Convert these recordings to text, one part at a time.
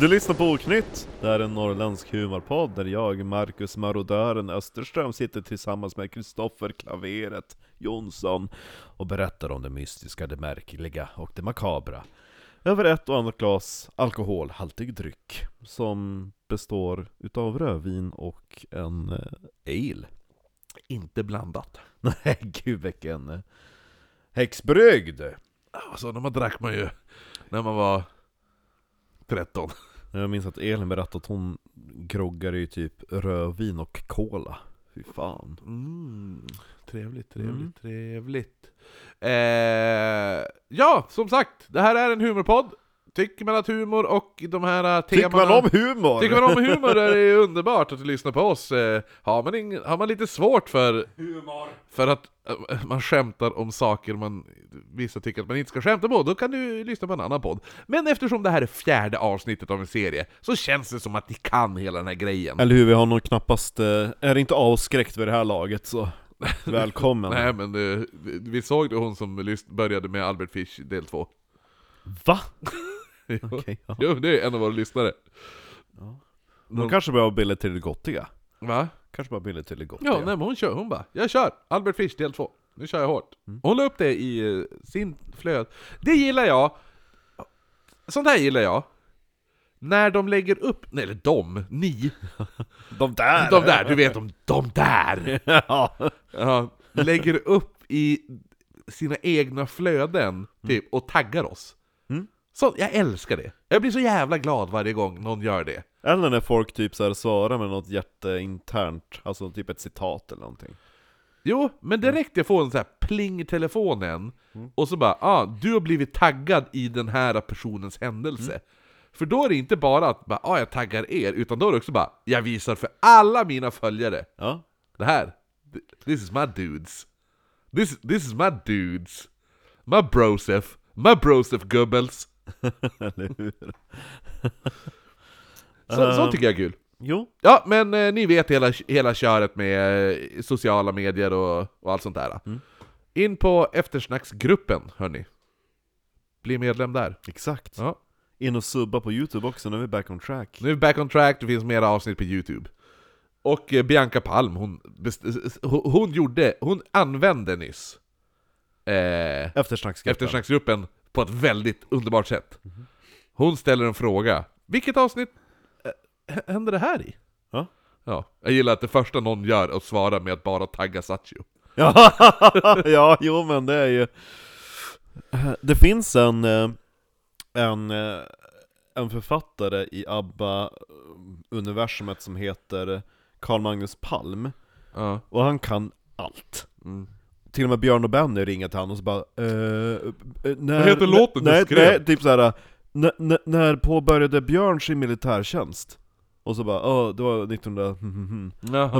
Du lyssnar på Oknytt, det här är en norrländsk humorpodd där jag, Marcus Marodören Österström, sitter tillsammans med Kristoffer Klaveret Jonsson och berättar om det mystiska, det märkliga och det makabra. Över ett och annat glas alkoholhaltig dryck som består utav rödvin och en eh, ale. Inte blandat. Nej, gud vilken eh, häxbrygd! Alltså när man drack man ju när man var 13. Jag minns att Elin berättade att hon groggar i typ rödvin och cola. Fy fan. Mm. Trevligt, trevligt, Mm. trevligt. Eh, ja, som sagt, det här är en humorpodd. Tycker man att humor och de här temana... Tycker man om humor? Tycker man om humor är det ju underbart att lyssna på oss. Eh, Har man, ing, har man lite svårt för, för att eh, man skämtar om saker man vissa tycker att man inte ska skämta på, då kan du lyssna på en annan podd. Men eftersom det här är fjärde avsnittet av en serie, så känns det som att ni kan hela den här grejen. Eller hur, vi har nog knappast, eh, är inte avskräckt vid det här laget så välkommen. Nej men eh, vi- vi såg det hon som lys- började med Albert Fish del 2. Va? Jo, Okej, ja. Jo, det är en av våra lyssnare. De kanske behöver bilder till det gottiga. Va? Kanske bara bilder till det gottiga. Ja, nej, men hon kör, hon bara 'Jag kör! Albert Fish del 2, nu kör jag hårt' Hon la upp det i eh, sin flöd Det gillar jag! Sånt här gillar jag! När de lägger upp, nej, eller de, ni, De där! de där, du vet de, de där! ja. Ja, lägger upp i sina egna flöden, typ, och taggar oss Mm. så, Jag älskar det! Jag blir så jävla glad varje gång någon gör det Eller när folk typ så här svarar med något jätteinternt, alltså typ ett citat eller någonting. Jo, men direkt jag får en sån här pling i telefonen Och så bara, ah, du har blivit taggad i den här personens händelse För då är det inte bara att bara, ah, jag taggar er, utan då är det också bara Jag visar för alla mina följare Ja. Det här, th- this is my dudes This, this is my dudes My brosef, my brosef gubbels eller hur? så, så Ehm. tycker jag är kul Jo. Ja, men eh, ni vet hela, hela köret med eh, sociala medier och, och allt sånt där. In på eftersnacksgruppen, hörni. Bli medlem där. Exakt. Ja. In och subba på youtube också, nu är vi back on track. Nu är vi back on track, det finns mera avsnitt på Youtube. Och eh, Bianca Palm, hon, best- hon, hon gjorde, hon använde nyss eh, Eftersnacksgruppen. eftersnacksgruppen på ett väldigt underbart sätt. Hon ställer en fråga. Vilket avsnitt eh, händer det här i? Ja. Ja, jag gillar att det första någon gör är att svara med att bara tagga Satchio. Ja, ja, jo men det är ju... Det finns en, eh, en, eh, en författare i ABBA-universumet som heter Carl Magnus Palm, Ja. och han kan allt. Mm. Till och med Björn och Benny ringer till honom och så bara eh, eh, när, Vad heter låten du nej, skrev? Nej, typ såhär, när, när, när påbörjade Björn sin militärtjänst? Och så bara, ja det var 1900... Han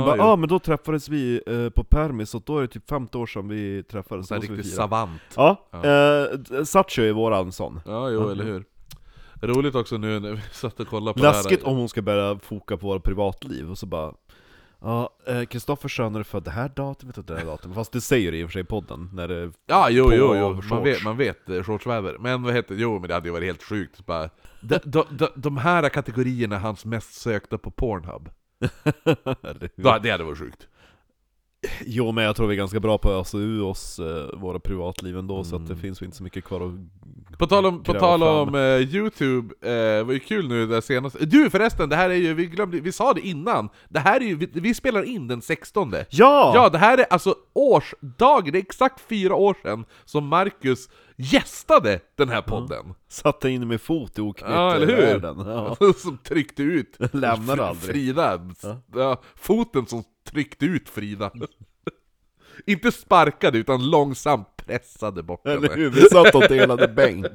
bara, ja ah, men då träffades vi eh, på permis, och då är det typ 50 år sedan vi träffades, så en måste vi riktig fira. savant. Ja, Ja. eh, Satcho är våran sån. Ja, jo, eller hur. Roligt också nu när vi satt och kollade på Läskigt det här. om hon ska börja foka på vårt privatliv, och så bara Ja, eh, Kristoffers söner är född det här datumet och det här datumet, fast det säger det i och för sig i podden när det... Ja, jo, på jo, jo. Man shorts. vet, man vet eh, shortsväder. Men vad heter Jo, men det hade ju varit helt sjukt. Bara, de, de, de, de här kategorierna är hans mest sökta på Pornhub. Eller hur? Ja, Det hade varit sjukt. Jo men jag tror vi är ganska bra på att ösa ur oss eh, våra privatliv ändå, så att det finns ju inte så mycket kvar att... Mm. På tal om, på gräva tal fram. om eh, Youtube, eh, var ju kul nu det senaste... Du förresten, det här är ju, vi glömde, vi sa det innan, det här är ju, vi, vi spelar in den 16 Ja! Ja, det här är alltså årsdagen, det är exakt fyra år sedan som Marcus gästade den Mm. här podden. Satte in med fot i oknytt Ja, eller i hur? världen. Ja. Som tryckte ut Lämnar Fr- aldrig. Frida. Ja, foten som tryckte ut Frida. Inte sparkade, utan långsamt pressade bort Eller henne. hur? Vi satt och delade bänk.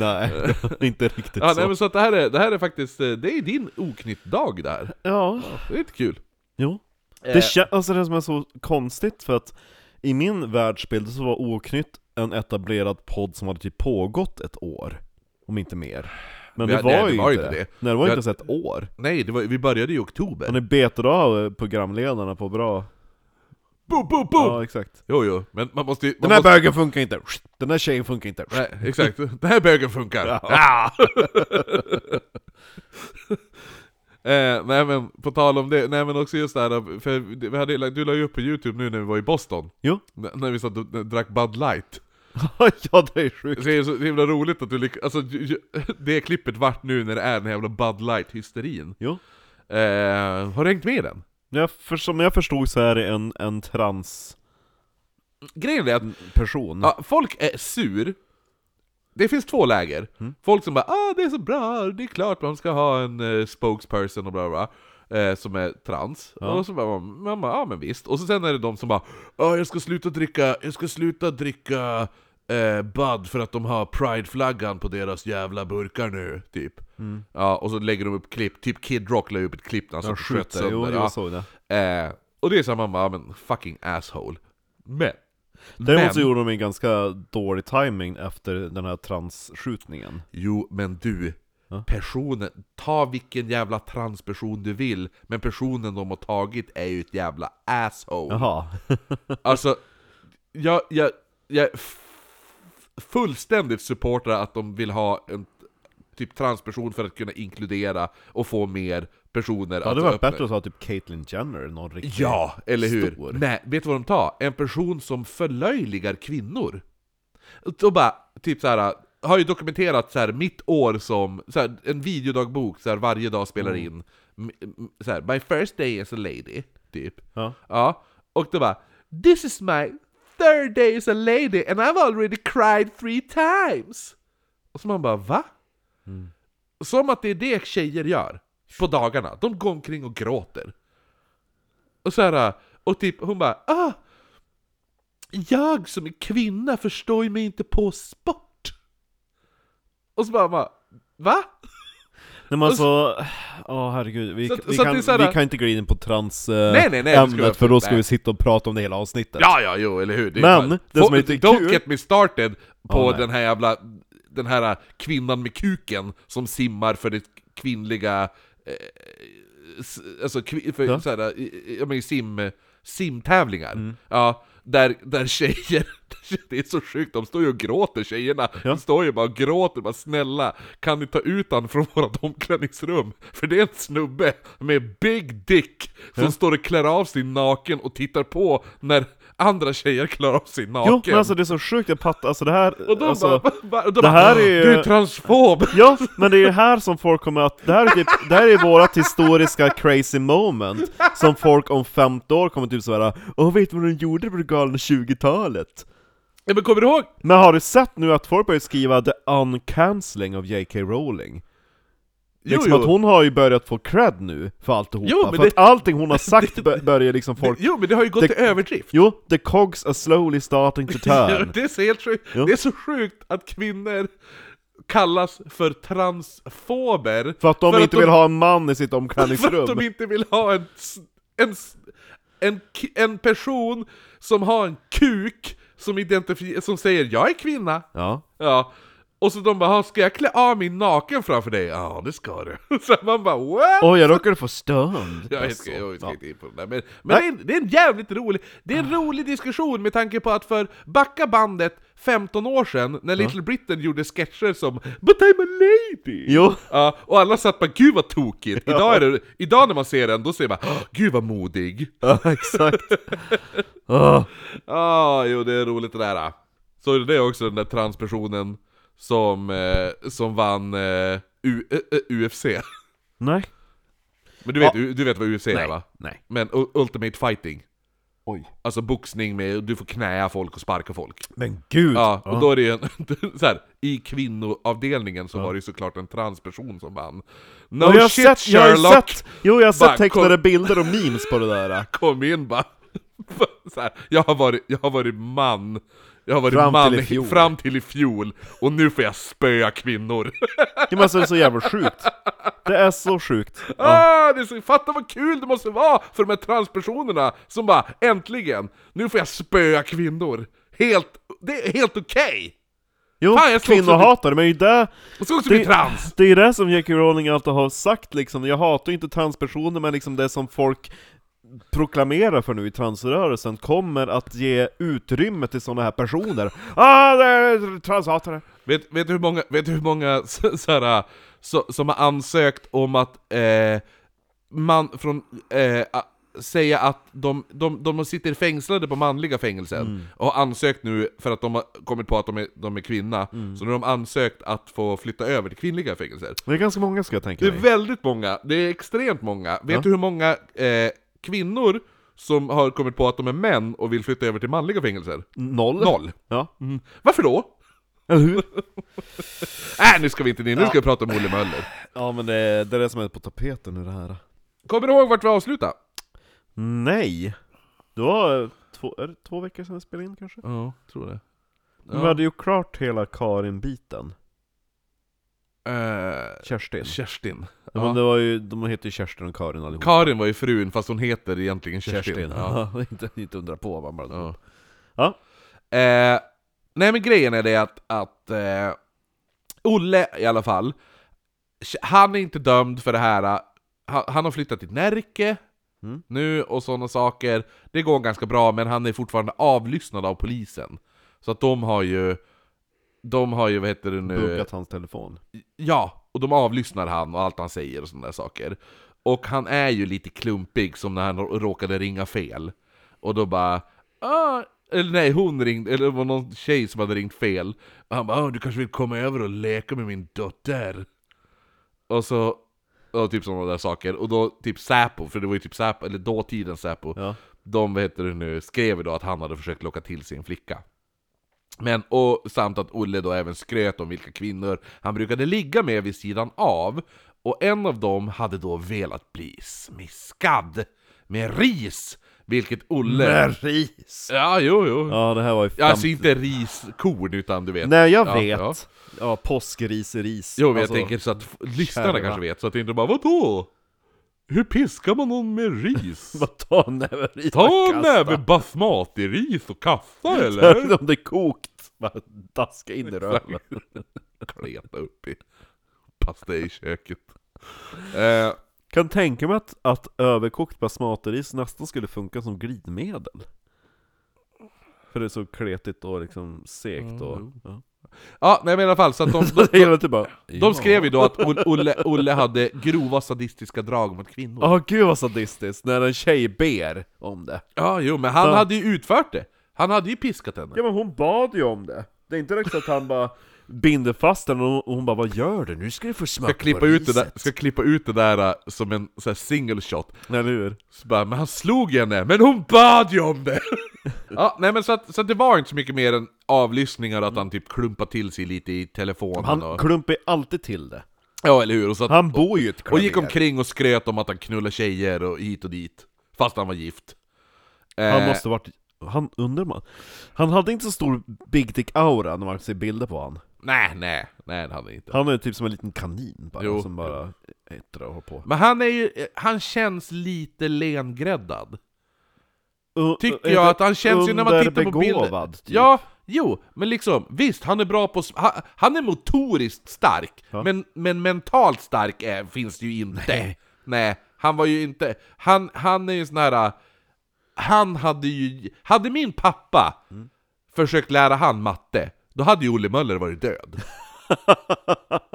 nej, det var inte riktigt Ja, så. nej, men så att det, här är, det här är faktiskt, eh, det är din oknytt-dag det här. Ja, Det är lite kul. jo. Det, kän- alltså det som är så konstigt för att i min världsbild så var Oknytt en etablerad podd som hade typ pågått ett år, om inte mer. Men Vi det hade- var nej, ju inte det. Nej, det var ju Vi hade- inte ens ett år. Nej, det var, vi började i oktober. eh, Och ni betade av programledarna på bra Boom, boom, boom! Ja, exakt. Jo, jo, men man måste ju... Man Den här måste... bögen funkar inte. Den här tjejen funkar inte. Nej, exakt. Den här bögen funkar. Ja. eh, nej men, på tal om det, nej men också just det här, för vi hade, lagt- du la ju upp på youtube nu när vi var i Boston. Jo. N- när vi satt och d- drack Bud Light. ja, det är sjukt. Så Det är så himla roligt att du lyck- alltså ju- ju- det klippet vart nu när det är den här jävla Bud Light-hysterin. Jo. Eh, har du hängt med i den? Jag för, som jag förstod så är det en, en transperson. Grejen är att Ja, folk är sur. Det finns två läger. Mm. Folk som bara ah, det är så bra, det är klart man ska ha en eh, spokesperson och bla bla bla, eh, som är trans. Och så bara mamma, ja ah, men visst. Och så sen är det de som bara ah, jag ska sluta dricka, jag ska sluta dricka eh, Bud för att de har Pride-flaggan på deras jävla burkar nu, typ. Mm. Ja, och så lägger de upp klipp, typ Kid Rock la ju upp ett klipp när han De satt och sköt skjuter. Jo, sönder. jag Ja. såg det. Eh, och det är samma mamma, men fucking asshole. Men. Däremot men- så gjorde de en ganska dålig timing efter den här transskjutningen. Jo, men du, personen, ta vilken jävla transperson du vill, men personen de har tagit är ju ett jävla asshole. Jaha. Alltså, jag, jag, jag f- fullständigt supportar att de vill ha en typ transperson för att kunna inkludera och få mer personer Det att hade varit öppna- bättre att ha typ Caitlyn Jenner, någon riktig... Ja, eller hur? Stor. Nej, vet du vad de tar? En person som förlöjligar kvinnor. Och bara, typ så här har ju dokumenterat så här, mitt år som, så här, en videodagbok så här, varje dag spelar Mm. in. M- m- Så här, my first day as a lady, typ. Ja. Ja, och då bara This is my third day as a lady and I've already cried three times! Och så man bara va? Som att det är det tjejer gör på dagarna. De går omkring och gråter. Och så här, och typ hon bara ah, Jag som är kvinna förstår ju mig inte på sport! Och så bara, bara va? Nej men alltså, ja herregud, vi, Så att- vi, så att det är kan, så här- vi kan inte gå in på transämnet Nej, nej, nej, det skulle jag- för då ska nej. vi sitta och prata om det hela avsnittet Ja, ja, jo, eller hur? Det är Men, fan- det Få- som är lite Don't kul- get me started på Ja, nej. den här jävla... Den här kvinnan med kuken som simmar för det kvinnliga... Eh, s- alltså, kvi- för Ja. Mm. så här, i- i- jag menar, sim, simtävlingar. Ja, där, där tjejer... Det är så sjukt, de står ju och gråter tjejerna. De står ju bara och gråter, bara snälla, kan ni ta ut han från vårt omklädningsrum? För det är en snubbe med big dick som står och klär av sig naken och tittar på när andra tjejer klär av sig naken. Jo men alltså det är så sjukt, jag pattar, alltså det här, Och de alltså, bara, va- va- de det här bara, "Ah, är ju- Du är transfob! Ja, men det är här som folk kommer att, det här är, typ, det här är vårat historiska crazy moment Som folk om 50 år kommer typ såhär, åh vet du vad de gjorde på det galna 20-talet? Ja, men kommer du ihåg? Men har du sett nu att folk börjar skriva the uncancelling av J.K. Rowling? Jo, liksom jo. att hon har ju börjat få cred nu för alltihopa, Jo, men för det- att allting hon har sagt bör- börjar liksom folk Jo men det har ju gått Det- till överdrift! Jo, the cogs are slowly starting to Ja, turn. Det är så helt sjukt. Jo. Det är så sjukt att kvinnor kallas för transfober För att de inte de- vill ha en man i sitt För att omklädningsrum. de inte vill ha en, s- en, s- en, k- en person som har en kuk som, identifier- som säger 'Jag är kvinna' Ja. Ja. Och så de bara "Ha, 'Ska jag klä av mig naken framför dig?' Ja, det ska du. Så man bara 'What?' Oj, jag råkade få stönd. Jag Alltså, ska, jag ska ja. Ah. inte in på det där. Men, men det, är, en- det är en jävligt rolig, det är en rolig diskussion med tanke på att för backa bandet 15 år sedan Ah. när Little Britain gjorde sketcher som 'But I'm a lady' Jo. Ja, och alla satt bara 'Gud vad tokigt' idag, är det, idag när man ser den, då säger man "Åh, 'Gud vad modig' Ja, exakt. Åh. Ah, jo det är roligt det där. Så är det också den där transpersonen som, eh, som vann eh, U, eh, eh, UFC. Nej. Men du vet, Ja. du, du vet vad UFC är va? Nej. Men U- Ultimate Fighting. Oj. Alltså boxning med, du får knäa folk och sparka folk. Men gud. Ja, och då är det ju en, så här, i kvinnoavdelningen så var det ju såklart en transperson som vann. No Och jag har Oh, shit sett, jag har Sherlock! sett, jo jag har Bara, sett tecknade kom- bilder och memes på det där. Kom in bara. Så här, jag, har varit, jag har varit man. Jag har varit Fram man till i fjol. fram till i fjol, och nu får jag spöa kvinnor. Ja, men alltså det är så jävla sjukt. Det är så sjukt. Ja. Ah, det är så, fatta vad kul det måste vara för de här transpersonerna som bara äntligen, nu får jag spöa kvinnor. Helt, det är helt okej! Jo, Fan, jag ska också- kvinnohatare, men det är ju det Jag ska också Det- bli trans! Det är det som J.K. Rowling alltid har sagt liksom, jag hatar ju inte transpersoner men liksom det som folk proklamerar för nu i transrörelsen kommer att ge utrymme till sådana här personer. Ah, det är transhatare! Vet, vet du hur många, vet du hur många så, så här, så, som har ansökt om att eh, man från eh, a, säga att de, de, de sitter fängslade på manliga fängelsen Mm. och har ansökt nu för att de har kommit på att de är, de är kvinna, Mm. så nu har de ansökt att få flytta över till kvinnliga fängelser. Det är ganska många ska jag tänka Det är mig. väldigt många, det är extremt många. Vet Ja. du hur många eh, kvinnor som har kommit på att de är män och vill flytta över till manliga fängelser? Noll. Noll. Mm. Ja, Varför då? eller hur? Äh, nu ska vi inte in, nu ska vi prata om Olle Möller. Ja men det, det är det som är på tapeten nu det här. Kommer du ihåg vart vi avslutade? Nej! Det var eh, två, är det två veckor sedan vi spelade in kanske? Ja, tror det. Vi hade ju klart hela Karin-biten. Eh, Kerstin. Kerstin. Ja. Ja. Men det var ju, de heter ju Kerstin och Karin allihopa. Karin var ju frun, fast hon heter egentligen Kerstin. Ja. Ja. inte, inte undra på vad man Ja. Ja. Eh, nej men grejen är det att, att eh, Olle i alla fall, han är inte dömd för det här, eh, han, han har flyttat till Närke Mm. nu och sådana saker. Det går ganska bra, men han är fortfarande avlyssnad av polisen. Så att de har ju, de har ju, vad heter det nu? Buggat hans telefon. Ja, och de avlyssnar han och allt han säger och sådana där saker. Och han är ju lite klumpig som när han råkade ringa fel. Och då bara... Ah, eller nej, hon ringde, eller det var någon tjej som hade ringt fel. Och han bara ah, 'Du kanske vill komma över och leka med min dotter?' Och så... Och typ sådana där saker. Och då typ Säpo, för det var ju typ Säpo, eller dåtidens Säpo. Ja. De, vad heter det nu, skrev ju då att han hade försökt locka till sin flicka. Men, och samt att Olle då även skröt om vilka kvinnor han brukade ligga med vid sidan av. Och en av dem hade då velat bli smiskad med ris! Vilket Olle... ris! Ja, jo, jo. Ja det här var ju Ja, fem... Alltså inte riskorn, utan du vet. Nej jag Ja, vet! ja. Ja, påskris är ris. Jo, men Alltså, jag tänker så att f- lyssnarna kärva. kanske vet, så att det inte bara vadå? Hur piskar man någon med ris? Vad ta en näve ris Ta och en kasta. näve basmati-ris och kasta eller? alltså? Om det är kokt, bara daska in i röven. Kleta upp i pastejköket. Eh, Kan tänka mig att, att överkokt basmatiris nästan skulle funka som glidmedel. För det är så kletigt och liksom segt och... Ja. ja, nej men i alla fall, så att de, de, Jag gillar att du bara... de skrev ju då att Ol- Olle, Olle hade grova sadistiska drag mot kvinnor. Åh gud vad sadistiskt, när en tjej ber om det. Ja, jo, men han Ja. hade ju utfört det. Han hade ju piskat henne. Ja men hon bad ju om det. Det är inte riktigt att han bara binder fast henne och och hon bara 'Vad gör du? Nu ska du få smaka Ska klippa på ut det riset' där, ska klippa ut det där äh, som en så här single shot. Eller hur? Så bara, men han slog henne, men hon bad ju om det! ja, nej men så att, så att det var inte så mycket mer än avlyssningar, att han typ klumpade till sig lite i telefonen Han och... klumpar alltid till det. Ja, eller hur? Och, så att, Han bor ju i ett och gick klaver. omkring och skröt om att han knullade tjejer och hit och dit. Fast han var gift. Han Eh, måste varit... Han undrar man. Han hade inte så stor Big Dick-aura när man ser bilder på han. Nej, nej, nej det hade han inte. Han är typ som en liten kanin bara, Jo. som bara äter och håller på. Men han är ju, eh, han känns lite lengräddad. Uh, Tycker jag att han känns ju när man tittar på bilder. underbegåvad, Typ. Ja, jo, men liksom visst, han är bra på... s- Han, han är motoriskt stark, Ja. men, men mentalt stark är, finns det ju inte. Nej. han var ju inte... Han, han är ju sån här... äh, Han hade ju... Hade min pappa Mm. försökt lära han matte, då hade ju Olle Möller varit död.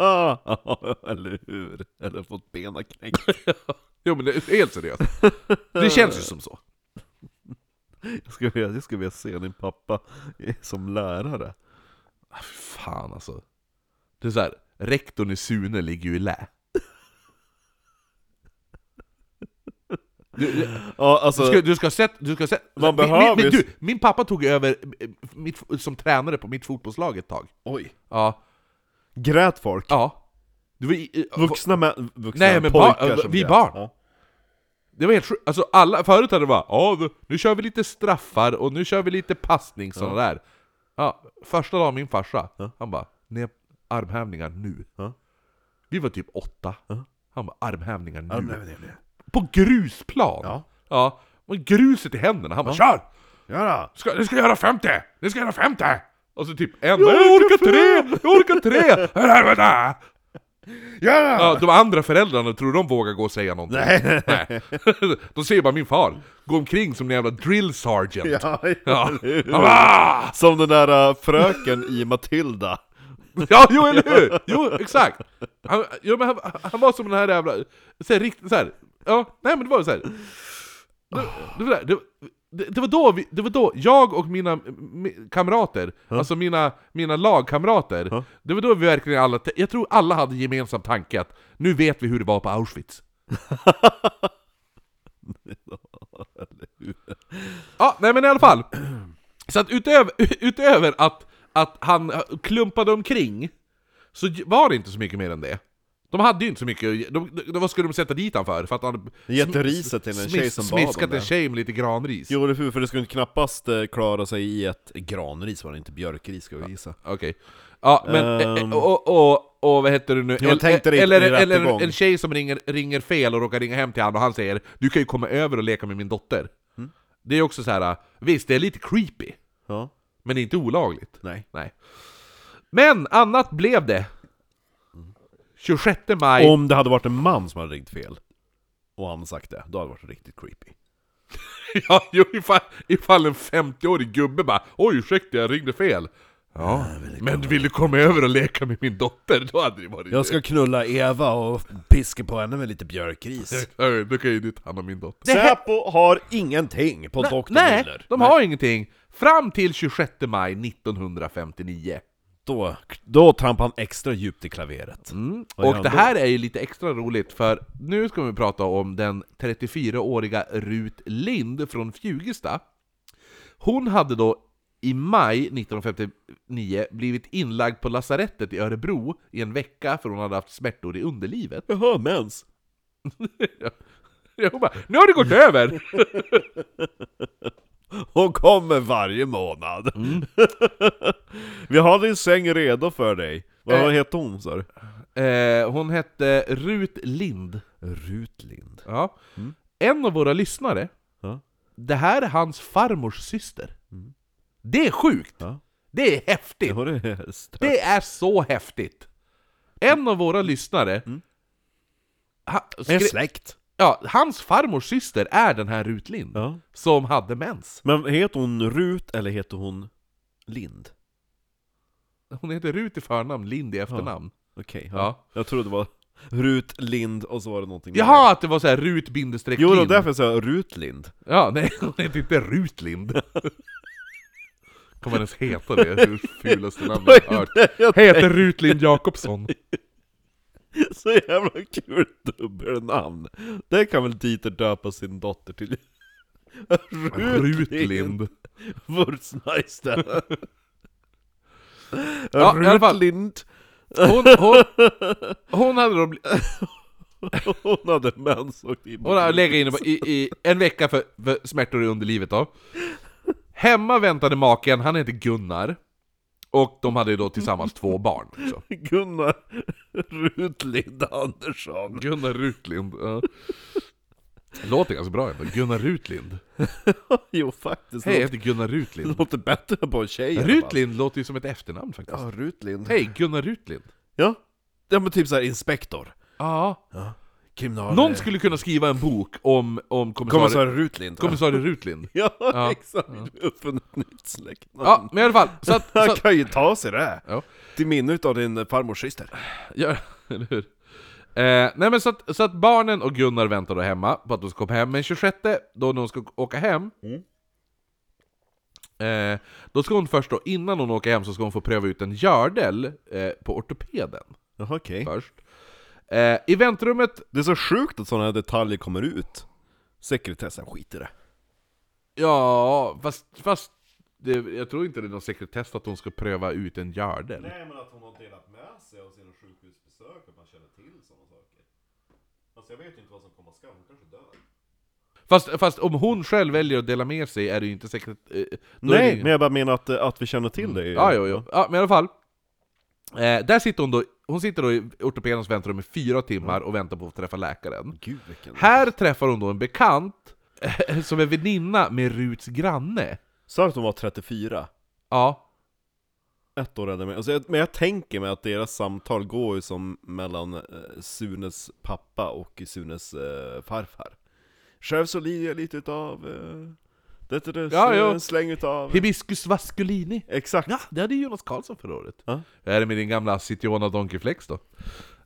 Eller hur? Eller fått bena knäckt. jo, men det är helt seriöst. Det känns ju som så. Jag skulle vilja, jag skulle vilja se din pappa i- som lärare. Ah, fy Fan alltså. Det är så här, rektorn i Sune ligger ju i lä. Du, Ja, alltså, du, ska, du ska ha sett... Du ska ha sett Man min, behöver min, ju- men du, min pappa tog över eh, mitt, fo- som tränare på mitt fotbollslag ett tag. oj. Ja. Grät folk? ja. Det, var, i- eh, i- Vuxna män, vuxna Nej, men pojkar barn- som vi grät. barn. Ja. det var helt sjukt. Alltså, alla, förut hade det bara ja, nu- nu kör vi lite straffar och nu kör vi lite passning sådana där. Ja, första dagen min farsa, han bara ner armhävningar nu. Ja. Vi var typ åtta. Han bara armhävningar nu. Ja, nej, nej, nej. På grusplan! Ja. ja. Och gruset i händerna, han bara KÖR! Göra! Ska, ni ska göra 50! Ni ska göra 50! Och så typ en bara, jag orkar tre! Jag orkar tre! Helvete! Ja! Ja, de andra föräldrarna, tror de vågar gå och säga någonting? Nej. Nej. De ser ju bara min far, gå omkring som en jävla drill sergeant. Ja, Ja. eller hur? Han bara, "Ah!" Som den där äh, fröken i Matilda. ja, jo eller hur! Jo, exakt! Han, jo, men han, han var som den här jävla, så här, rikt, så här, ja, nej men det var så här. Det, det, var, där, det, det, det var då vi, det var då jag och mina m- kamrater, alltså mina, mina lagkamrater, det var då vi verkligen alla, jag tror alla hade gemensam tanke att nu vet vi hur det var på Auschwitz. Ja, nej men i alla fall. Så att utöver, utöver att, att han klumpade omkring, så var det inte så mycket mer än det. De hade ju inte så mycket, de, de, vad skulle de sätta dit han för? För att han Gett riset till en tjej som bad om Smiskat det. en tjej med lite granris. Jo, det är för, för det skulle inte knappast eh, klara sig i ett granris var det inte, björkris ska vi gissa. Okej. Ja, men Ehm. eh, och, och, och vad heter det nu? Jag tänkte det i- eller i eller, rättegång. eller en tjej som ringer, ringer fel och råkar ringa hem till honom och han säger Du kan ju komma över och leka med min dotter. Mm. Det är också så här. visst det är lite creepy, Ja, men det är inte olagligt. nej. Nej. Men annat blev det. 26 maj. Om det hade varit en man som hade ringt fel och han sagt det, då hade det varit riktigt creepy. Ja, jo, ifall, ifall en 50-årig gubbe bara Oj, ursäkta jag ringde fel. Ja, men vill du komma över och leka med min dotter? Då hade det varit... Jag ska knulla Eva och piska på henne med lite björkris. Hörru, Då kan ju du ta hand om min dotter. Säpo har ingenting på Dr. Nej, Müller. de har ingenting. Fram till 26 maj 1959. Då, då trampar han extra djupt i klaveret. Vad Mm. Och gör det han här är ju lite extra roligt för nu ska vi prata om den 34-åriga Rut Lind från Fjugesta. Hon hade då i maj 1959 blivit inlagd på lasarettet i Örebro i en vecka för hon hade haft smärtor i underlivet. då? Jaha, mens. Jag bara, nu har det gått över! Hon kommer varje månad. Mm. Vi har din säng redo för dig. Vad Eh. heter hon sa du? Eh, hon hette Rut Lind. Rutlind. Ja. En av våra lyssnare, Ja. det här är hans farmors syster. Det är sjukt! Ja. Det är häftigt! Det var det här strax. Det är så häftigt! En av våra lyssnare, Mm. ha, En skre- släkt. ja, hans farmors syster är den här Rut Lind, Ja. som hade mens. Men heter hon Rut eller heter hon Lind? Hon heter Rut i förnamn, Lind i efternamn. Okej, Ja. jag trodde det var Rut Lind och så var det någonting Jaha, att det var så här Rut bindestreck Jo, det var Lind. därför jag sa Rut Lind. Ja, nej, hon heter inte Rut Lind. Kan man ens heta det? Det är det fulaste namn jag har hört. Jag Heter Rut Lind Jakobsson. tänkte, Så jävla kul dubbelnamn. Det kan väl Dieter döpa sin dotter till? Rut Rut Lind. Lind. Wurz nice där. Ja, i alla fall. Rut Lind. Hon, hon, hon hade då bli- Hon hade mens och det Hon har legat inne på- i, i en vecka för, för smärtor i underlivet då. Hemma väntade maken, han hette Gunnar. Och de hade ju då tillsammans två barn. Också. Gunnar Rutlind Andersson. Gunnar Rutlind. Ja. Låter ganska bra ändå. Gunnar Rutlind. Jo faktiskt. Hej, jag Hej. heter Gunnar Det Rutlind. låter bättre på en tjej i alla fall. Rutlind låter ju som ett efternamn faktiskt. Ja, Rutlind. Hej, Gunnar Rutlind. Ja. ja, men typ såhär inspektor. Ja. Kriminal... Någon skulle kunna skriva en bok om, om kommissarie, Kommissarie Rutlind. kommissarie Rutlind. Ja, Ja. exakt. Vi har uppfunnit ett nytt släktnamn. Ja, men i alla fall. Så att, så Han att, kan ju ta sig det. Ja. Till minne utav din eh, farmors syster. Ja, eller hur? Eh, nej men så att, så att barnen och Gunnar väntar då hemma på att de ska komma hem, men 26 då när hon ska åka hem Mm. eh, Då ska hon först då, innan hon åker hem så ska hon få pröva ut en gördel eh, på ortopeden Jaha, okej. först eh, I väntrummet, Det är så sjukt att sådana här detaljer kommer ut. Sekretessen skiter i det. ja fast, fast det, jag tror inte det är någon sekretess att hon ska pröva ut en gördel Nej men att hon har delat med sig av sina sjukhusbesök, att man känner till sådana saker. Alltså jag vet inte vad som kommer skall, hon kanske dör. fast, fast om hon själv väljer att dela med sig är det ju inte sekretess eh, då är det Nej, ju- men jag bara menar att, eh, att vi känner till det. Ja, jo, jo. ja men i alla fall. Eh, där sitter hon då, hon sitter då i ortopedens väntrum i fyra timmar och väntar på att träffa läkaren. Gud vilken... Här träffar hon då en bekant eh, som är väninna med Ruts granne. Sa du att hon var 34? Ja. ett år äldre än mig. Alltså, jag, men jag tänker mig att deras samtal går ju som mellan eh, Sunes pappa och Sunes eh, farfar. Själv så lider jag lite utav... Eh, det är det, Ja, så- ja. en släng utav... Hibiscus vasculini. Exakt! Typ Ja, det hade ju Jonas Karlsson förra året. Ja. Är det med din gamla Acitiona Donkeyflex då?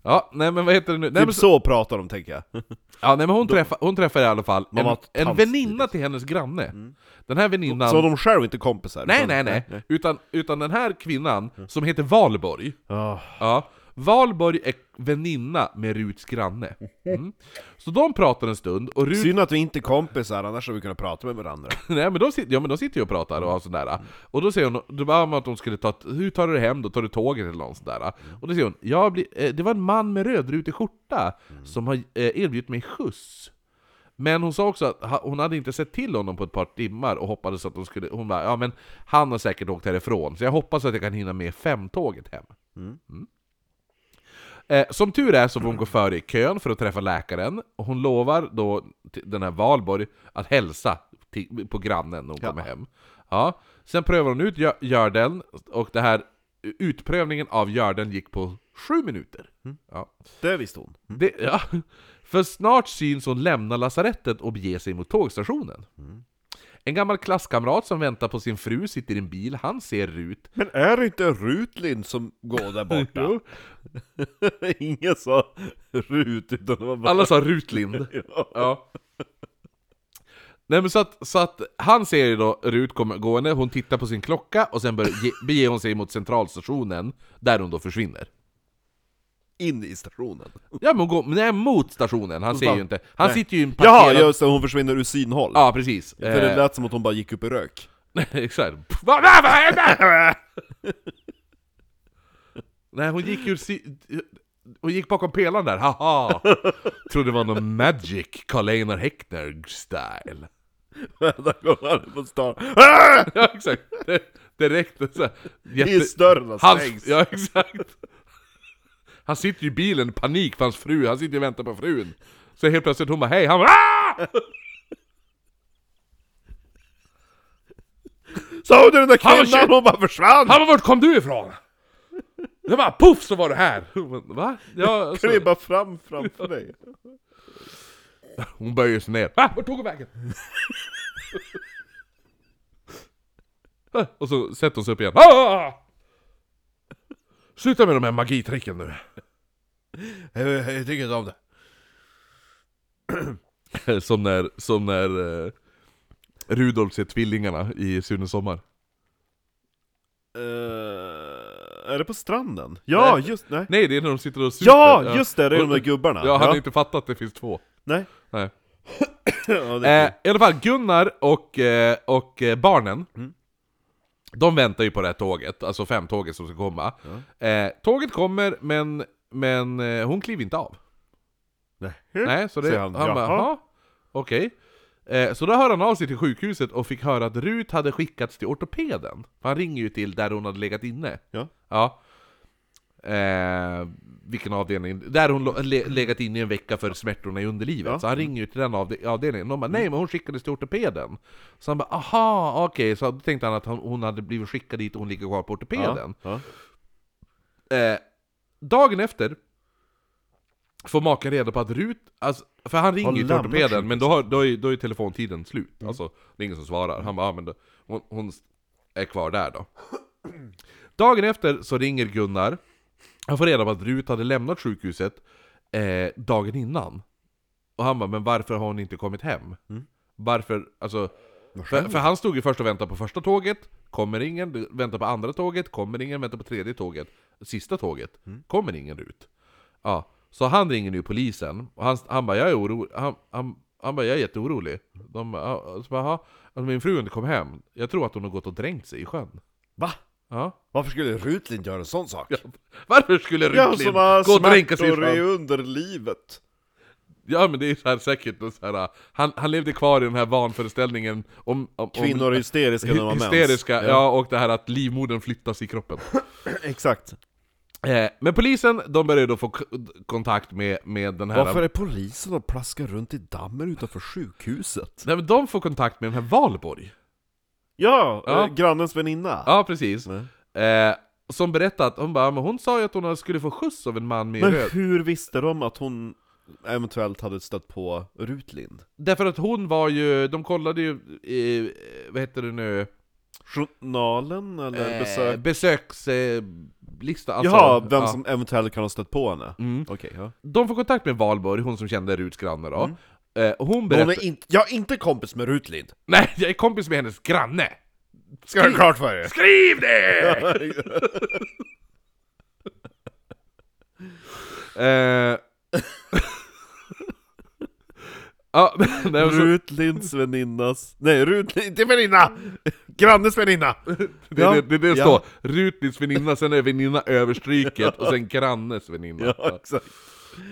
Ja, nej men vad heter det nu? Nej, typ men, så- så pratar de tänker jag. ja, nej, men hon, träffar, hon träffar i alla fall Man en, var en tant- väninna till hennes granne. Den här väninnan... Mm. Så de själv är inte kompisar? liksom. Nej, utan- nej, nej. Utan, utan den här kvinnan, Mm. som heter Valborg. Ah, Ja. Valborg är väninna med Ruts granne. Mm. Så de pratar en stund, och Rut... Synd att vi inte är kompisar, annars hade vi kunnat prata med varandra. Nej men de sitter, ja, men de sitter ju och pratar och har sådär Och då säger hon, då bara om att de skulle ta, ett- hur tar du dig hem då? Tar du tåget eller något sådär? Och då säger hon, jag blir, eh, det var en man med rödrutig skjorta som har eh, erbjudit mig skjuts Men hon sa också att ha- hon hade inte sett till honom på ett par timmar och hoppades att de skulle, hon bara, ja men han har säkert åkt härifrån så jag hoppas att jag kan hinna med femtåget hem Eh, som tur är så får hon gå före i kön för att träffa läkaren, och hon lovar då till den här Valborg att hälsa till, på grannen när hon kommer hem. Ja. Sen prövar hon ut gö- gördeln, och det här utprövningen av gördeln gick på sju minuter. Ja. Det visste hon. Det, ja. För snart syns hon lämna lasarettet och bege sig mot tågstationen. En gammal klasskamrat som väntar på sin fru sitter i en bil, han ser Rut. Men är det inte Rutlind som går där borta? Jo. Ingen sa Rut, utan det var bara... Alla sa Rutlind. Ja. Ja. Nej men så att, så att han ser ju då Rut kommer gående, hon tittar på sin klocka och sen börjar, ge, beger hon sig mot centralstationen, där hon då försvinner. In i stationen. Ja men hon går, nej mot stationen, han ser ju inte. Han sitter ju i en Jaha, parkerad... just det, hon försvinner ur synhåll. Ja precis. För det Eh, lät som att hon bara gick upp i rök. Exakt. Vad va, va, hände? Nej hon gick ur si- Hon gick bakom pelaren där, haha! Trodde det var någon magic, Karl-Einar Häckner-style. Där går han på stan. Ja, exakt. Det- Direkt så här, jätte... Hissdörrarna Hans, stängs. ja, exakt. Han sitter ju i bilen i panik för hans fru, han sitter ju och väntar på frun. Så helt plötsligt hon bara hej, han bara "Ah!" Såg du den där Han var kvinnan? tjugo- Hon bara försvann! Han bara vart kom du ifrån? Det bara poff så var du här! Hon bara, Va? Ja, alltså- så, Kribba fram framför dig. hon böjer sig ner. Va? Vart tog hon vägen? Och så sätter hon sig upp igen. "Ah!" Sluta med de här magitricken nu. Jag, jag tycker inte om det. Som när, som när eh, Rudolf ser tvillingarna i Sunes sommar. Eh, är det på stranden? Ja, Nej. just nej. Nej, det är när de sitter och super. Ja, just det! Det är de där gubbarna. Ja, han har inte fattat att det finns två. Nej. Nej. Ja, det är Eh, I alla fall, Gunnar och, eh, och eh, barnen, Mm. de väntar ju på det här tåget, alltså femtåget som ska komma. Eh, tåget kommer, men, men eh, hon kliver inte av. Nej. Nej, så det, Mm. Säger han, han. bara, Jaha. "Jaha, okej. Eh, så då hörde han av sig till sjukhuset och fick höra att Rut hade skickats till ortopeden. För Han ringer ju till där hon hade legat inne. Ja. Ja. Eh, vilken avdelning? Där hon lo- le- legat inne i en vecka för smärtorna i underlivet. Ja. Mm. Så han ringer ju till den avde- avdelningen. De bara nej men hon skickades till ortopeden. Så han bara aha okej. Så då tänkte han att hon- hon hade blivit skickad dit och hon ligger kvar på ortopeden. Ja. Eh, dagen efter får maken reda på att Rut, alltså, för han ringer Har ju till lämnat ortopeden sjukhuset. Mm. men då, har, då, är, då är telefontiden slut. Alltså, det är ingen som svarar. Han bara, ah, men då, hon, hon är kvar där då. Dagen efter så ringer Gunnar, han får reda på att Rut hade lämnat sjukhuset eh, dagen innan. Och han bara, men varför har hon inte kommit hem? Mm. Varför, alltså... För, för han stod ju först och väntade på första tåget, kommer ingen, du väntar på andra tåget, kommer ingen, väntar på tredje tåget, sista tåget, Mm. kommer ingen ut. Ja, så han ringer nu polisen, och han, han bara jag är orolig, han, han, han bara jag är jätteorolig. De bara, "Ja." så bara, "Jaha, alltså, min fru har inte kom hem, jag tror att hon har gått och dränkt sig i sjön. Va? Ja. Varför skulle Rutlind göra en sån sak? Varför skulle Ja, Rytlind som har gå och dränka sig i sjön? smärtor i underlivet. Ja men det är så här säkert, något så här, han, han levde kvar i den här vanföreställningen om, om, om Kvinnor är hysteriska när de har mens. hysteriska, ja. och det här att livmodern flyttas i kroppen. Exakt. Eh, men polisen, de börjar då få k- kontakt med, med den här... Varför är polisen och plaskar runt i dammen utanför sjukhuset? Nej men de får kontakt med den här Valborg. Ja, Ja. eh, grannens väninna. Ja, precis. Nej. Eh, Som berättade att hon bara, men hon sa ju att hon skulle få skjuts av en man med Men röd. hur visste de att hon eventuellt hade stött på Rutlind? Därför att hon var ju, de kollade ju, eh, vad heter det nu? Journalen eller Eh, besök? besökslista. Alltså, Jaha, vem ja. som eventuellt kan ha stött på henne? Mm. Okej, ja. De får kontakt med Valborg, hon som kände Ruts granne då. Eh, och hon Mm. Hon berättar... är inte, jag är inte kompis med Rutlind! Nej, jag är kompis med hennes granne! Ska du ha klart för er? Skriv det! eh... ja, men- nej, och så, Rutlinds väninnas... Nej, Rutlind, inte väninna! Grannes väninna! det, är det, det, är det Ja. står. Rutnins väninna, sen är väninna överstryket, och sen grannes väninna. Ja, exakt.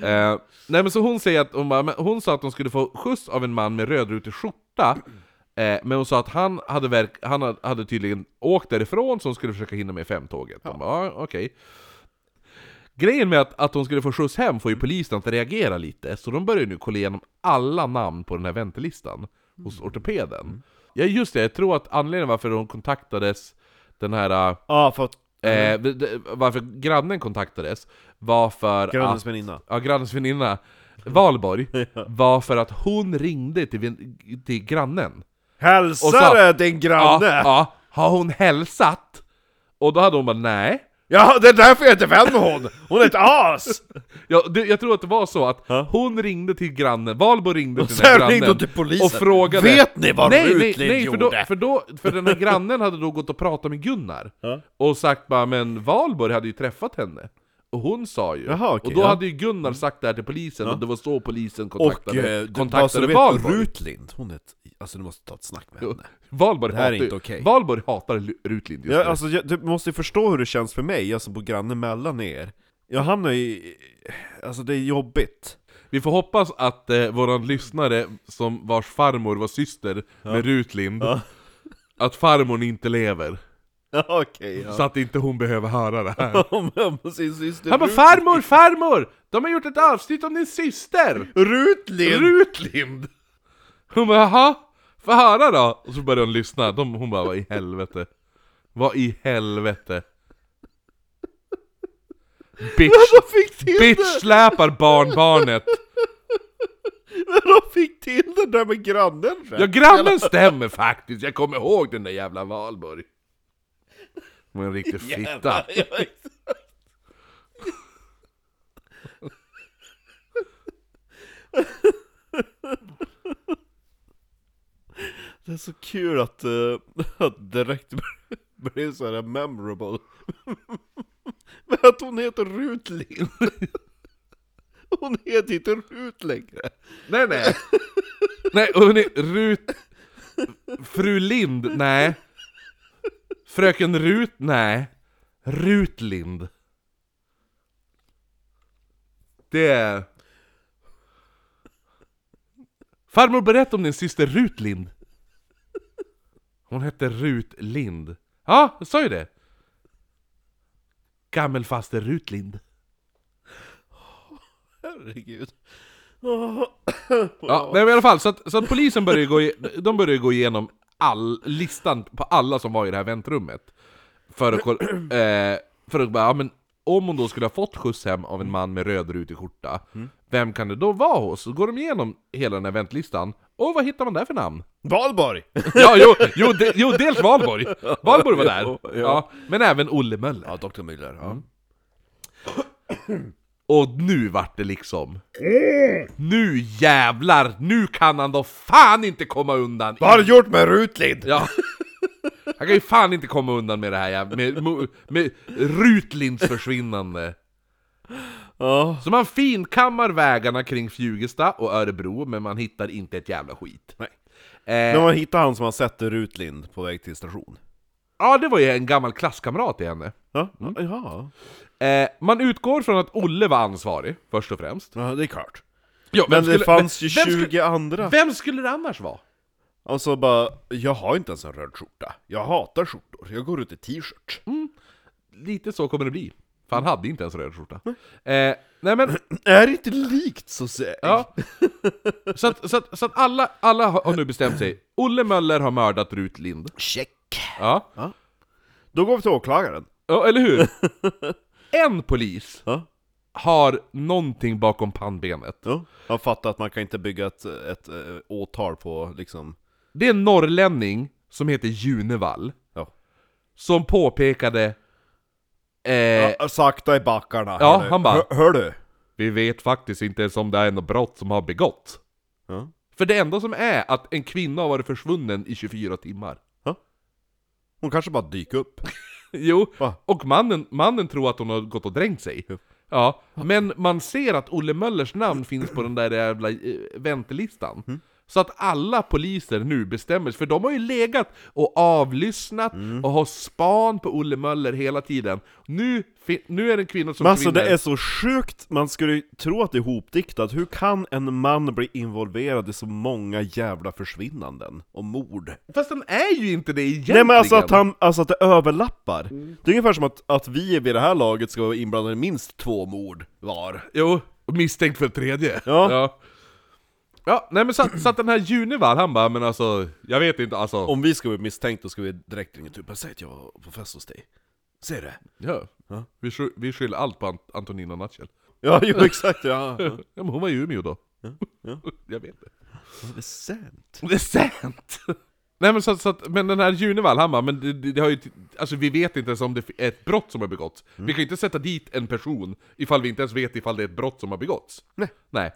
Eh, nej men så hon säger att hon, bara, men hon sa att hon skulle få skjuts av en man med rödrutig skjorta eh, Men hon sa att han hade, verk, han hade- hade tydligen åkt därifrån så hon skulle försöka hinna med femtåget ja. bara, ah, okej Grejen med att, att hon skulle få skjuts hem får ju polisen att reagera lite Så de börjar nu kolla igenom alla namn på den här väntelistan Hos ortopeden Ja just det, jag tror att anledningen varför hon kontaktades Den här... Ja, för att... Eh, v- d- varför grannen kontaktades Var för att Grannes väninna. ja, grannens väninna, Valborg, var för att hon ringde till, vin- till grannen. Och så- Hälsare din Ja, granne! Ja, ja, har hon hälsat? Och då hade hon bara nej. det är därför jag inte är vän med hon! Hon är ett as! Jag, det, jag tror att det var så att Ja. hon ringde till grannen, Valborg ringde till den här Sen grannen ringde hon till polisen. och frågade Vet ni vad nej, nej, Rutlind nej, för då, gjorde? för då, för den här grannen hade då gått och pratat med Gunnar Ja. och sagt bara men Valborg hade ju träffat henne och hon sa ju, Jaha, okej, och då ja. Mm. hade ju Gunnar sagt det här till polisen och det var så polisen Och kontaktade, eh, alltså, kontaktade du vet, Valborg Rutlind, hon är ett... Alltså du måste ta ett snack med henne. Valborg Det här är hatar, inte okej. Valborg hatar Lu- Rutlind just Ja, nu. alltså, jag, du måste ju förstå hur det känns för mig, jag som bor granne mellan er. Jag hamnar i... Alltså det är jobbigt. Vi får hoppas att eh, våran lyssnare, som vars farmor var syster med Rutlind, Ja. att farmor inte lever. Ja, okej. Så att inte hon behöver höra det här. Om sin syster Han bara Rut- 'Farmor, farmor! De har gjort ett avsnitt om din syster! Rutlind! Rutlind! Hon bara 'Jaha? Få höra då!' Och så började hon lyssna, De, hon bara 'Vad i helvete? Vad i helvete?' Bitch, De fick till bitch släpar barnbarnet! det! De fick till det där med grannen Ja, grannen stämmer faktiskt, jag kommer ihåg den där jävla Valborg. Hon är en riktig fitta. Det är så kul att, eh, att direkt blev så här memorable. Men att hon heter Rutlind. Hon heter inte Rut längre. Nej nej. Nej, och hörni, Rut... Fru Lind, nej. Fröken Rut, nej. Rutlind. Det är... Farmor, berätta om din syster Rutlind. Hon hette Rut Lind. Ja, jag sa ju det. Gammelfaster Rutlind. Herregud. Ja, nej, men i alla fall, så att, så att polisen började gå, i, de började gå igenom all, listan på alla som var i det här väntrummet. För att, kolla- eh, för att bara, ja, men om hon då skulle ha fått skjuts hem av en man med rödrutig skjorta, Mm. vem kan det då vara hos? Så går de igenom hela den här väntlistan, och vad hittar man där för namn? Valborg! Ja, jo, jo, de, jo dels Valborg! Valborg var där! Ja, ja. Ja, men även Olle Möller. Ja, Dr. Müller. Ja. Och nu vart det liksom... Mm. Nu jävlar! Nu kan han då fan inte komma undan! Vad har du gjort med Rutlind? Ja. Han kan ju fan inte komma undan med det här jävla... Med, mo- med Rutlinds försvinnande. Ja. Så man finkammar vägarna kring Fjugesta och Örebro, men man hittar inte ett jävla skit. Nej. Eh, När man hittar han som har sett Rutlind på väg till station. ja, det var ju en gammal klasskamrat till henne. Ja, Mm. ja. Eh, man utgår från att Olle var ansvarig, först och främst. ja det är klart. Ja, Men det fanns ju 20 Vem skulle, andra. vem skulle det annars vara? Alltså bara, jag har inte ens en röd skjorta. Jag hatar skjortor. Jag går ut i t-shirt. Mm. Lite så kommer det bli. För Mm. han hade inte ens röd skjorta. Eh, nej men, Är det inte likt så säg? Ja. Så att, så att, så att alla, alla har har nu bestämt sig. Olle Möller har mördat Rut Lind. Check. Ja. Då går vi till åklagaren. Ja, eller hur? En polis Ja. har någonting bakom pannbenet. Ja. Jag fattar att man kan inte bygga ett, ett, eh, åtal på liksom... Det är en norrlänning som heter Junevall Ja. som påpekade eh, Ja, sakta i backarna. Ja, hörru. han bara- Hör, hör du? Vi vet faktiskt inte ens om det är något brott som har begått. Ja. För det enda som är att en kvinna har varit försvunnen i 24 timmar. Hon kanske bara dyker upp. Jo, Va? och mannen, mannen tror att hon har gått och drängt sig. Ja. Ja, men man ser att Olle Möllers namn finns på den där jävla eh, väntelistan. Mm. Så att alla poliser nu bestämmer sig, för de har ju legat och avlyssnat Mm. och har span på Olle Möller hela tiden. Nu, fi- nu är det en kvinna som Men alltså det försvinner. är så sjukt, man skulle ju tro att det är hopdiktat. Hur kan en man bli involverad i så många jävla försvinnanden och mord? Fast den är ju inte det egentligen! Nej men alltså att, han, alltså att det överlappar. Mm. Det är ungefär som att, att vi vid det här laget ska vara inblandade i minst två mord var. Jo, och misstänkt för ett tredje. Ja. ja. Ja, nej men så, att- så att den här Junevall, han bara men alltså, jag vet inte alltså. Om vi ska bli misstänkta så ska vi direkt ringa typ säg att jag var på fest hos dig. Ser det? Ja. Ja. Vi, sky- vi skyller allt på Ant- Antonina Nutshell. Ja, jo exakt ja. Ja, men hon var i Umeå då. ja. Jag vet det. Vad väsent. Det är sant! Nej men så, att- så att, men den här Junevall, han bara, men det, det, det har ju, t- alltså vi vet inte ens om det är ett brott som har begåtts. Mm. Vi kan ju inte sätta dit en person ifall vi inte ens vet ifall det är ett brott som har begåtts. Nej. Nej.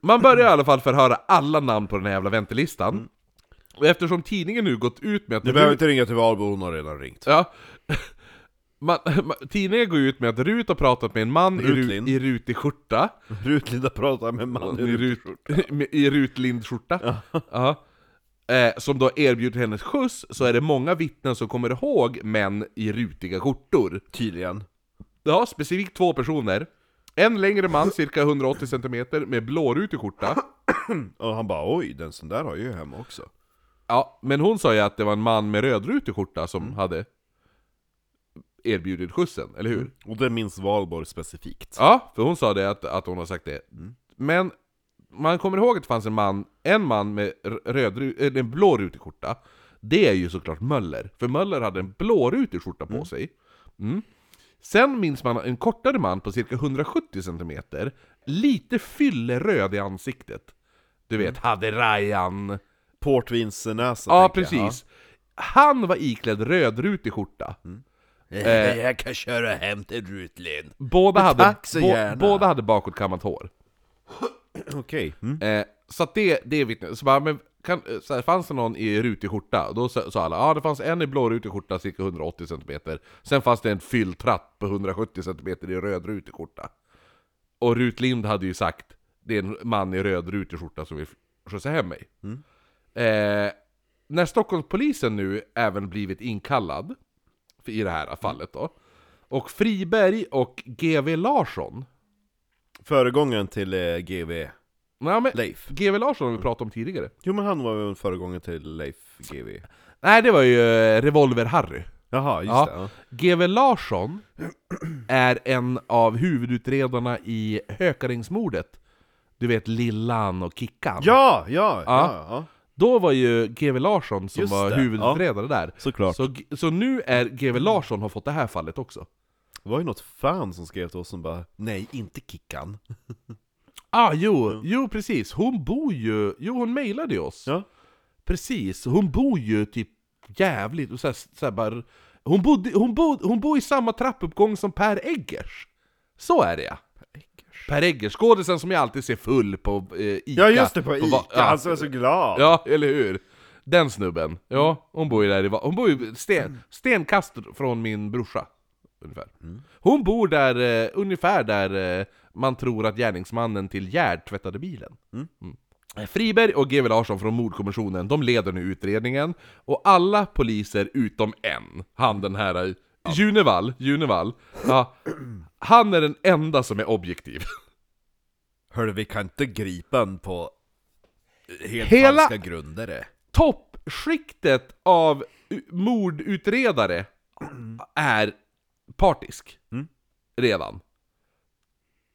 Man börjar i alla fall förhöra alla namn på den här jävla väntelistan. Mm. Och eftersom tidningen nu gått ut med att... Du behöver inte ringa till Valbo, hon har redan ringt. Ja. Man, man, tidningen går ut med att Rut har pratat med en man i, ru, Rutlind. i rutig skjorta. Rutlinda pratar med en man I, i rut, med- i rutlindskjorta. Ja. Eh, som då erbjuder hennes skjuts, så är det många vittnen som kommer ihåg män i rutiga skjortor. Tydligen. Ja, specifikt två personer. En längre man, cirka 180 cm, med blårutig skjorta. Och han bara oj, den sån där har jag ju hemma också. Ja, men hon sa ju att det var en man med rödrutig skjorta som hade erbjudit skjutsen, eller hur? Och det minns Valborg specifikt. Ja, för hon sa det att, att hon har sagt det. Mm. Men man kommer ihåg att det fanns en man, en man med r- röd, ru- eller en blå rutig skjorta. Det är ju såklart Möller, för Möller hade en blå rutig skjorta på sig. Mm. Sen minns man en kortare man på cirka 170 cm, lite fylleröd i ansiktet. Du vet, hade Ryan. Portvinsnäsa Ja, Mm. tänker jag. precis. Han var iklädd rödrutig skjorta. Mm. Eh. Jag kan köra hem till Rutlind. Båda, Men hade, tack så bå- gärna. båda hade bakåtkammat hår. Okej. Mm. Eh, så att det, det är vittnet. Så bara, men kan, eh, så här, fanns det någon i rutig skjorta? Då sa sa alla, ja ah, det fanns en i blå rutig skjorta cirka 180 cm. Sen fanns det en fylltratt på 170 cm i röd rutig skjorta. Och Rut Lind hade ju sagt, det är en man i röd rutig skjorta som vill skjutsa hem mig. Eh, när Stockholmspolisen nu även blivit inkallad, för- i det här fallet då, och Friberg och GV Larsson, Föregångaren till eh, GV nej, men, Leif. GV Larsson har vi pratat om tidigare. Jo men han var väl föregångaren till Leif GV. Nej, det var ju eh, Revolver-Harry. Jaha, just Ja. det. Ja. GW Larsson är en av huvudutredarna i Hökaringsmordet. Du vet Lillan och Kickan. Ja, ja, ja, ja. Då var ju GW Larsson som Just var det, huvudutredare där. Såklart. Så, g- så nu är GW Larsson har fått det här fallet också. Det var ju något fan som skrev till oss som bara Nej, inte Kickan. Ah, jo, jo precis. Hon bor ju... Jo, hon mejlade ju oss. Ja. Precis. Hon bor ju typ jävligt... Och så här, så här bara, hon, bodde, hon, bod, hon bor i samma trappuppgång som Per Eggers. Så är det ja. Per Eggers, skådisen som jag alltid ser full på eh, Ica. Ja just det, på va- Ica. ja. Han som är så glad. ja, Mm. eller hur? Den snubben. Ja, hon bor ju där i... va- Hon bor ju sten, stenkast från min brorsa. Ungefär. Hon bor där, eh, ungefär där eh, man tror att gärningsmannen till Gerd tvättade bilen. Mm. Friberg och GW Larsson från mordkommissionen, de leder nu utredningen. Och alla poliser utom en, han den här... eh, Junevall, Junevall. Ja, han är den enda som är objektiv. Hörru, vi kan inte gripa en på eh, helt Hela- falska grunder. det. toppskiktet av u- mordutredare är partisk. Mm. Redan.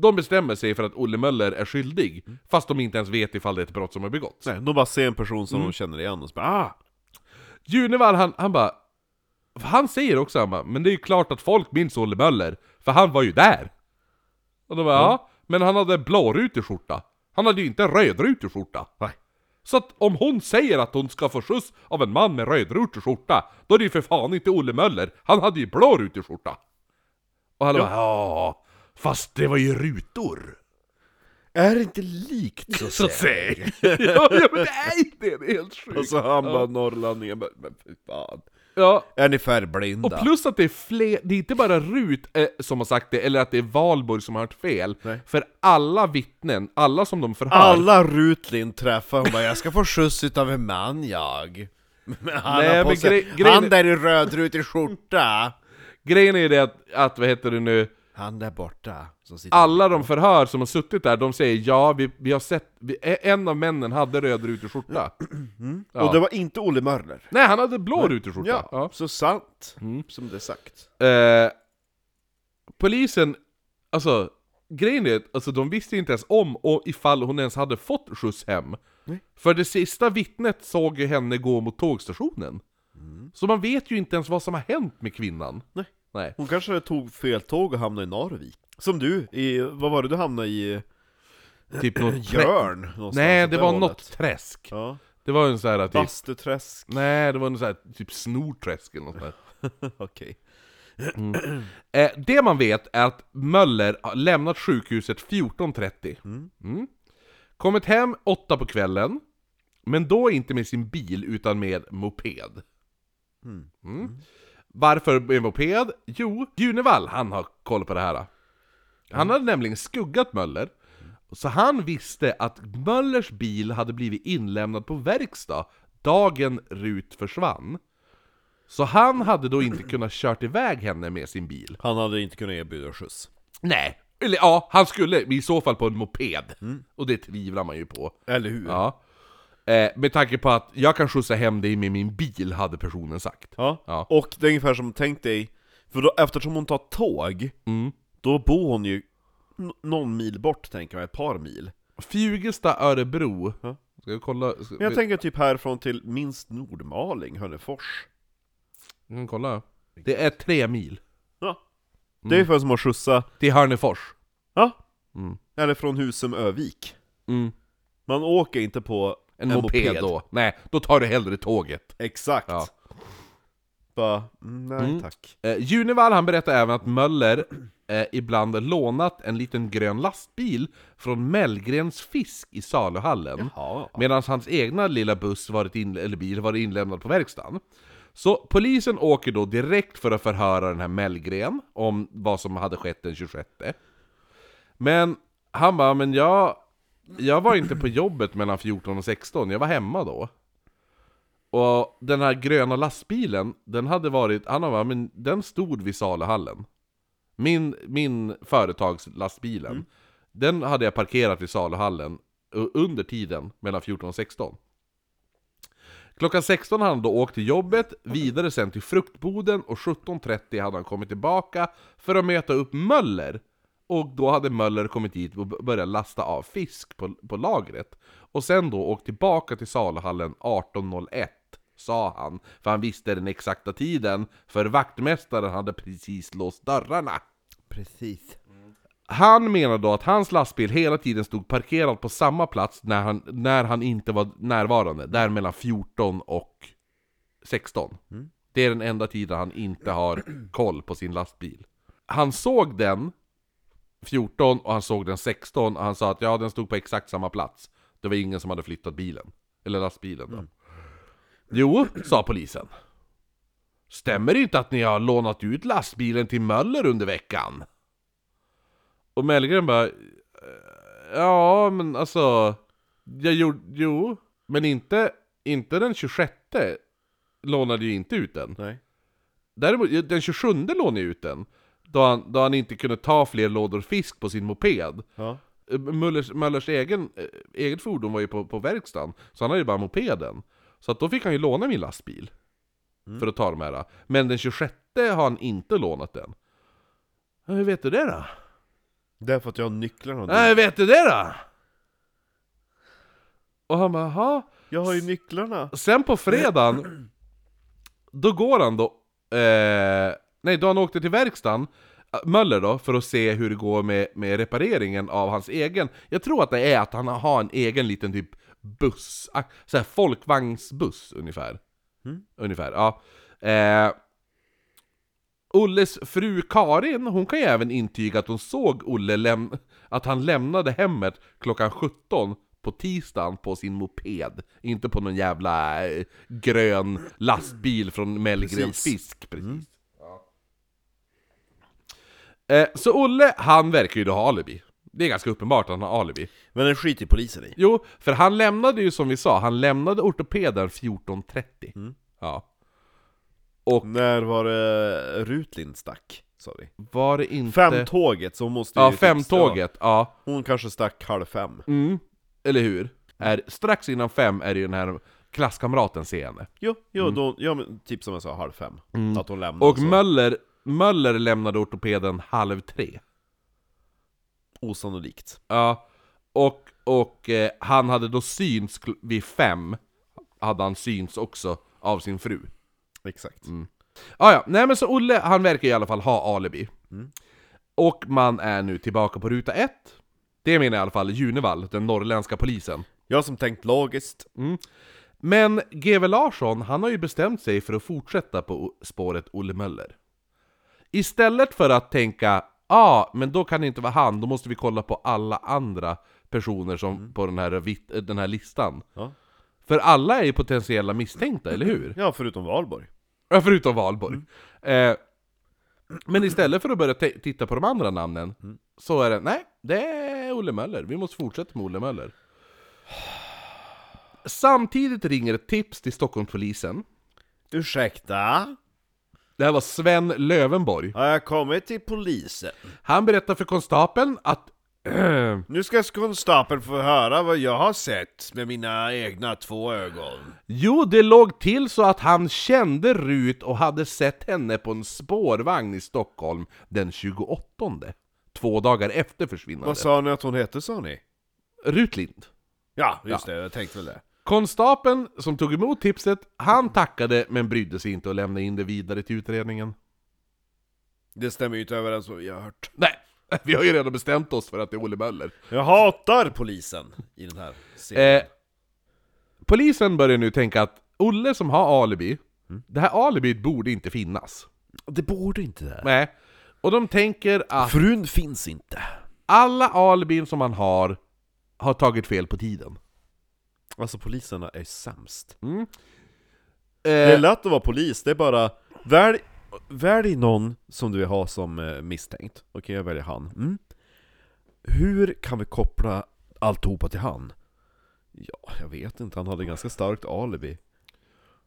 De bestämmer sig för att Olle Möller är skyldig, fast de inte ens vet ifall det är ett brott som har begåtts. Mm. Nej, de bara ser en person som de känner igen och så bara ah! Junevall han, han bara han säger också samma, men det är ju klart att folk minns Olle Möller, för han var ju där! Och då bara, ja, men han hade en blårutig skjorta. Han hade ju inte en rödrutig skjorta. Nej. Så att om hon säger att hon ska få skjuts av en man med rödrutig skjorta, då är det ju för fan inte Olle Möller, han hade ju blårutig skjorta. Och han bara, ja, fast det var ju rutor. Är det inte likt så, Så säg! ja, ja, men det är inte det, det är helt Och sjukt. så han bara norrlänningen, men, men fy fan. Ja, Är ni färgblinda? Och plus att det är fler, det är inte bara Rut eh, som har sagt det, eller att det är Valborg som har hört fel. Nej. För alla vittnen, alla som de förhör, Alla Rutlin träffar, hon bara 'Jag ska få skjuts utav en man jag' Men han, Nej, har på men sig, gre- grejen han är- där i rödrutig skjorta, grejen är ju det att, att, vad heter det nu, han där borta som sitter alla de förhör som har suttit där, de säger ja, vi, vi har sett, vi, e, en av männen hade röd rutig skjorta. Ja. Och det var inte Olle Mörner Nej, han hade blå rutig skjorta. Ja, Ja. Mm. så sant som det är sagt Eh, polisen, alltså grejen är att alltså, de visste inte ens om och ifall hon ens hade fått skjuts hem. Nej. För det sista vittnet såg ju henne gå mot tågstationen. Mm. Så man vet ju inte ens vad som har hänt med kvinnan. Nej. Nej. Hon kanske tog fel tåg och hamnade i Narvik Som du, i, vad var det du hamnade i? Typ något trä- Jörn? någonstans Nej, åt det var hållet. något träsk. Ja, Det var en sån här typ... Bastuträsk, Nej, det var en sån här typ snorträsk eller något sånt där. okej Eh, det man vet är att Möller har lämnat sjukhuset 14.30. Mm. Kommit hem 8 på kvällen, men då inte med sin bil utan med moped. Mm. Mm. Varför med moped? Jo, Junevall han har koll på det här. Han hade nämligen skuggat Möller, så han visste att Möllers bil hade blivit inlämnad på verkstad dagen Rut försvann. Så han hade då inte kunnat kört iväg henne med sin bil. Han hade inte kunnat erbjuda skjuts Nej. Eller ja, han skulle i så fall på en moped. Och det tvivlar man ju på. Eller hur? Ja. Eh, med tanke på att jag kan skjutsa hem dig med min bil, hade personen sagt. Ja. Ja. och det är ungefär som tänk dig, för då, eftersom hon tar tåg, Mm. då bor hon ju n- någon mil bort tänker jag, ett par mil. Fjugesta, Örebro. Ska vi kolla? Ska Men jag vi, tänker typ härifrån till minst Nordmaling, Hörnefors. Mm, kolla. Det är tre mil. Ja. Det är ungefär som att skjutsa, Till Hörnefors. ja, Mm. eller från Husum Övik. Mm. Man åker inte på En, moped, då. Nej, då tar du hellre tåget. Exakt. Ja. Bara, mm, nej tack. Eh, Junevall han berättar även att Möller eh, ibland lånat en liten grön lastbil från Mellgrens fisk i saluhallen. Ja. Medan hans egna lilla buss varit in, eller bil varit inlämnad på verkstaden. Så polisen åker då direkt för att förhöra den här Mellgren om vad som hade skett den 26. Men han bara, men jag, jag var inte på jobbet mellan 14 och 16, jag var hemma då. Och den här gröna lastbilen, den hade varit, han bara, men den stod vid saluhallen. Min, min företagslastbilen, den hade jag parkerat vid saluhallen u- under tiden mellan 14 och 16. Klockan 16 hade han då åkt till jobbet, vidare sen till fruktboden och 17.30 hade han kommit tillbaka för att möta upp Möller. Och då hade Möller kommit dit och b- börjat lasta av fisk på, på lagret. Och sen då åkt tillbaka till saluhallen 18.01, sa han. För han visste den exakta tiden, för vaktmästaren hade precis låst dörrarna. Precis. Han menar då att hans lastbil hela tiden stod parkerad på samma plats när han, när han inte var närvarande, där mellan 14 och 16. Det är den enda tiden han inte har koll på sin lastbil. Han såg den 14 och han såg den 16 och han sa att ja, den stod på exakt samma plats. Det var ingen som hade flyttat bilen, eller lastbilen. Då. Jo, sa polisen. Stämmer det inte att ni har lånat ut lastbilen till Möller under veckan? Och Mellgren bara "Eh, Ja men alltså Jag gjorde, jo Men inte, inte den 26 Lånade ju inte ut den Nej. Däremot, ja, den 27 lånade jag ut den då han, då han inte kunde ta fler lådor fisk på sin moped Ja. Eh, Möllers, Möllers egen, eh, eget fordon var ju på, på verkstaden Så han hade ju bara mopeden Så att då fick han ju låna min lastbil För att ta de här Men den 26 har han inte lånat den Ja, Hur vet du det då? Därför att jag har nycklarna och du- Nej, vet du det då? Och han bara, "Jaha." Jag har ju nycklarna. Sen på fredagen, då går han då Eh, nej, då han åkte till verkstaden, eh, Möller då, för att se hur det går med, med repareringen av hans egen. Jag tror att det är att han har en egen liten typ buss, ah, så här folkvagnsbuss ungefär. Mm. Ungefär, ja. Eh, Olles fru Karin, hon kan ju även intyga att hon såg Olle läm- att han lämnade hemmet klockan 17 på tisdagen på sin moped. Inte på någon jävla eh, grön lastbil från Mellgrens Precis. fisk. Precis. Ja. Eh, Så Olle, han verkar ju då ha alibi. Det är ganska uppenbart att han har alibi. Men den skiter ju polisen i. Jo, för han lämnade ju som vi sa, han lämnade ortopeden 14.30. Ja. När var det Rutlind stack? Sa vi. Var det inte... Femtåget, så hon måste ju Ja, typ- femtåget. Ja. ja, Hon kanske stack halv fem. Mm. Eller hur? Är, strax innan fem är det ju den här klasskamraten ser henne. Jo, jo då, ja, men typ som jag sa, halv fem. Att hon lämnade Mm. alltså Och och så Möller, Möller lämnade ortopeden halv tre. osannolikt. Ja. Och, och eh, han hade då syns kl- vid fem, hade han syns också av sin fru. Exakt. Ah, ja, nej men så Olle, han verkar i alla fall ha alibi. Och man är nu tillbaka på ruta ett. Det menar i alla fall Junevall, den norrländska polisen. Jag som tänkt logiskt. Men GW Larsson, han har ju bestämt sig för att fortsätta på o- spåret Olle Möller. Istället för att tänka ja, ah, men då kan det inte vara han, då måste vi kolla på alla andra personer som på den här, vit- den här listan. Ja. För alla är ju potentiella misstänkta, eller hur? ja, förutom Valborg. Ja, förutom Valborg. Mm. Eh, men istället för att börja te- titta på de andra namnen, Mm. så är det nej, det är Olle Möller. Vi måste fortsätta med Olle Möller. Samtidigt ringer ett tips till Stockholmspolisen. Ursäkta? Det här var Sven Lövenborg. Har jag kommit till polisen? Han berättar för konstapeln att... Nu ska konstapeln få höra vad jag har sett med mina egna två ögon. Jo, det låg till så att han kände Rut och hade sett henne på en spårvagn i Stockholm den 28. Två dagar efter Vad försvinnandet. sa ni att hon hette sa ni? Rut Lind. Ja, just det, jag tänkte väl det. Konstapeln som tog emot tipset, han tackade men brydde sig inte och lämnade in det vidare till utredningen. Det stämmer ju inte överens med vad vi har hört. Nej, vi har ju redan bestämt oss för att det är Olle Möller. Jag hatar polisen i den här serien. Eh, polisen börjar nu tänka att Olle som har alibi, det här alibit borde inte finnas. det borde inte det. Nej. Och de tänker att Frun finns inte. alla alibin som han har, har tagit fel på tiden. Alltså poliserna är sämst. Mm. Det är Eh, lätt att vara polis, det är bara välj, välj någon som du vill ha som eh, misstänkt. Okej, jag väljer han. Mm. Hur kan vi koppla alltihopa till han? Ja, jag vet inte, han hade ganska starkt alibi.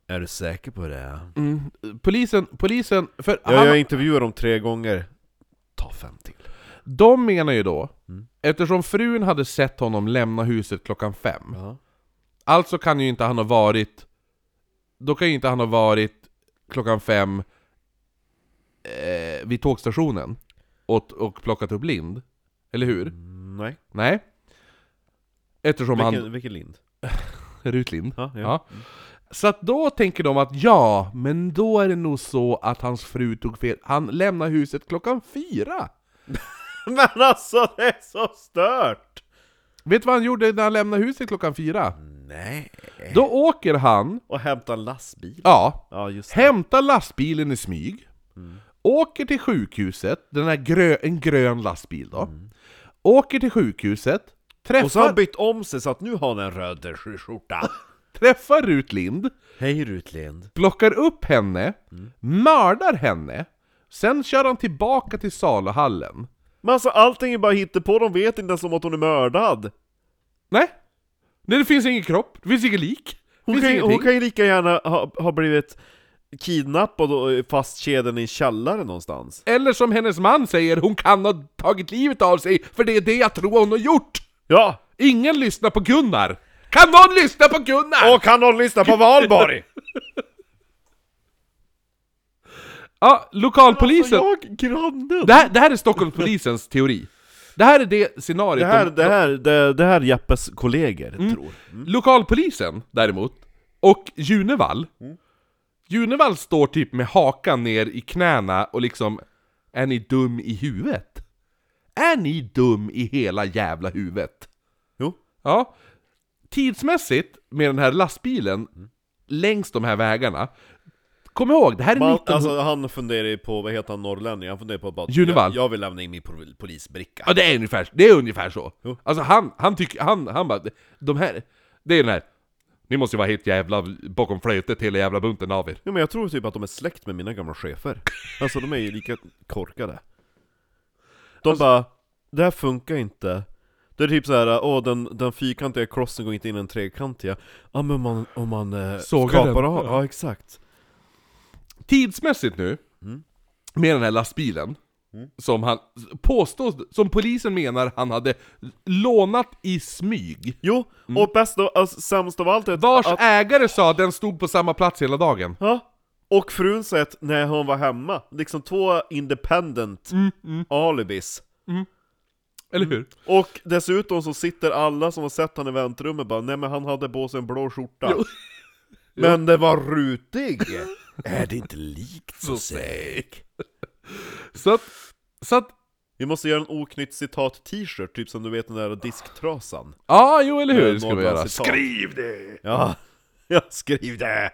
Är du säker på det? mm, polisen, polisen, för Jag, han, jag intervjuar dem tre gånger. Ta fem till. de menar ju då, eftersom frun hade sett honom lämna huset klockan fem, Alltså kan ju inte han ha varit... Då kan ju inte han ha varit klockan fem eh, vid tågstationen och, och plockat upp Lind. Eller hur? Mm, Nej. Nej. Eftersom Vilken, han... vilken lind? Rut Lind. Ja, ja. Ja. Så att då tänker de att ja, men då är det nog så att hans fru tog fel. Han lämnar huset klockan fyra. Men alltså det är så stört! Vet du vad han gjorde när han lämnade huset klockan fyra? Nej. Då åker han, Och hämta en lastbil. ja, Ja, just det. Hämtar lastbilen i smyg, Mm. åker till sjukhuset, den här grö, en grön lastbil då, åker till sjukhuset, träffar, Mm. Och så har han bytt om sig så att nu har han en röd skjorta. träffar Rut Lind, Hej Rutlind. plockar upp henne, Mm. mördar henne, sen kör han tillbaka till saluhallen. Men alltså allting är bara hittepå, de vet inte ens om att hon är mördad. Nej, Nej det finns ingen kropp, det finns inget lik. det Hon finns kan, ju- hon ingenting. kan ju lika gärna ha, ha blivit kidnappad och eh, fastkedjad i en källare någonstans. Eller som hennes man säger, hon kan ha tagit livet av sig, för det är det jag tror hon har gjort! Ja! Ingen lyssnar på Gunnar! Kan någon lyssna på Gunnar? Och kan någon lyssna på Valborg? Ja, lokalpolisen. Alltså, jag, grannen! det, här, det här är Stockholmspolisens teori. Det här är det scenariot Det här, de- Mm. det här, det, det här Jeppes Mm. kollegor tror. Mm. Lokalpolisen däremot, och Junevall, Junevall står typ med hakan ner i knäna och liksom Är ni dum i huvudet? Är ni dum i hela jävla huvudet? Jo. Ja. Tidsmässigt med den här lastbilen Mm. längs de här vägarna Kom ihåg, det här är Man, 1900... alltså han funderar ju på, vad heter han, norrlänning? Han funderar på bara Junevall. Jag, jag vill lämna in min pol- polisbricka. Ja det är ungefär, det är ungefär så. Jo. Alltså han, han tycker, han, han bara, de här, det är den här, ni måste ju vara helt jävla bakom flötet hela jävla bunten av er. Jo men jag tror typ att de är släkt med mina gamla chefer. Alltså de är ju lika korkade. De bara, det här funkar inte. Det är typ så här, åh den, den fyrkantiga crossen går inte in i den trekantiga. Ja men om man, om man eh, Sågar kapar den. av, ja exakt. Tidsmässigt nu, Mm. med den här lastbilen, som han påstås, som polisen menar han hade lånat i smyg. Jo, och bäst av, alltså, sämst av allt är att- Vars att, ägare sa att den stod på samma plats hela dagen. ja, och frun sa att när hon var hemma, liksom två independent Mm, alibis. Eller Mm. hur? Och dessutom så sitter alla som har sett han i väntrummet bara Nej men han hade på sig en blå skjorta Men den var rutig! Är det inte likt så säg? Så att, så att, Vi måste göra en oknytt citat t-shirt, typ som du vet den där disktrasan ja jo eller hur, Eh, det ska vi Norrlands göra. citat. Skriv det! Mm. Ja, ja skriv det!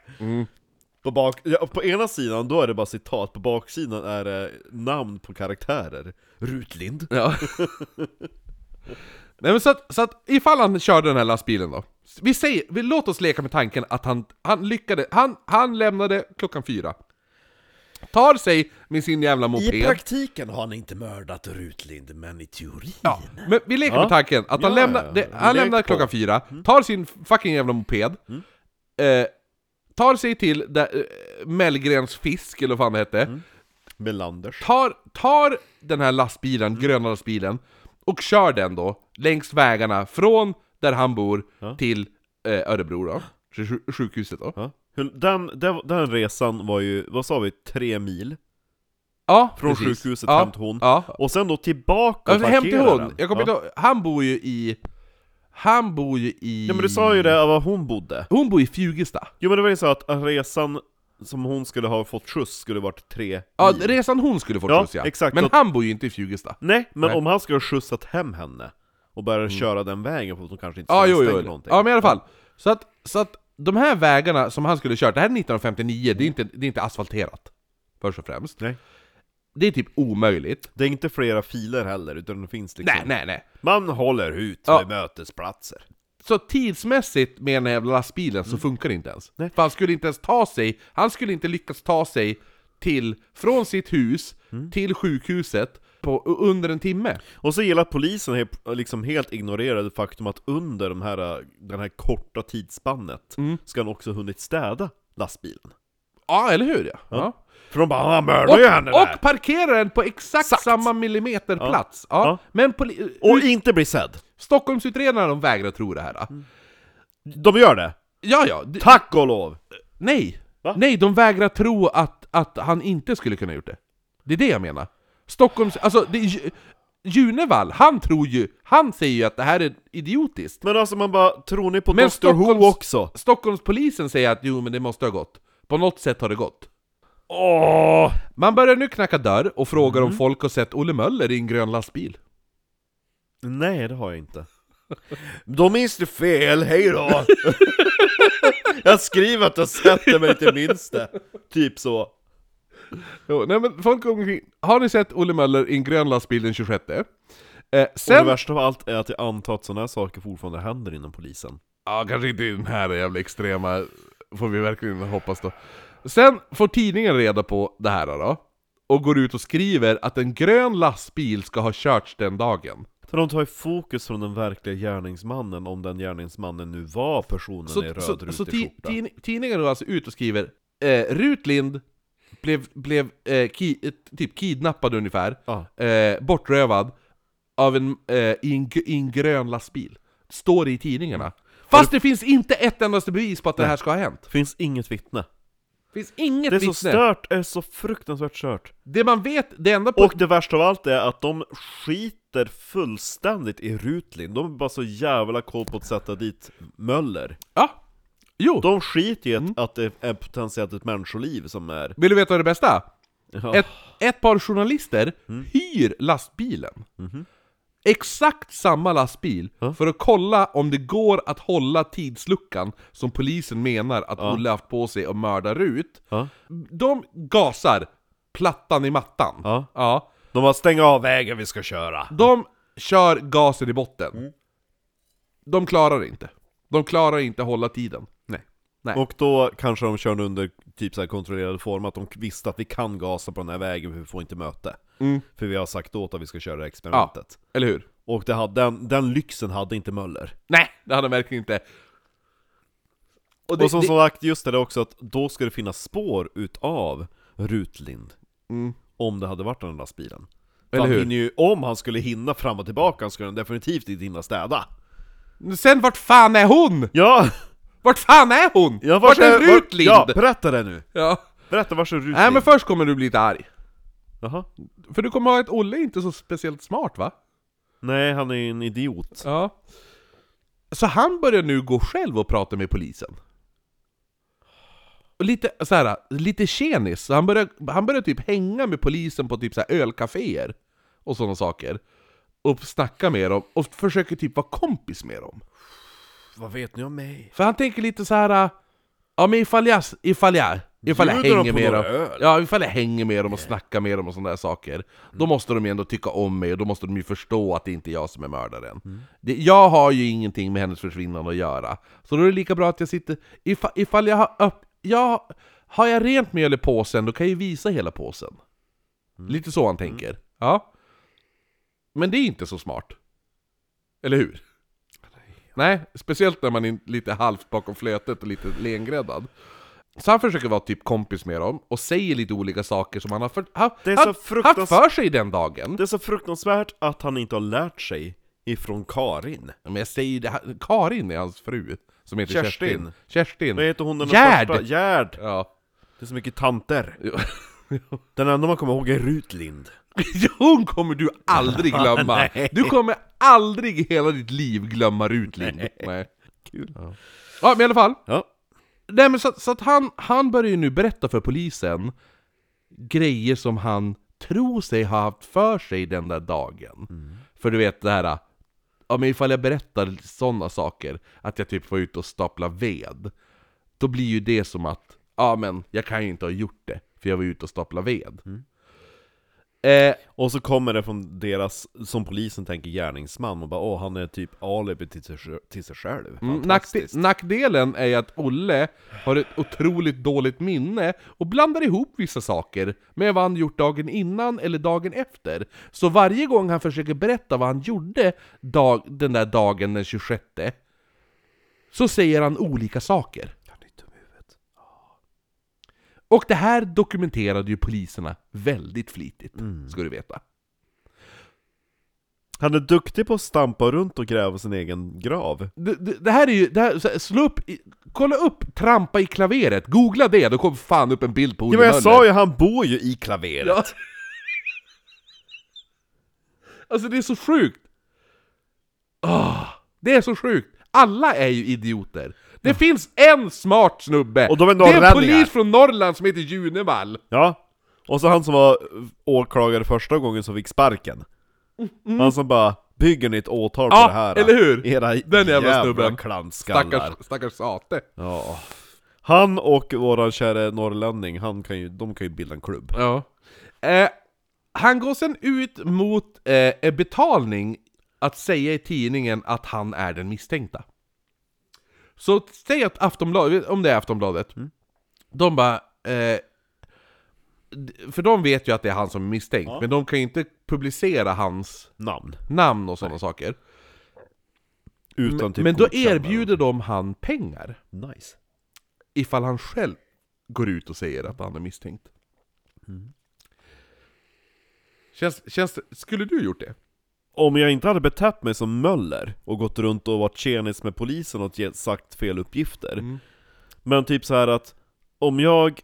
På, bak, ja, på ena sidan då är det bara citat, på baksidan är det namn på karaktärer Rutlind Ja. Nej men så att, så att ifall han körde den här lastbilen då. Vi säger, vi, låt oss leka med tanken att han, han lyckade, han, han lämnade klockan fyra. Tar sig med sin jävla moped. I praktiken har han inte mördat Rutlind, men i teorin ja, men vi leker Ja. med tanken att han Ja, lämnar, ja, det, ja. han Lek lämnar på. Mm. klockan fyra, tar sin fucking jävla moped. Eh, tar sig till där, eh, Mellgrens fisk, eller vad fan det hette. Mm. Melanders tar, tar den här lastbilen, Mm. gröna lastbilen, och kör den då längs vägarna från där han bor till eh, Örebro då, sj- sjukhuset då. Ja. Hur- Den, den, den resan var ju, vad sa vi, tre mil? Ja, Från precis. sjukhuset ja, hem till hon. Ja. Och sen då tillbaka och Alltså, hem till parkera hon, den. jag kommer ja. inte ihåg, han bor ju i... Han bor ju i... Ja men du sa ju det, var hon bodde. Hon bor i Fjugesta. Jo men det var ju så att resan som hon skulle ha fått skjuts skulle varit tre Ja, mil. resan hon skulle få Mm. Ja, skjuts ja. exakt. Men Och- han bor ju inte i Fjugesta. Nej, men Nej. Mm. om han skulle ha skjutsat hem henne och börjat köra den vägen för att hon kanske inte Ja, jo, stängde jo. någonting. Ja, men i alla fall. Så att, så att de här vägarna som han skulle köra, det här är 1959, det är inte, det är inte asfalterat. Först och främst. Mm. Nej. Det är typ omöjligt. Det är inte flera filer heller, utan det finns liksom... Nej, nej, nej. Man håller ut Ja. vid mötesplatser. Så tidsmässigt med den här jävla lastbilen så funkar det inte ens. Mm. Nej. För han skulle inte ens ta sig, han skulle inte lyckas ta sig till, från sitt hus Mm. till sjukhuset på, under en timme. Och så gillar att polisen helt- liksom helt ignorerade det faktum att under de här, den här korta tidsspannet Mm. ska han också hunnit städa lastbilen. Ja, eller hur? Ja. Ja. För de bara "Ah, ”Han mördade ju henne Och, där!” och parkerar den på exakt, Exakt. samma millimeterplats. Ja. Ja. Men poli- Och inte bli sedd! Stockholmsutredarna de vägrar tro det här. Mm. De gör det! Ja, ja. d- Tack och lov! nej! Va? Nej, de vägrar tro att, att han inte skulle kunna gjort det. Det är det jag menar. Stockholms... Alltså, det, är Ju- Junevall, han tror ju... Han säger ju att det här är idiotiskt. Men alltså man bara, tror ni på Men Dr Stockholms- Who också? Stockholmspolisen säger att jo, men det måste ha gått. På något sätt har det gått. Åh! Mm. Man börjar nu knacka dörr och frågar om folk har sett Olle Möller i en grön lastbil. Nej, det har jag inte. De minns det fel, hej då! jag skriver att jag sett det men inte minns det. Typ så. Jo, nej men folk går omkring... Har ni sett Olle Möller i en grön lastbil den 26? Eh, Och det sen... värsta av allt är att jag antar att sådana här saker fortfarande händer inom polisen. Ja, kanske inte i den här jävla extrema, får vi verkligen hoppas då. Sen får tidningen reda på det här då, och går ut och skriver att en grön lastbil ska ha körts den dagen. För de tar ju fokus från den verkliga gärningsmannen, om den gärningsmannen nu var personen i Så, röd så, rutig så skjorta. ti, tidning- tidningen går alltså ut och skriver eh, Rut Lind blev, blev eh, ki, eh, typ kidnappad ungefär, Ja. eh, bortrövad av en, eh, i, en, gr- i en grön lastbil. Står det i tidningarna. Fast det finns inte ett endaste bevis på att det här ska ha hänt. Finns inget vittne. finns inget Det är vittne. så stört, det är så fruktansvärt stört. Det man vet, det enda på... Och det värsta av allt är att de skiter fullständigt i Rutlind. De är bara så jävla koll på att sätta dit Möller. Ja! Jo! De skiter i Mm. att- att det är potentiellt ett människoliv som är... Vill du veta vad det bästa? Ja. Mm. Ett, ett par journalister hyr lastbilen. Mhm. Exakt samma lastbil, för att kolla om det går att hålla tidsluckan som polisen menar att Olle haft på sig och mördar ut. Ja. De gasar plattan i mattan. Ja. Ja. De bara stänger av vägen vi ska köra. De kör gasen i botten. Mm. De klarar inte. De klarar inte hålla tiden. Nej. Nej. Och då kanske de kör under typ så här kontrollerad form, att de visste att vi kan gasa på den här vägen, för vi får inte möte. Mm. För vi har sagt åt att vi ska köra det här experimentet. Eller hur? Och det hade, den, den lyxen hade inte Möller. Nej, det hade de verkligen inte. Och, som sagt, just det där också att då ska det finnas spår utav Rutlind. Om det hade varit den där lastbilen. För Mm. Eller han hur? hinner ju, om han skulle hinna fram och tillbaka, han skulle han definitivt inte hinna städa. Sen vart fan är hon? Ja! Vart fan är hon? ja vart är var- Rutlind? Ja, berätta det nu! Ja. Berätta, vart är Rutlind? Nej men först kommer du bli lite arg. Jaha. För du kommer ha ett Olle är inte så speciellt smart va? Nej, han är ju en idiot. Ja. Så han börjar nu gå själv och prata med polisen. Och lite så här, lite tjenis. Så han börjar, han börjar typ hänga med polisen på typ så här ölcaféer och sådana saker. Och snacka med dem och försöker typ vara kompis med dem. Vad vet ni om mig? För han tänker lite så här. äh, Ja men ifall jag, ifall jag, ifall jag Bjuder de hänger på med några dem öl? Ja ifall jag hänger med dem och snackar med dem och sådana där saker Då Mm. måste de ju ändå tycka om mig och då måste de ju förstå att det inte är jag som är mördaren Mm. det, Jag har ju ingenting med hennes försvinnande att göra Så då är det lika bra att jag sitter, ifall, ifall jag har upp, jag, har jag rent mjöl i påsen då kan jag ju visa hela påsen Mm. Lite så han tänker, ja Men det är inte så smart Eller hur? Nej, speciellt när man är lite halvt bakom flötet och lite lengräddad. Så han försöker vara typ kompis med dem och säger lite olika saker som han har för, ha, Det är ha, så fruktans- haft för sig den dagen. Det är så fruktansvärt att han inte har lärt sig ifrån Karin. Men jag säger ju det, han- Karin är hans fru, som heter Kerstin. Kerstin. Kerstin. Vad heter hon den Gerd! första? Gerd! Ja. Det är så mycket tanter. Den enda man kommer ihåg är Rutlind. Hon kommer du aldrig glömma! Nej. du kommer aldrig i hela ditt liv glömma Rutlind. Nej. Kul. Ja. ja, men i alla fall. Ja. Nej men så, så att han, han börjar ju nu berätta för polisen grejer som han tror sig ha haft för sig den där dagen. För du vet det här, ja men ifall jag berättar sådana saker, att jag typ var ute och stapla ved, då blir ju det som att, ja men jag kan ju inte ha gjort det, för jag var ute och stapla ved. Eh, Och så kommer det från deras, som polisen tänker, gärningsman och bara åh, han är typ alibi till sig, sj- till sig själv. Mm, Nackde Fantastiskt. nackdelen är ju att Olle har ett otroligt dåligt minne och blandar ihop vissa saker med vad han gjort dagen innan eller dagen efter. Så varje gång han försöker berätta vad han gjorde dag, den där dagen den 26 så säger han olika saker. Och det här dokumenterade ju poliserna väldigt flitigt, Mm. ska du veta. Han är duktig på att stampa runt och gräva sin egen grav. Det, det, det här är ju, det här, så här, slå upp, i- kolla upp 'trampa i klaveret', googla det, då kommer fan upp en bild på Olle Ja men jag Möller. sa ju, han bor ju i klaveret. Ja. Alltså det är så sjukt! Ah, det är så sjukt! Alla är ju idioter! Det finns en smart snubbe! Och de är det är en norrlänningar. polis från Norrland som heter Junevall! Ja, och så han som var åklagare första gången som fick sparken. Han som bara 'Bygger ni ett åtal på Mm. Ja, det här?' eller hur? Era Den jävla snubben. klantskallar. Stackars, stackars sate! Ja. Han och våran käre norrlänning, han kan ju, de kan ju bilda en klubb. Ja. Eh, han går sen ut mot eh, betalning att säga i tidningen att han är den misstänkta. Så säg att Aftonbladet, om det är Aftonbladet, de bara... Eh, d- för de vet ju att det är han som är misstänkt, men de kan ju inte publicera hans Namn. namn och sådana saker. Utan typ men då godkännande. erbjuder de han pengar, Nice. ifall han själv går ut och säger att han är misstänkt. Känns, känns, det- skulle du gjort det? Om jag inte hade betett mig som Möller och gått runt och varit tjenis med polisen och ge- sagt fel uppgifter. Mm. Men typ så här att om jag,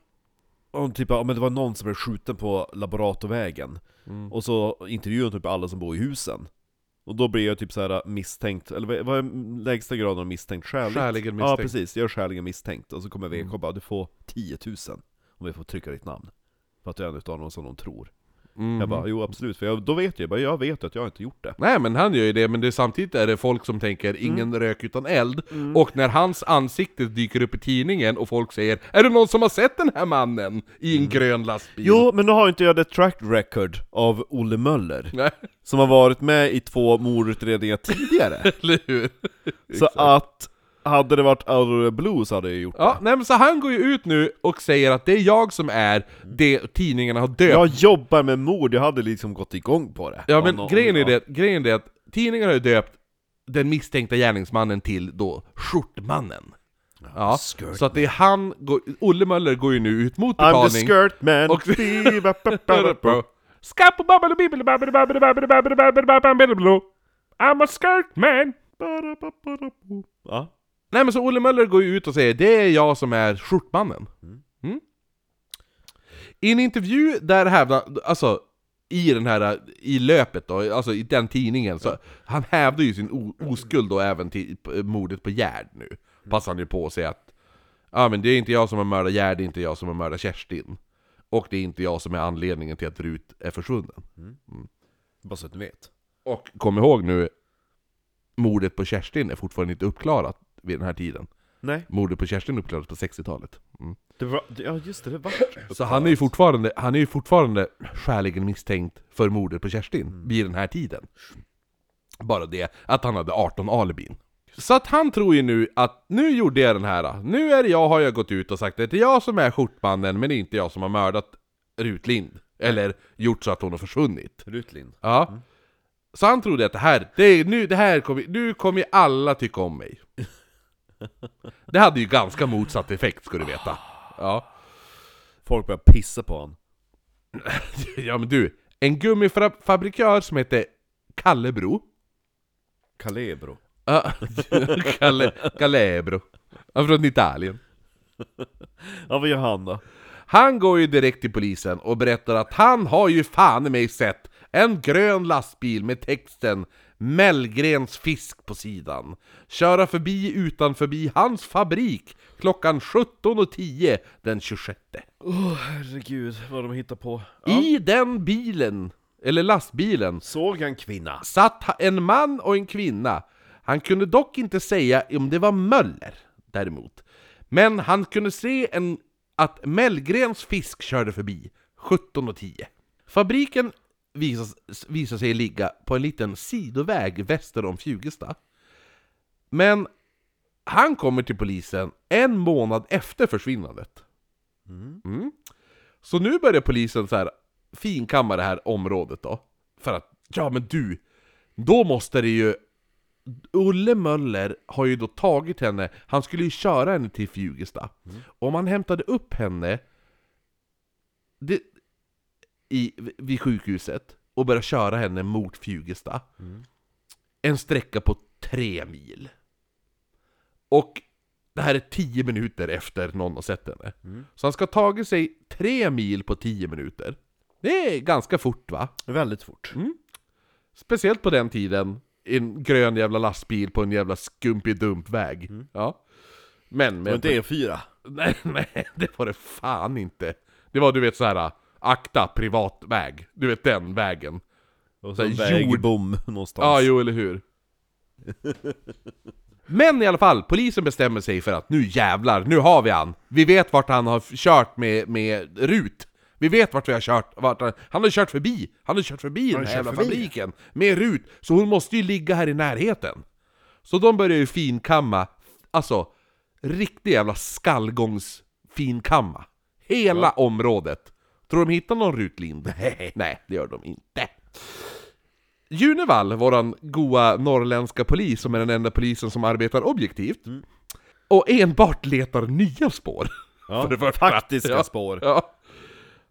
om typ om det var någon som blev skjuten på laboratorvägen, och så intervjuade de typ alla som bor i husen. Och då blir jag typ så här misstänkt, eller vad- vad är lägsta graden av misstänkt? Skäligt? Skäligen Ja misstänkt. precis, jag är skäligen misstänkt. Och så kommer VK och bara 'Du får 10 000 om vi får trycka ditt namn' För att du är en utav någon som de tror. Jag bara 'Jo absolut' för jag, då vet jag ju bara, jag vet att jag inte gjort det. Nej men han gör ju det, men det, är- samtidigt är det folk som tänker ingen rök utan eld. Och när hans ansikte dyker upp i tidningen och folk säger Är det någon som har sett den här mannen i en grön lastbil? Jo, men då har inte jag det track record av Olle Möller. Nej, Som har varit med i två mordutredningar tidigare. eller hur? så att, hade det varit out of the blue så hade jag gjort Ja, nej men så han går ju ut nu och säger att det är jag som är det tidningarna har döpt. Jag jobbar med mord, jag hade liksom gått igång på det. Ja Av men någon- grejen, är ja. det, grejen är det att tidningarna har ju döpt den misstänkta gärningsmannen till då skjortmannen. Ja, skirt så att det är han, går- Olle Möller går ju nu ut mot I'm the betalning. skirt man. Och- Bi- ba- ba- ba- ba- Skapo babbelo bibbelo babbelo babbelo babbelo babbelo babbelo babbelo babbelo. I'm a skirt man. Ja. Nej men så Olle Möller går ju ut och säger det är jag som är skjortmannen. Mm. I en intervju där hävdar, alltså i den här, i löpet då, alltså i den tidningen så, han hävdar ju sin o- oskuld då även till p- mordet på Gerd nu. Passar han ju på att säga att, ja men det är inte jag som har mördat Gerd, det är inte jag som har mördat Kerstin. Och det är inte jag som är anledningen till att Rut är försvunnen. Bara så att ni vet. Och kom ihåg nu, mordet på Kerstin är fortfarande inte uppklarat vid den här tiden. Nej. Mordet på Kerstin uppklarades på 60-talet. Mm. Det var, ja just det, det var Så han är ju fortfarande, han är ju fortfarande skäligen misstänkt för mordet på Kerstin vid den här tiden. Bara det att han hade 18 alibin. Så att han tror ju nu att nu gjorde jag den här, nu är det jag har jag gått ut och sagt att det är jag som är skjortmannen men det är inte jag som har mördat Rut Lind. Eller gjort så att hon har försvunnit. Rutlind. Ja. Så han trodde att det här, det är, nu, det här kommer, nu kommer ju alla tycka om mig. Det hade ju ganska motsatt effekt ska du veta. Ja. Folk började pissa på honom. ja men du, en gummifabrikör som heter Kallebro. Calebro. Ja, Kalle, Kallebro. Han är Från Italien. Ja vad gör han då? Han går ju direkt till polisen och berättar att han har ju fan i mig sett en grön lastbil med texten Mellgrens fisk på sidan. Köra förbi utan förbi hans fabrik klockan 17.10 den 26. Åh oh, herregud vad de hittar på. I den bilen, eller lastbilen, Såg han kvinna? satt ha- en man och en kvinna. Han kunde dock inte säga om det var Möller däremot. Men han kunde se en, att Mellgrens fisk körde förbi 17.10. Fabriken visas, visar sig ligga på en liten sidoväg väster om Fjugesta. Men han kommer till polisen en månad efter försvinnandet. Mm. Så nu börjar polisen så här finkamma det här området då. För att, ja men du, då måste det ju... Olle Möller har ju då tagit henne, han skulle ju köra henne till Fjugesta. Om han hämtade upp henne det, i, vid sjukhuset och började köra henne mot Fjugesta, en sträcka på tre mil. Och det här är tio minuter efter någon har sett henne. Så han ska ha tagit sig tre mil på tio minuter. Det är ganska fort va? Väldigt fort. Mm. Speciellt på den tiden, i en grön jävla lastbil på en jävla skumpidump väg. Ja. Men, Men men... inte E4. Nej, nej, det var det fan inte. Det var du vet så här akta privatväg. Du vet den vägen. Och så så här jord- vägbom någonstans. Ja, jo, eller hur? Men i alla fall, polisen bestämmer sig för att nu jävlar, nu har vi han! Vi vet vart han har f- kört med, med Rut! Vi vet vart vi har kört, vart han, han har kört förbi! Han har kört förbi den här kört jävla förbi. fabriken med Rut, så hon måste ju ligga här i närheten! Så de börjar ju finkamma, alltså, riktig jävla skallgångsfinkamma. Hela området. Tror de hittar någon Rutlind? Nej. Nej, det gör de inte. Junevall, våran goa norrländska polis, som är den enda polisen som arbetar objektivt, och enbart letar nya spår. Ja, för det första. Faktiska Ja. spår. Ja.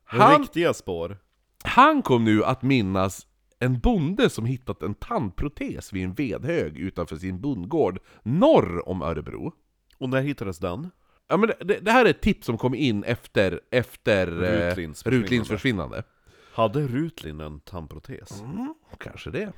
Han, Riktiga spår. han kom nu att minnas en bonde som hittat en tandprotes vid en vedhög utanför sin bondgård norr om Örebro. Och när hittades den? Ja, men det- det, det här är ett tips som kom in efter, efter eh, Rutlins försvinnande. Rutlins försvinnande. Mm. Hade Rutlin en tandprotes? Kanske det.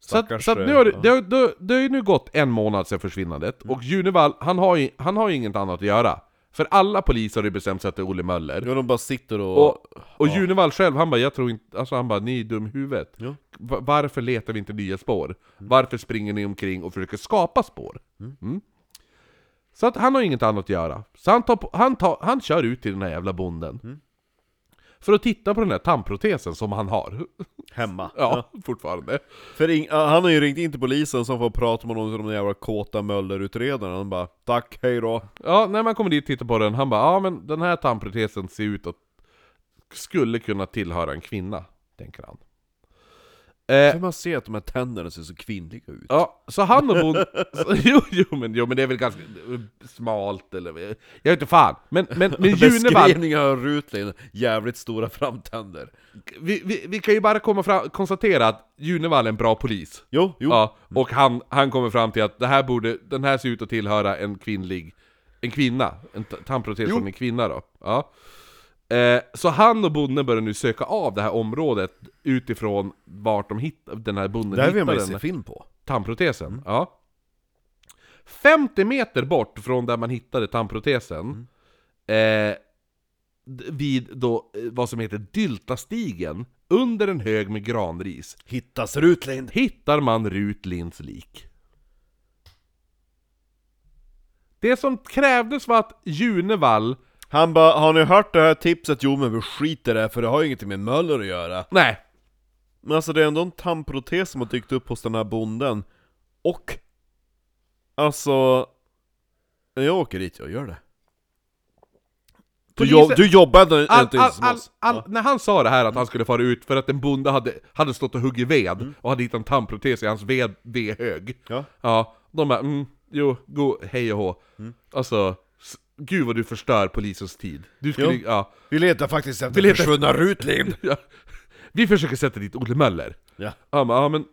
Så att, så att eh, nu har det, det, har, det, det har ju nu gått en månad sedan försvinnandet, och Junevall, han har ju han har ju inget annat att göra. För alla poliser har ju bestämt sig att det är Olle Möller. Jo, de bara sitter och... Och, och Junevall själv, han bara 'Jag tror inte' Alltså han bara 'Ni är dum i huvudet' Ja. Va- Varför letar vi inte nya spår? Varför springer ni omkring och försöker skapa spår? Mm. Så att han har inget annat att göra. Så han, tar på, han, tar, han kör ut till den här jävla bonden. För att titta på den här tandprotesen som han har. hemma. Ja, fortfarande. För ing- han har ju ringt in till polisen som får prata med någon av de jävla kåta Möllerutredarna, han bara 'Tack, hej då' Ja, när man kommer dit och tittar på den, han bara ja men den här tandprotesen ser ut att skulle kunna tillhöra en kvinna, tänker han. Eh, För man ser att de här tänderna ser så kvinnliga ut. Ja, så han och bonden... så- jo, jo, men, jo, men det är väl ganska smalt eller... Jag vet inte fan. Men, men, men Junevall, Beskrivningen av Rutlin, jävligt stora framtänder. vi, vi, vi kan ju bara komma fram, konstatera att Junevall är en bra polis. Jo, jo. Mm. Ja, och han, han kommer fram till att det här borde, den här ser ut att tillhöra en kvinnlig... En kvinna. En t- tandprotes Jo. som en kvinna då. Ja. Eh, så han och bonden börjar nu söka av det här området utifrån vart de hitt, den här bonden det här vill man hittade ju den se Mm. film på. tandprotesen. Ja. 50 meter bort från där man hittade tandprotesen, Mm. eh, d- vid då eh, vad som heter Dyltastigen, under en hög med granris, Hittas Rutlind! hittar man Rut Linds lik. Det som krävdes var att Junevall, Han bara, har ni hört det här tipset? Jo men vi skiter i det här, för det har ju ingenting med Möller att göra. nej, Men alltså det är ändå en tandprotes som har dykt upp hos den här bonden. Och, alltså, jag åker dit, jag gör det. Du, Polisen- jobb, du jobbar ändå inte All, all, ens som all, oss. all, när han sa det här att han skulle fara ut för att en bonde hade, hade stått och huggit ved och hade hittat en tandprotes i hans ved, vedhög. Mm. Ja. ja, de bara mm, jo, go, hej och hå. Mm. Alltså, s- gud vad du förstör polisens tid. Du skulle, Jo. ja, Vi letar faktiskt efter letar- försvunna Rutlind! ja. Vi försöker sätta dit Olle Möller. Ja. Han bara, ja men,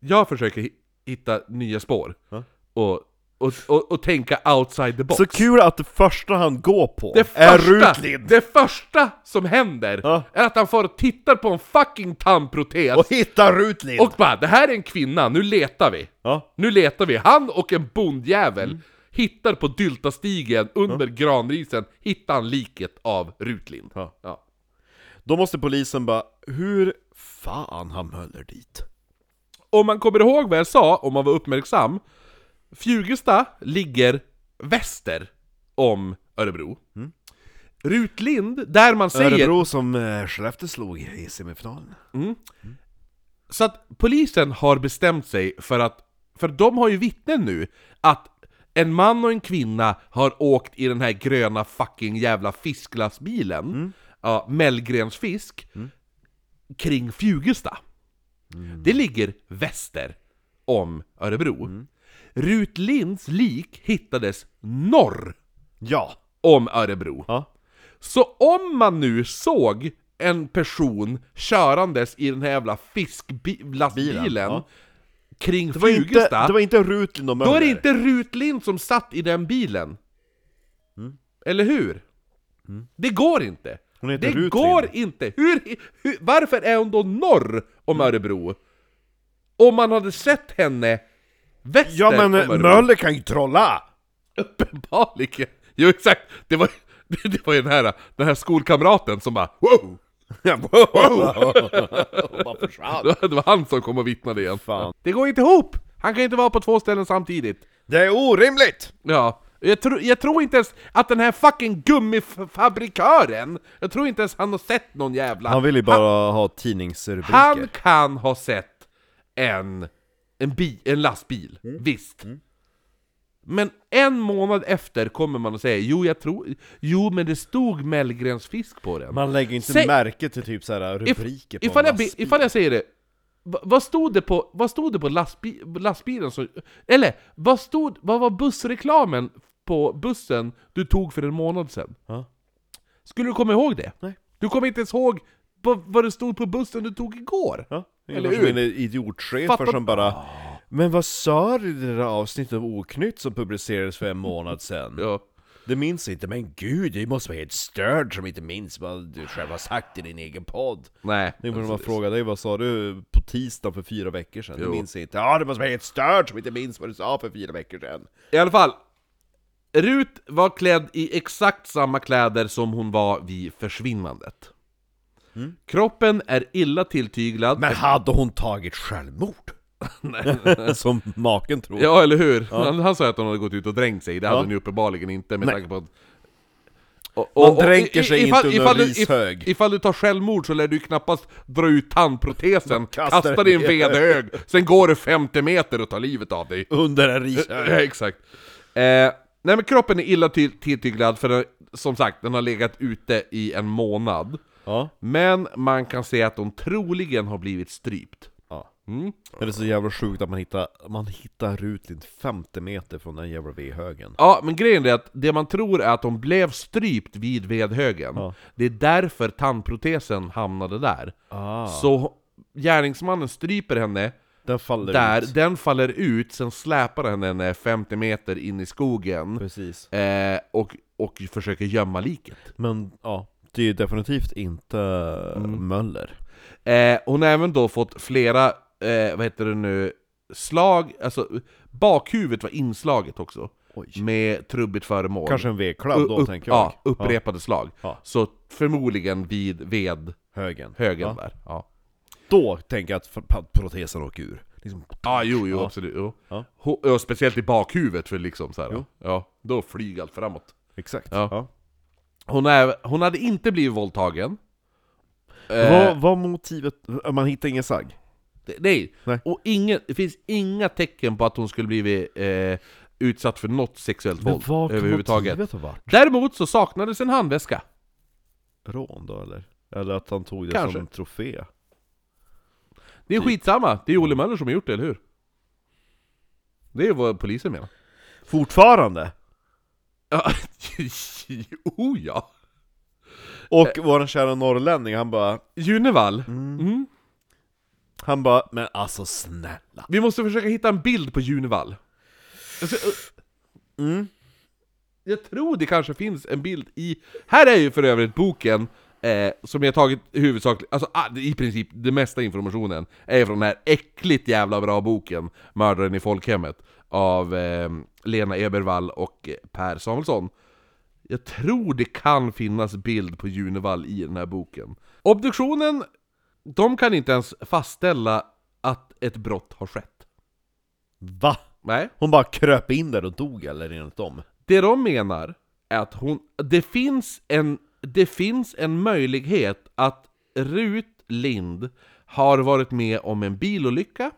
jag försöker hi- hitta nya spår. Ja. Och, och, och, och tänka outside the box. Så kul att det första han går på Det är första, Rutlind! det första som händer Ja. är att han får och tittar på en fucking tandprotes Och hittar Rutlind! Och bara, det här är en kvinna, nu letar vi! Ja. Mm. Nu letar vi! Han och en bondjävel hittar på Dyltastigen under granrisen, hittar han liket av Rutlind. Ja. Ja. Då måste polisen bara, hur fan har Möller dit? Om man kommer ihåg vad jag sa, om man var uppmärksam, Fjugesta ligger väster om Örebro. Rutlind, där man säger... Örebro som eh, Skellefteå slog i semifinalen. Så att polisen har bestämt sig för att, för de har ju vittnen nu, att en man och en kvinna har åkt i den här gröna fucking jävla fisklastbilen, ja, Mellgrens fisk, kring Fjugesta. Det ligger väster om Örebro. Rut Linds lik hittades norr Ja! om Örebro. Ja. Så om man nu såg en person körandes i den här jävla fisklastbilen Bilen, ja. kring Det var, inte, Fjugesta, det var inte Rutlind och Möller. då är det inte Rut Lind som satt i den bilen. Eller hur? Det går inte. Mm. Hon heter Det Rut går Lind. inte! Hur, hur, varför är hon då norr om Mm. Örebro? Om man hade sett henne väster Ja men om eh, Örebro? Möller kan ju trolla! Uppenbarligen! Jo exakt! Det var, det var ju den här, den här skolkamraten som bara wow! Bara försvann. Det var han som kom och vittnade igen. Fan. Det går inte ihop! Han kan inte vara på två ställen samtidigt. Det är orimligt! Ja. Jag, tro, jag tror inte ens att den här fucking gummifabrikören, jag tror inte ens han har sett någon jävla... Han vill ju bara ha tidningsrubriker. Han kan ha sett en, en, bi, en lastbil, Mm. visst. Men en månad efter kommer man och säger jo, jag tror, jo men det stod Mellgrens fisk på den. Man lägger inte Säg- märke till typ så här If- rubriker på ifall, en jag, be- lastbil. ifall jag säger det, va- vad stod det på, vad stod det på lastbi, lastbilen som, eller vad stod, vad var bussreklamen på bussen du tog för en månad sedan? Ja. Skulle du komma ihåg det? Nej. Du kommer inte ens ihåg vad, vad det stod på bussen du tog igår? Ja, Eller eller hur? En hur? idiotchefer Fattar- Ah. som bara Men vad sa du i det där avsnittet av Oknytt som publicerades för en månad sedan? Ja. Det minns inte, men gud, du måste vara helt störd som inte minns vad du själv har sagt i din egen podd. Nej. Det är när man Alltså, frågar dig, vad sa du på tisdagen för fyra veckor sedan? Du Jo. minns inte. Ja, du måste vara helt störd som inte minns vad du sa för fyra veckor sedan. I alla fall. Rut var klädd i exakt samma kläder som hon var vid försvinnandet. Kroppen är illa tilltyglad. Mm. Men hade hon tagit självmord? som maken tror. Ja, eller hur? Han, han sa att hon hade gått ut och dränkt sig, det hade hon ju uppenbarligen inte med Nej. tanke på att... Och, Man dränker sig inte under en ifall, du- rishög. if- Ifall du tar självmord så lär du knappast dra ut tandprotesen, kastar kasta den i en den ner. vedhög, sen går du 50 meter och tar livet av dig. Under en Ja, rishög. exakt. Eh, nej men kroppen är illa till- tilltyglad för den, som sagt, den har legat ute i en månad. Ja. Men man kan säga att hon troligen har blivit strypt. ja. Mm. Det är så jävla sjukt att man hittar, man hittar Rutlind 50 meter från den jävla V-högen. Ja, men grejen är att det man tror är att hon blev strypt vid vedhögen. Ja. Det är därför tandprotesen hamnade där. Ah. Så gärningsmannen stryper henne Den faller där, ut. den faller ut, sen släpar han henne 50 meter in i skogen Precis. eh, och, och försöker gömma liket. Men ja, det är definitivt inte Mm. Möller. Eh, hon har även då fått flera, eh, vad heter det nu, slag, alltså bakhuvudet var inslaget också. Oj. Med trubbigt föremål. Kanske en V-kladd då U- upp- tänker jag. Ja, upprepade slag. Ja. Så förmodligen vid vedhögen Ja, högen. Ja. där. Ja, Då tänker jag att för- pa- protesen åker ur. Liksom, ah, jo, jo, Ja. absolut. Jo. Ja. Ho- Och speciellt i bakhuvudet för liksom så här. Jo. Ja, då flyger allt framåt. Exakt. Ja. Ja. Hon, är, hon hade inte blivit våldtagen. Eh, Vad var motivet? Man hittar ingen sagg? Det- Nej, Nej. och ingen, det finns inga tecken på att hon skulle blivit eh, utsatt för något sexuellt Men våld vad kan överhuvudtaget. motivet ha varit? Däremot så saknades en handväska. Rån då eller? Eller att han tog det Kanske. som trofé? Det är skitsamma, det är Olle Möller som har gjort det, eller hur? Det är vad polisen menar. Fortfarande! Ja, oh ja! Eh. Och vår kära norrlänning, han bara, Junevall, Mm. han bara, men alltså snälla. vi måste försöka hitta en bild på Junevall. Alltså, eh, Mm. jag tror det kanske finns en bild i... Här är ju för övrigt boken eh, som jag tagit huvudsakligen, alltså ah, det- i princip det mesta informationen är från den här äckligt jävla bra boken Mördaren i folkhemmet av eh, Lena Ebervall och eh, Per Samuelsson. Jag tror det kan finnas bild på Junevall i den här boken. Obduktionen, de kan inte ens fastställa att ett brott har skett. Va? Nej. Hon bara kröp in där och dog eller enligt dem? Det de menar är att hon, det, finns en, det finns en möjlighet att Rut Lind har varit med om en bilolycka.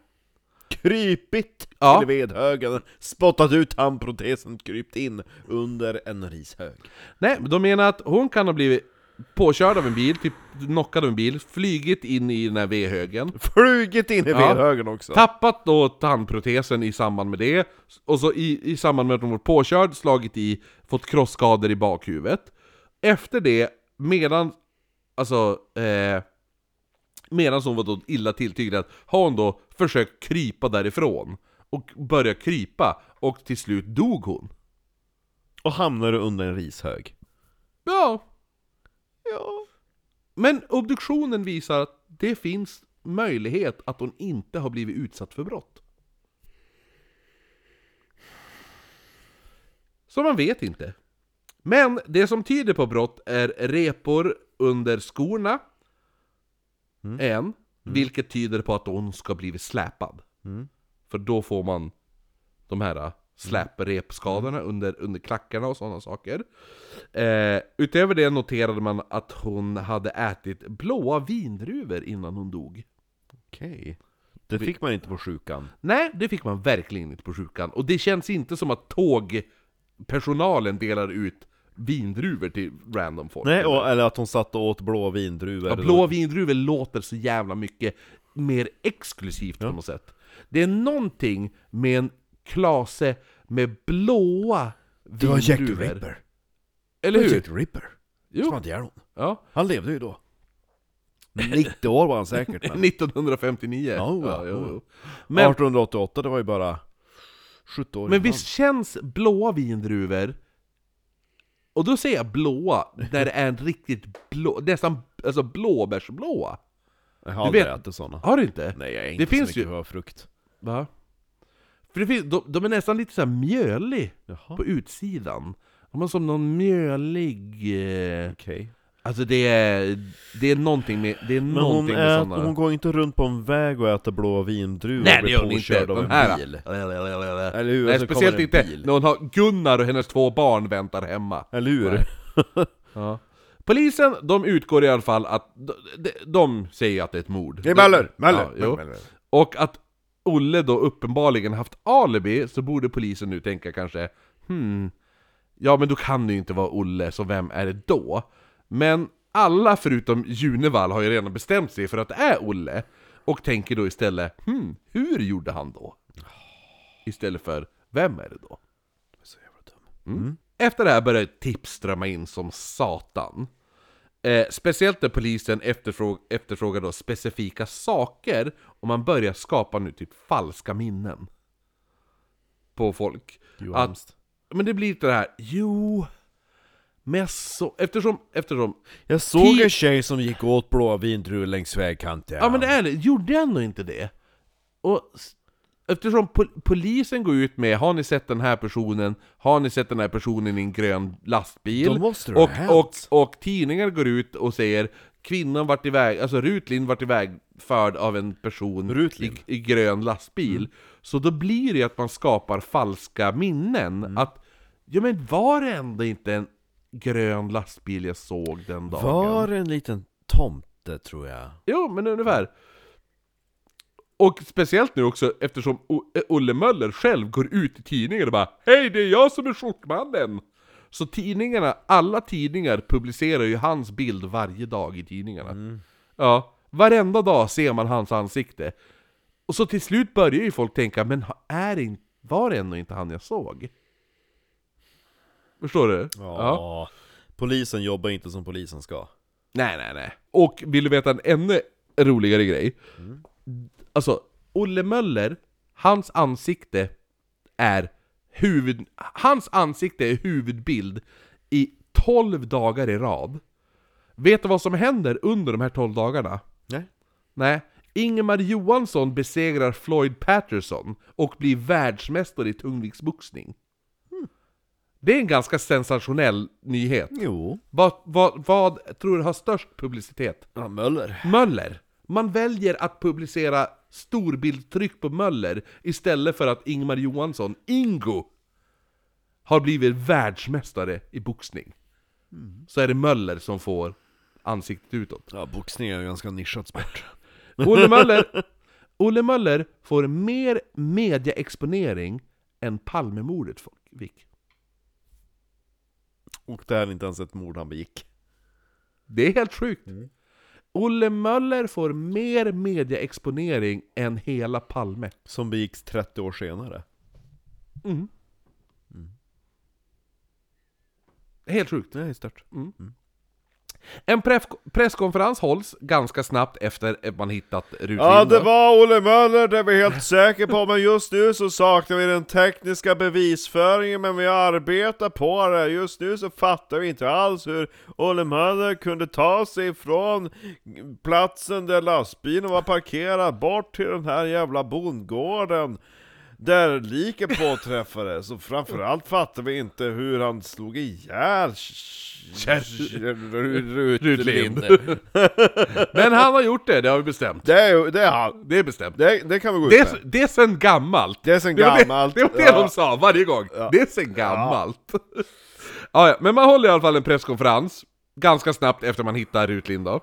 Krypit Ja. till vedhögen, spottat ut handprotesen, krypt in under en rishög. Nej, men de menar att hon kan ha blivit påkörd av en bil, typ knockad av en bil, flygit in i den här V-högen. Flugit in i Ja. vedhögen också. Tappat då tandprotesen i samband med det, och så i, i samband med att hon var påkörd, slagit i, fått krosskador i bakhuvudet. Efter det, medan, alltså, eh, medan hon var då illa tilltyglad, har hon då försökt krypa därifrån. Och börja krypa, och till slut dog hon. Och hamnade under en rishög. Ja. Ja. Men obduktionen visar att det finns möjlighet att hon inte har blivit utsatt för brott. Så man vet inte. Men det som tyder på brott är repor under skorna. Mm. En. Vilket tyder på att hon ska blivit släpad. Mm. För då får man de här Mm. släprepskadorna under, under klackarna och sådana saker. Eh, utöver det noterade man att hon hade ätit blåa vindruvor innan hon dog. Okej. Det fick man inte på sjukan. Nej, det fick man verkligen inte på sjukan. Och det känns inte som att tågpersonalen delar ut vindruvor till random folk. Nej, och, eller att hon satt och åt blå vindruvor. Ja, blåa vindruvor låter så jävla mycket mer exklusivt på något sätt. Det är någonting med en klase med blåa Det var Jack the vindruvor. Ripper. Eller Det var hur? Jack the Ripper. Som Jo, hade ihjäl hon. ja. Han levde ju då. 90 år var han säkert. Men. 1959. Ja, ja. jo, jo. Men... Men, 1888, det var ju bara 70 år men innan. visst känns blåa vindruvor Och då säger jag blåa när det är en riktigt blå, nästan alltså blåbärsblåa. Jag har aldrig vet- ätit såna. Har du inte? Nej, jag är inte Det så finns mycket ju- för frukt. Va? För det finns, de, de är nästan lite så här mjölig Jaha, på utsidan. De har som någon mjölig... Eh, okej. alltså det är, det är någonting med, det är Men hon, någonting med ät, sådana... hon går inte runt på en väg och äter blåa vindruvor Nej och det blir gör hon inte! påkörd av Den en här! bil. Eller Eller hur? Nej, Och så kommer speciellt en inte bil. när hon har Gunnar och hennes två barn väntar hemma. Eller hur? Polisen, de utgår i alla fall att... De, de, de säger ju att det är ett mord. Det är Möller! Möller! Ja, jo. Möller. Och att Olle då uppenbarligen haft alibi, så borde polisen nu tänka kanske Hmm, ja men då kan det ju inte vara Olle, så vem är det då? Men alla förutom Junevall har ju redan bestämt sig för att det är Olle Och tänker då istället Hmm, hur gjorde han då? Istället för Vem är det då? Mm. Efter det här började tips strömma in som satan. Eh, speciellt när polisen efterfråg- efterfrågar då specifika saker och man börjar skapa nu typ falska minnen. På folk. Jo, Att, hemskt. men det blir lite det här, jo... Men jag så, eftersom, eftersom... Jag såg Ti- en tjej som gick åt blåa vindruvor längs vägkanten. Ja men det är det, gjorde jag ändå inte det? Och s- eftersom pol- polisen går ut med 'Har ni sett den här personen? Har ni sett den här personen i en grön lastbil?' Då måste det ha och, hänt. och, och tidningar går ut och säger 'Kvinnan vart iväg, alltså Rutlind vart ivägförd av en person i, Rutlind. Mm. i grön lastbil' Så då blir det ju att man skapar falska minnen, Mm. att Ja men var det ändå inte en grön lastbil jag såg den dagen? Var det en liten tomte tror jag? Jo, men ungefär. Och speciellt nu också eftersom O- eh, Olle Möller själv går ut i tidningen och bara Hej, det är jag som är Skjortmannen! Så tidningarna, alla tidningar publicerar ju hans bild varje dag i tidningarna. Ja, varenda dag ser man hans ansikte. Och så till slut börjar ju folk tänka, men ha- är det, in- var det ändå inte han jag såg? Förstår du? Ja. Polisen jobbar inte som polisen ska. Nej, nej, nej. Och vill du veta en ännu roligare grej? Alltså, Olle Möller, hans ansikte är huvud... Hans ansikte är huvudbild i 12 dagar i rad. Vet du vad som händer under de här 12 dagarna? Nej. Nej. Ingemar Johansson besegrar Floyd Patterson och blir världsmästare i tungviktsboxning. Det är en ganska sensationell nyhet. Jo. Vad, vad, vad tror du har störst publicitet? Ja, Möller. Möller! Man väljer att publicera storbildtryck på Möller istället för att Ingmar Johansson, Ingo, har blivit världsmästare i boxning. Så är det Möller som får ansiktet utåt. Ja, boxning är en ganska nischad sport. Olle Möller, Olle Möller får mer mediaexponering än Palmemordet fick. Och det här är inte ens ett mord han begick. Det är helt sjukt. Mm. Olle Möller får mer mediaexponering än hela Palme. Som begicks 30 år senare. Helt sjukt. Mm. Det är stört. Mm. En pref- presskonferens hålls ganska snabbt efter att man hittat rutinen. Ja, det var Olle Möller, det är vi helt säkra på, men just nu så saknar vi den tekniska bevisföringen, men vi arbetar på det. Just nu så fattar vi inte alls hur Olle Möller kunde ta sig från platsen där lastbilen var parkerad, bort till den här jävla bondgården. Där liket påträffades, och framförallt fattar vi inte hur han slog ihjäl Rutlind. Men han har gjort det, det har vi bestämt. Det är ju- det är han. Det är bestämt. Det, det kan vi gå ut Det med. är, det är sen gammalt. Det är sen var det- gammalt, Det var det ja. de sa varje gång. Det är sen gammalt. Ja. ja, men man håller i alla fall en presskonferens ganska snabbt efter man hittar Rutlind då.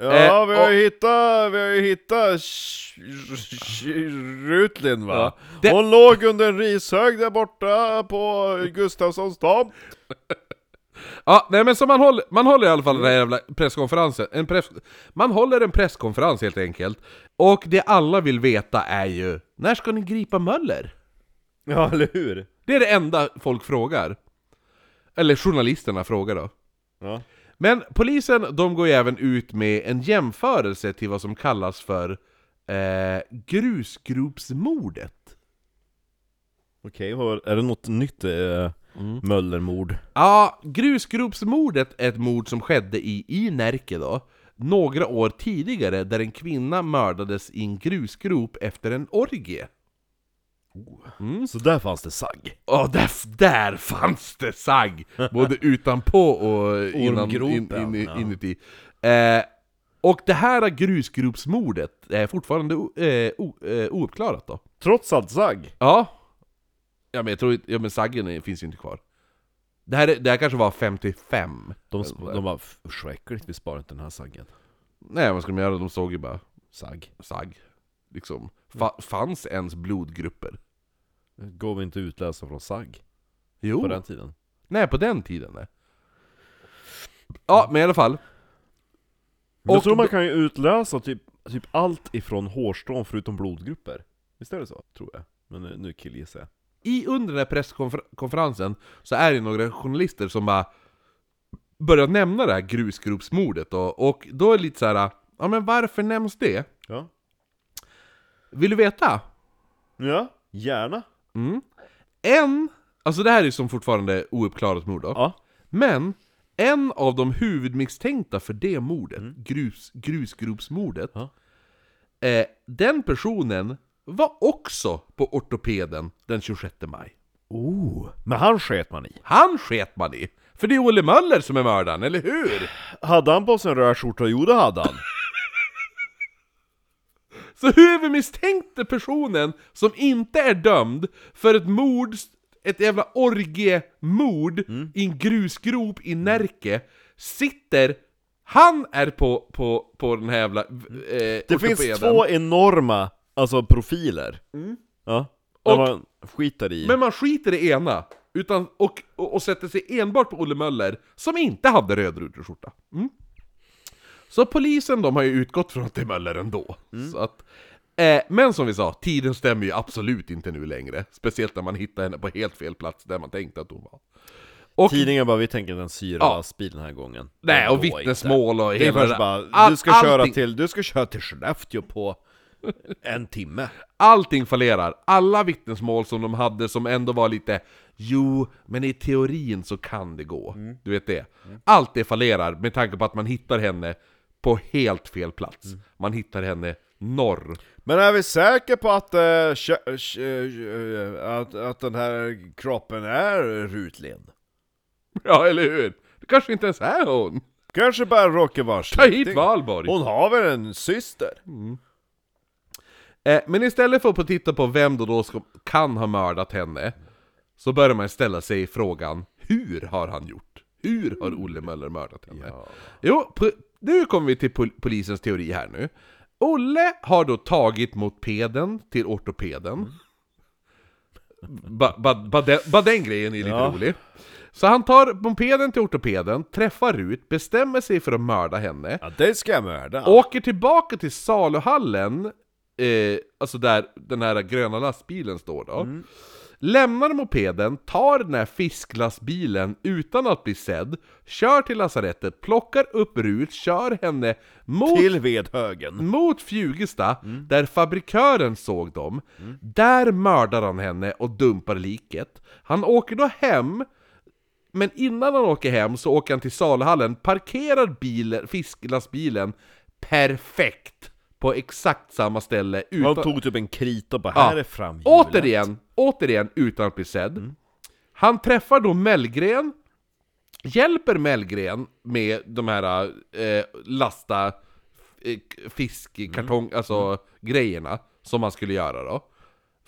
Ja, Eh, vi har och- ju hittat, vi har ju hittat Sh- Sh- Sh- Rutlin va? Ja. Det- Hon låg under en rishög där borta på Gustafssons tomt. Ja, nej men så man håller, man håller i alla fall den här jävla presskonferensen, en press, man håller en presskonferens helt enkelt, och det alla vill veta är ju, när ska ni gripa Möller? Ja, eller hur? Det är det enda folk frågar. Eller journalisterna frågar då. Ja. Men polisen, de går ju även ut med en jämförelse till vad som kallas för eh, grusgropsmordet. Okej, vad- är det något nytt? eh, Möllermord. Ja, grusgropsmordet är ett mord som skedde i, i Närke då, några år tidigare, där en kvinna mördades i en grusgrop efter en orgie. Så där fanns det sagg. Ja, där, där fanns det sagg! Både utanpå och innan, in, Ormgropen, in, ja. inuti. Eh, och det här grusgropsmordet är fortfarande o- eh, o- eh, ouppklarat då. Trots allt sagg. Ja. Ja men jag tror inte- ja, men saggen är- finns ju inte kvar. Det här, är- det här kanske var 55. De, de bara, usch vad äckligt, vi sparar inte den här saggen. Nej vad ska de göra? De såg ju bara Sagg. sagg. Liksom. Mm. Fa- fanns ens blodgrupper? Det går vi inte att utläsa från sagg Jo. på den tiden. Nej på den tiden nej. Ja men i alla fall. Jag Och tror man då- kan ju utläsa typ, typ allt ifrån hårstrån förutom blodgrupper. Visst är det så? Tror jag. Men eh, nu, nu killgissar jag. I under den här presskonferensen så är det några journalister som bara börjar nämna det här grusgropsmordet och, och då är det lite så här. ja men varför nämns det? Ja. Vill du veta? Ja, gärna. En, alltså det här är som fortfarande ouppklarat mord då. Ja. Men, en av de huvudmisstänkta för det mordet, grus, grusgropsmordet, Ja. eh, den personen var också på ortopeden den 26 maj. Oh. Men han sket man i. Han sket man i! För det är Olle Möller som är mördaren, eller hur? Hade han på sig en röd skjorta? Jo det hade han. Så huvudmisstänkte personen som inte är dömd för ett mord, ett jävla orgiemord Mm. i en grusgrop i Närke, sitter, han är på, på, på den här jävla eh, Det ortopeden. finns två enorma, alltså profiler. Ja. Där Och- man skiter i. Mm. Men man skiter i ena, utan, och, och, och sätter sig enbart på Olle Möller, som inte hade röd ruterskjorta. Mm. Så polisen de har ju utgått från att det är Möller ändå. Mm. Så att, eh, men som vi sa, tiden stämmer ju absolut inte nu längre. Speciellt när man hittar henne på helt fel plats där man tänkte att hon var. Och, Tidningen bara 'Vi tänker den syra Ja. lastbil den här gången' nej, och Det går inte. vittnesmål och Det är hela först där. bara, All- du ska, köra allting- till, du ska köra till Skellefteå på en timme Allting fallerar. Alla vittnesmål som de hade som ändå var lite Jo, men i teorin så kan det gå. Du vet det. Allt det fallerar med tanke på att man hittar henne på helt fel plats. Man hittar henne norr. Men är vi säkra på att, eh, kö- kö- eh, att, att den här kroppen är Rutlen? Ja, eller hur? Det kanske inte ens är hon. Kanske bara råkar vara Ta hit släkting. Valborg! Mm. Hon har väl en syster? Eh, men istället för att titta på vem då, då ska, kan ha mördat henne Så börjar man ställa sig frågan Hur har han gjort? Hur har Olle Möller mördat henne? Jo, po- nu kommer vi till pol- polisens teori här nu Olle har då tagit mot peden till ortopeden Bara ba, ba, den- ba, den grejen är lite Ja. rolig Så han tar mopeden till ortopeden, träffar Rut, bestämmer sig för att mörda henne Ja, det ska jag mörda! Åker tillbaka till saluhallen, eh, alltså där den här gröna lastbilen står då. Lämnar mopeden, tar den här fisklastbilen utan att bli sedd, kör till lasarettet, plockar upp Rut, kör henne mot, Till Vedhögen! mot Fjugesta, där fabrikören såg dem. Där mördar han henne och dumpar liket. Han åker då hem, men innan han åker hem så åker han till saluhallen, parkerar bilen, fisklastbilen perfekt på exakt samma ställe Han utan... tog typ en krita och bara 'Här är framhjulet' Mm. Återigen, återigen utan att bli sedd. Han träffar då Mellgren, hjälper Mellgren med de här eh, lasta eh, fiskkartong, Mm. alltså grejerna som han skulle göra då.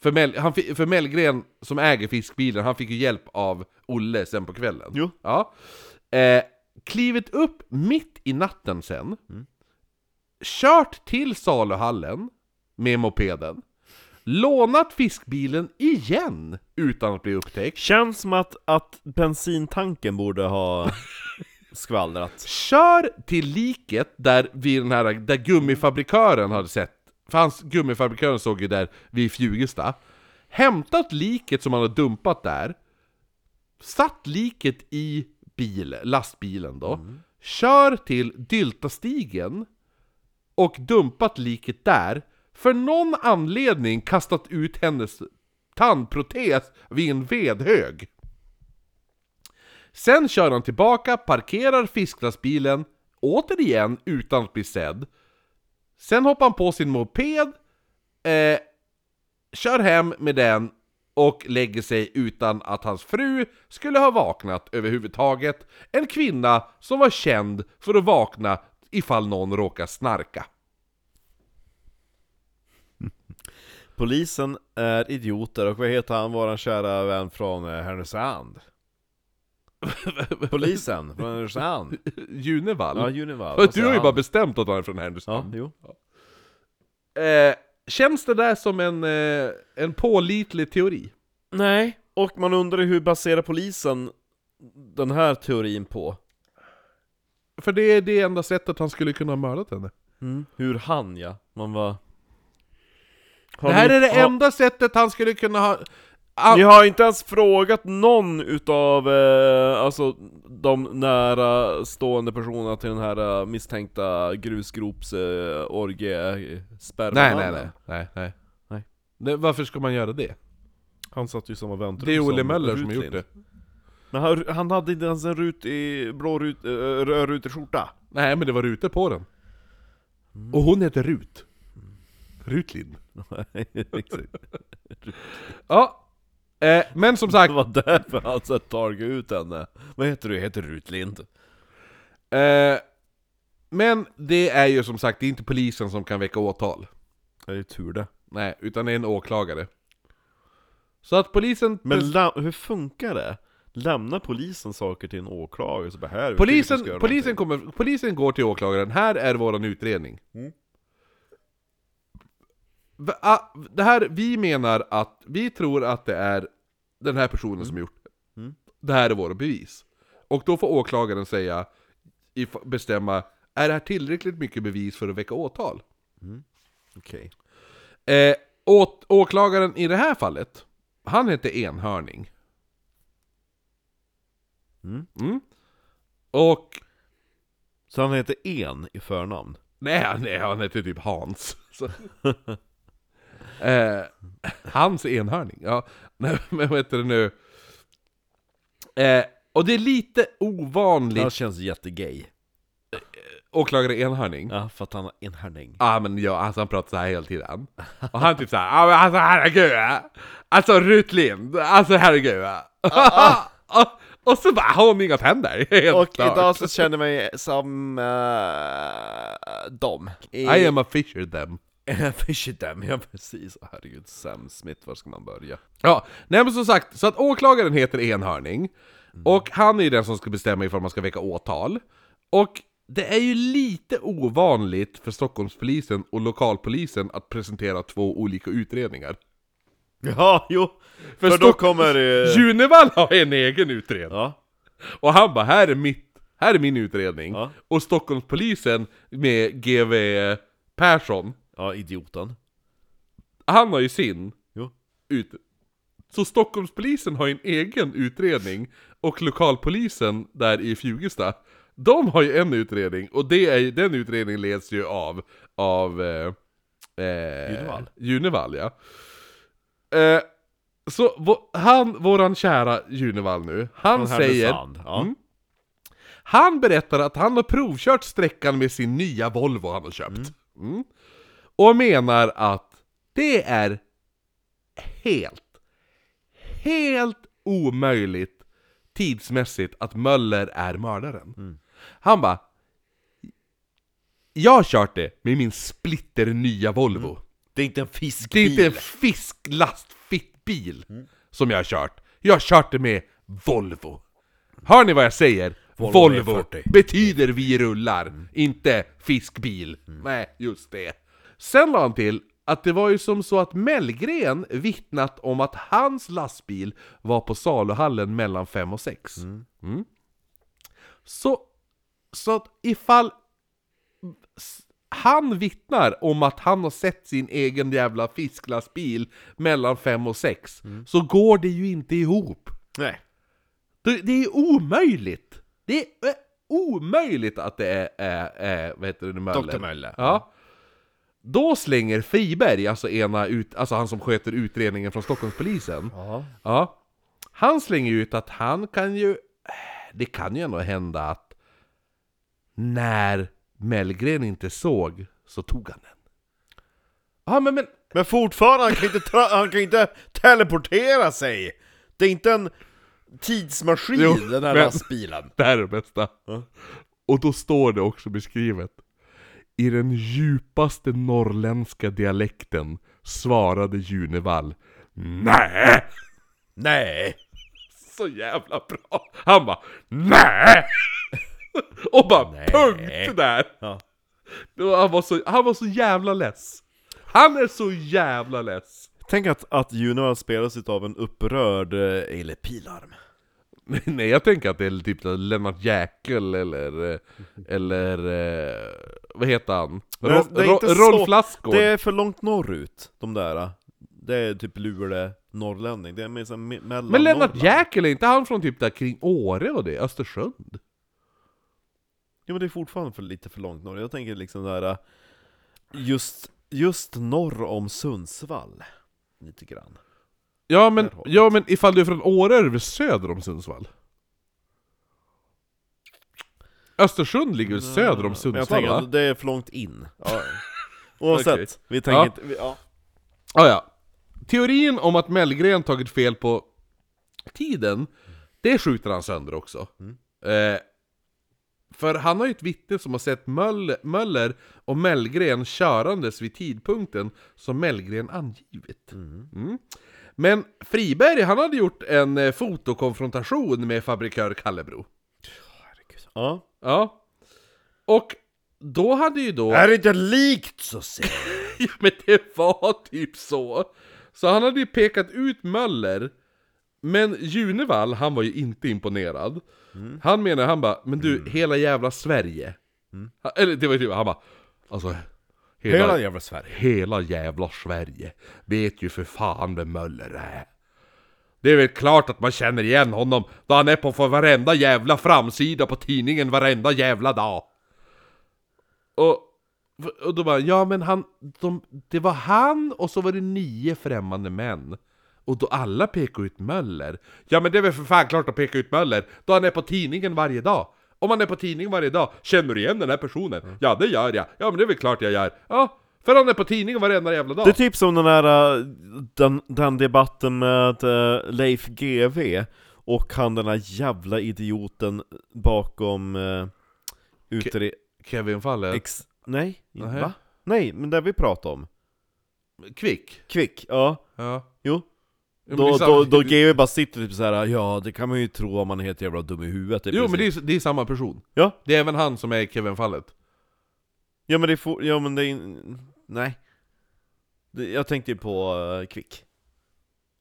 För, Mell, han, fi- för Mellgren som äger fiskbilen, han fick ju hjälp av Olle sen på kvällen. Jo. Ja. Eh, klivit upp mitt i natten sen, kört till saluhallen med mopeden, lånat fiskbilen igen utan att bli upptäckt, Känns som att, att bensintanken borde ha skvallrat. kör till liket där, vid den här, där gummifabrikören hade sett, för hans gummifabrikören såg ju där vid Fjugesta, hämtat liket som han hade dumpat där, satt liket i bil, lastbilen då, kör till Dyltastigen och dumpat liket där, för någon anledning kastat ut hennes tandprotes vid en vedhög. Sen kör han tillbaka, parkerar fisklastbilen, återigen utan att bli sedd. Sen hoppar han på sin moped, eh, kör hem med den och lägger sig utan att hans fru skulle ha vaknat överhuvudtaget. En kvinna som var känd för att vakna ifall någon råkar snarka. Polisen är idioter och vad heter han, våran kära vän från eh, Härnösand? Polisen från Härnösand? Junevall. Ja, Junivall. För Vad du har säger ju han? bara bestämt att han är från Ja, Henderson. jo. Eh, känns det där som en, eh, en pålitlig teori? Nej, och man undrar ju hur baserar polisen den här teorin på? För det är det enda sättet han skulle kunna ha mördat henne. Hur han ja, man var... Det här är det enda sättet han skulle kunna ha... Har, Ah, ni har inte ens frågat någon utav eh, alltså, de nära stående personerna till den här eh, misstänkta grusgrops eh, orgie eh, nej, spärrmannen. nej, nej, nej, nej. Nej. Nej, Varför ska man göra det? Han satt ju i samma väntrum Det är Olle som Möller som har gjort Rutlind. det. Men han, han hade inte ens en rut i blå rut, eh, rödrutig skjorta. Nej, men det var Rute på den. Och hon heter Rut. Rutlind. Exakt. Ja. Eh, men som sagt, Det var därför han så här tagit alltså, ut henne. Vad heter du? Jag heter Rutlind. Eh, men det är ju som sagt, det är inte polisen som kan väcka åtal. Det är ju tur det. Nej, utan det är en åklagare. Så att polisen... Men la- hur funkar det? Lämnar polisen saker till en åklagare så bara här, vi tycker du ska polisen, göra polisen, någonting. kommer, polisen går till åklagaren, här är våran utredning. Mm. Va, ah, det här, vi menar att, vi tror att det är den här personen som gjort det. Mm. Det här är våra bevis. Och då får åklagaren säga, if- bestämma, är det här tillräckligt mycket bevis för att väcka åtal? Okej. Eh, åt, åklagaren i det här fallet, han hette Enhörning. Mm. Och... Så han heter En i förnamn? Nej, han- nej han hette typ Hans. Så. eh, Hans Enhörning, ja. Nej, men vad heter det nu? Eh, och det är lite ovanligt, Han känns jättegay. åklagare Enhörning. Ja, för att han har en härning. Ja ah, men ja, alltså han pratar så här hela tiden. Och han typ så här, ah, men alltså herregud. eh. Alltså Rut Lind, alltså herregud. eh." och, och så bara, hon inga tänder. Helt Och klart. idag så känner jag mig som uh, dem. I... I am a fisher them. Fishdam, ja precis. Åh, Herregud, Sam Smith, var ska man börja? Ja, nej men som sagt, så att åklagaren heter Enhörning. Och han är ju den som ska bestämma ifall man ska väcka åtal. Och det är ju lite ovanligt för Stockholmspolisen och lokalpolisen att presentera två olika utredningar. Ja, jo! För, då Stock- kommer det... Junevall har en egen utredning. Eh. Ja, Och han bara, här är, mitt, här är min utredning. Ja. Och Stockholmspolisen med GV Persson, ja idioten. han har ju sin Jo. ut... Så Stockholmspolisen har ju en egen utredning, och lokalpolisen där i Fjugesta, de har ju en utredning, och det är, ju- den utredningen leds ju av, av eh, eh, Junevall. Junevall, ja. Eh, så vå- han, våran kära Junevall nu, han Från säger... Härnösand, Ja. Mm. Han berättar att han har provkört sträckan med sin nya Volvo han har köpt. Mm. Och menar att det är helt, helt omöjligt tidsmässigt att Möller är mördaren. Han bara Jag har kört det med min splitter nya Volvo. Det är inte en Det är fiskbil. inte en fisklastfittbil som jag har kört. Jag har kört det med Volvo. Hör ni vad jag säger? Volvo Volvo, E40. Mm. betyder vi rullar, inte fiskbil. Nej, just det. Sen la han till att det var ju som så att Mellgren vittnat om att hans lastbil var på saluhallen mellan 5 och 6. Mm. Så, så att ifall han vittnar om att han har sett sin egen jävla fisklastbil mellan 5 och 6, Mm. så går det ju inte ihop. Nej. Det, det är omöjligt! Det är eh, omöjligt att det är, är, är vad heter det nu, Möller? Dr. Möller. Ja. Då slänger Friberg, alltså, ena ut, alltså han som sköter utredningen från Stockholmspolisen, Ja. Ja. Han slänger ut att han kan ju... det kan ju ändå hända att när Mellgren inte såg så tog han den. Ja, men, men Men fortfarande, han kan inte, tra- han kan inte teleportera sig! Det är inte en tidsmaskin, Jo, den här men- lastbilen. det här är det bästa. Och då står det också beskrivet. I den djupaste norrländska dialekten svarade Junevall Nej! Nej! Så jävla bra! Han bara nej Och bara Nej. punkt där! Ja. Det var- Han, var så, han var så jävla less! Han är så jävla less! Tänk att, att Juno spelas av en upprörd eh, Eile Pilarm. Nej jag tänker att det är typ Lennart Jäkel eller... eh, Eller... eh, Vad heter han? Men Ro- det är Ro- inte så- Rolf Lassgård! Det är för långt norrut, de där. Det är typ Luleå, norrlänning. Det är mer som me- mellan Men Lennart Norrland. Jäkel, är inte han från typ där kring Åre och det? Östersund? Jo men det är fortfarande för, lite för långt norrut. Jag tänker liksom där eh, just, just norr om Sundsvall. Lite grann. Ja men, Där har vi Mm. ja men ifall du är från Åre är du väl söder om Sundsvall? Östersund ligger väl söder om Men jag Sundsvall tänker va? att det är för långt in. Ja. Oavsett, Okej. vi tänker Ja. inte... Vi, ja. Ah, ja. Teorin om att Mellgren tagit fel på tiden, det skjuter han sönder också. Eh, för han har ju ett vittne som har sett Möll, Möller och Mellgren körandes vid tidpunkten som Mellgren angivit. Mm. Men Friberg, han hade gjort en eh, fotokonfrontation med fabrikör Kallebro. Ja. Ja. Och då hade ju då... det inte likt så ser Ja, men det var typ så! Så han hade ju pekat ut Möller Men Junevall, han var ju inte imponerad Han menar, han bara 'Men du, hela jävla Sverige' Han- Eller det var ju typ, han bara Alltså, Hela hela, hela, jävla Sverige. jävla Sverige vet ju för fan vem Möller är Det är väl klart att man känner igen honom Då han är på för varenda jävla framsida på tidningen varenda jävla dag och, och då bara, ja men han, de, det var han och så var det nio främmande män. Och då alla pekade ut Möller. Ja men det är väl för fan klart att peka ut Möller, då han är på tidningen varje dag. Om han är på tidningen varje dag, känner du igen den här personen? Mm. Ja det gör jag, ja men det är väl klart jag gör. Ja, för han är på tidningen varenda jävla dag. Det är typ som den här äh, den, den debatten med äh, Leif GV och han den här jävla idioten bakom uh, utred... Kevin Faller, Ex... Nej? Nähä. Va? Nej, men det vi pratade om. kvick. Kvick, ja. Ja. Jo. Ja, men liksom, det Då, är samma- då, då GV bara sitter typ så här. ja det kan man ju tro om man är helt jävla dum i huvudet. typ. i Jo men princip. det är, det är samma person. Ja. Det är även han som är i Kevin-fallet. Ja men det är for... ja men det är... in- Nej. Det, jag tänkte ju på äh, Kvick.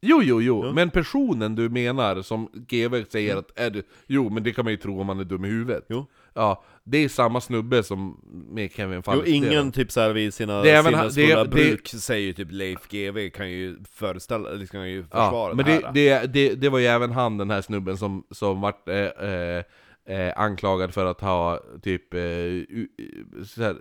Jo, jo, jo, Ja. Mm. men personen du menar som GW säger att är du, Jo, men det kan man ju tro om man är dum i huvudet Jo. Ja, det är samma snubbe som med Kevin Falk Jo, ingen typ såhär vid sina Det är även han- sinnesfulla det- det- bruk säger ju typ Leif GW kan ju föreställa, liksom kan ju försvara ja, men det det, här. det, det, det var ju även han den här snubben som, som vart eh, eh, eh, anklagad för att ha typ eh, u- u- så här,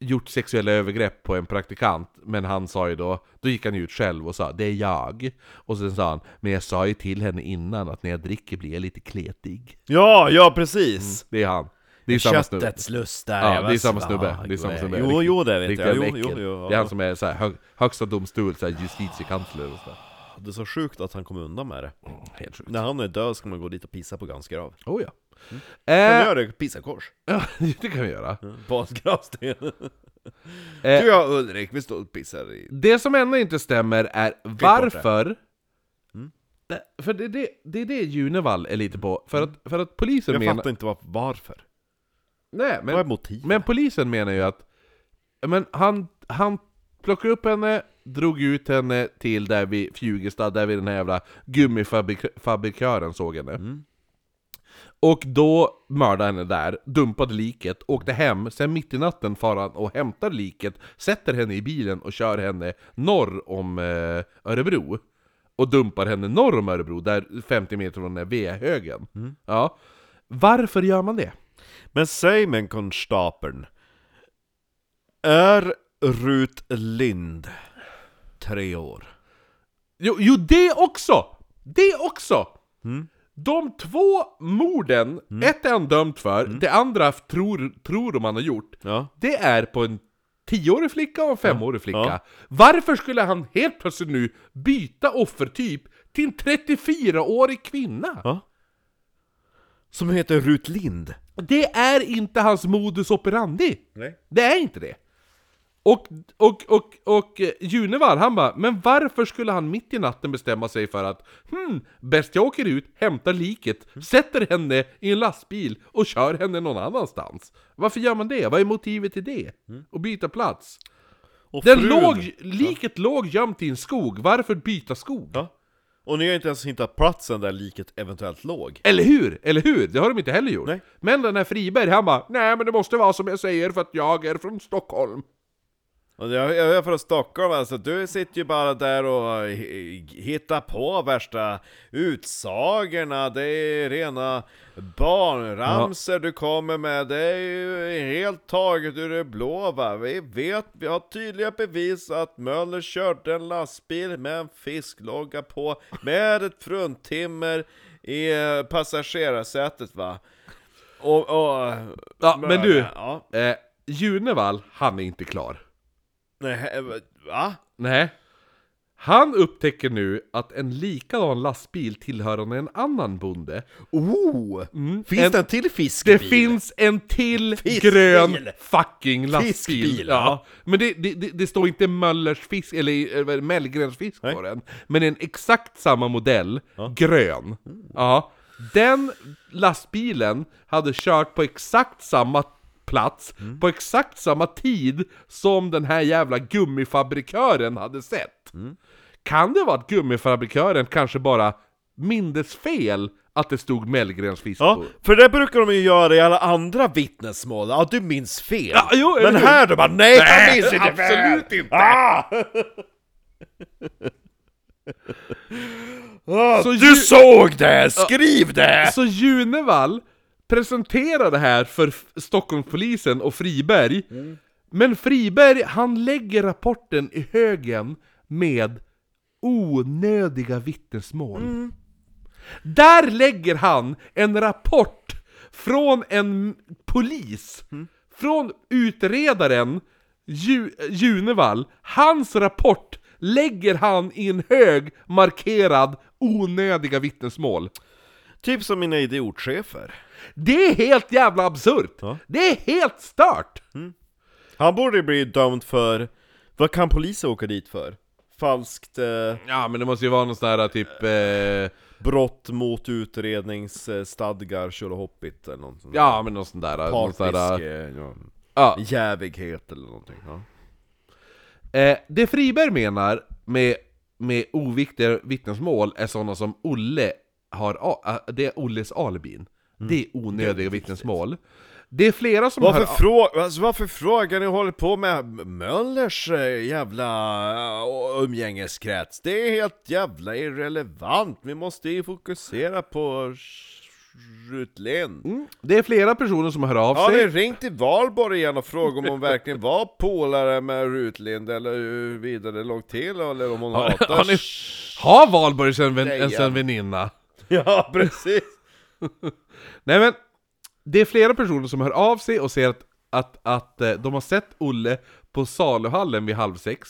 gjort sexuella övergrepp på en praktikant Men han sa ju då, då gick han ut själv och sa det är jag Och sen sa han, men jag sa ju till henne innan att när jag dricker blir jag lite kletig Ja, ja precis! Det är han. Mm. Det är samma snubbe. Köttets lust där Ja, jag det är var samma svag snubbe. Det är samma och- snubbe. Jo, Riktigt- jo det vet Riktigt jag. Jo, jävla jo, äckel. jo, Det är han som är så här, hög, högsta domstol, så här, justitiekansler och sådär. Det är så sjukt att han kom undan med det. Helt sjukt. När han är död ska man gå dit och pissa på gansgrav. Oh, Mm. ja. Kan du Mm. Eh, göra det? Pissakors? ja, det kan vi göra. På hans gravsten. Eh, Du och jag Ulrik, vi står och pissar i... Det som ändå inte stämmer är varför... Mm. Det- För det, det, det är det Junevall är lite på. För att, för att polisen Mm. Jag menar... fattar inte var, varför. Nej, Vad är men, motivet? men polisen menar ju att... Men han, han plockade upp henne, drog ut henne till där vid Fjugesta, där vid den här jävla gummifabrikören såg henne. Och då mördade henne där, dumpade liket, åkte hem, sen mitt i natten far han och hämtar liket, sätter henne i bilen och kör henne norr om eh, Örebro. Och dumpar henne norr om Örebro, där 50 meter från den där V-högen. Ja. Varför gör man det? Men säg mig konstapeln. Är Rut Lind tre år? Mm. Jo, jo det också! Det också! De två morden, ett är han dömd för, Mm. det andra tror, tror de han har gjort, Ja. det är på en tioårig flicka och en femårig flicka. Ja. Varför skulle han helt plötsligt nu byta offertyp till en 34-årig kvinna? ja. Som heter Rut Lind. Det är inte hans modus operandi. Nej. Det är inte det. Och, och, och, och eh, Junevar, han bara, men varför skulle han mitt i natten bestämma sig för att hmm, bäst jag åker ut, hämtar liket, sätter henne i en lastbil och kör henne någon annanstans? Varför gör man det? Vad är motivet till det? Och byta plats? Mm. Och Den frun- låg, liket låg gömt i en skog, varför byta skog? Ja. Och ni har inte ens hittat platsen där liket eventuellt låg. Eller hur? Eller hur? Det har de inte heller gjort. Nej. Men den här Friberg, han bara Nej men det måste vara som jag säger för att jag är från Stockholm. Och Jag, jag är från Stockholm alltså, du sitter ju bara där och h- hittar på värsta utsagorna, det är rena barnramser du kommer med, det är ju helt taget ur det blå va. Vi vet, vi har tydliga bevis att Möller körde en lastbil med en fisklogga på, med ett fruntimmer i eh, passagerarsätet va. Och, och, Ja, men du- Ja, Eh, Junevall, han är inte klar. nej, va? Nej. Han upptäcker nu att en likadan lastbil tillhörande en annan bonde. Oh! finns en- det en till Det fiskbil? finns en till Fiskbil. grön fucking lastbil. Fiskbil, ja. Men det, det, det, det står inte Möllers fisk, eller eh, vad är det, Mellgrens fisk på den. Men en exakt samma modell, grön. Ja. Den lastbilen hade kört på exakt samma plats, Mm. på exakt samma tid som den här jävla gummifabrikören hade sett. Mm. Kan det vara att gummifabrikören kanske bara mindes fel att det stod Mellgrens fisk Ja, på? för det brukar de ju göra i alla andra vittnesmål, ja du minns fel. Ja, jo, eller Men hur? här då bara, nej, jag Nej, minns inte fel! absolut inte. Ah! Ah, Så du ju- såg det! Skriv det! Så Junevall presenterar det här för F- Stockholmspolisen och Friberg. Men Friberg, han lägger rapporten i högen med onödiga vittnesmål. Där lägger han en rapport från en polis, från utredaren Ju Junevall. Hans rapport lägger han i en hög markerad onödiga vittnesmål. Typ som mina idiotchefer. Det är helt jävla absurt! Ja. Det är helt stört! Han borde ju bli dömd för, vad kan polisen åka dit för? Falskt eh, Ja men det måste ju vara någon sån här typ... Eh, brott mot utredningsstadgar, tjolahoppigt eller något sånt. ja men någon sån där... Någon sån där Partfiske, ja. ja. jävighet eller någonting. Ja. eh, det Friberg menar med, med oviktiga vittnesmål är sådana som Olle har... a- a- Det är Olles alibin. Det är onödiga vittnesmål. Det är flera som Varför, hör... frå- alltså, varför frågar ni och håller på med Möllers eh, jävla eh, umgängeskrets? Det är helt jävla irrelevant, vi måste ju fokusera på Rutlin. Mm, det är flera personer som hör av Har ni sig. ringt till Valborg igen och frågat om hon verkligen var polare med Rutlind eller hur vidare det låg till eller om hon hatar har, ni, har Valborg sen, vän, Tjejen. ens en väninna? Ja, precis! Nej men, det är flera personer som hör av sig och säger att, att, att eh, de har sett Olle på saluhallen vid halv sex.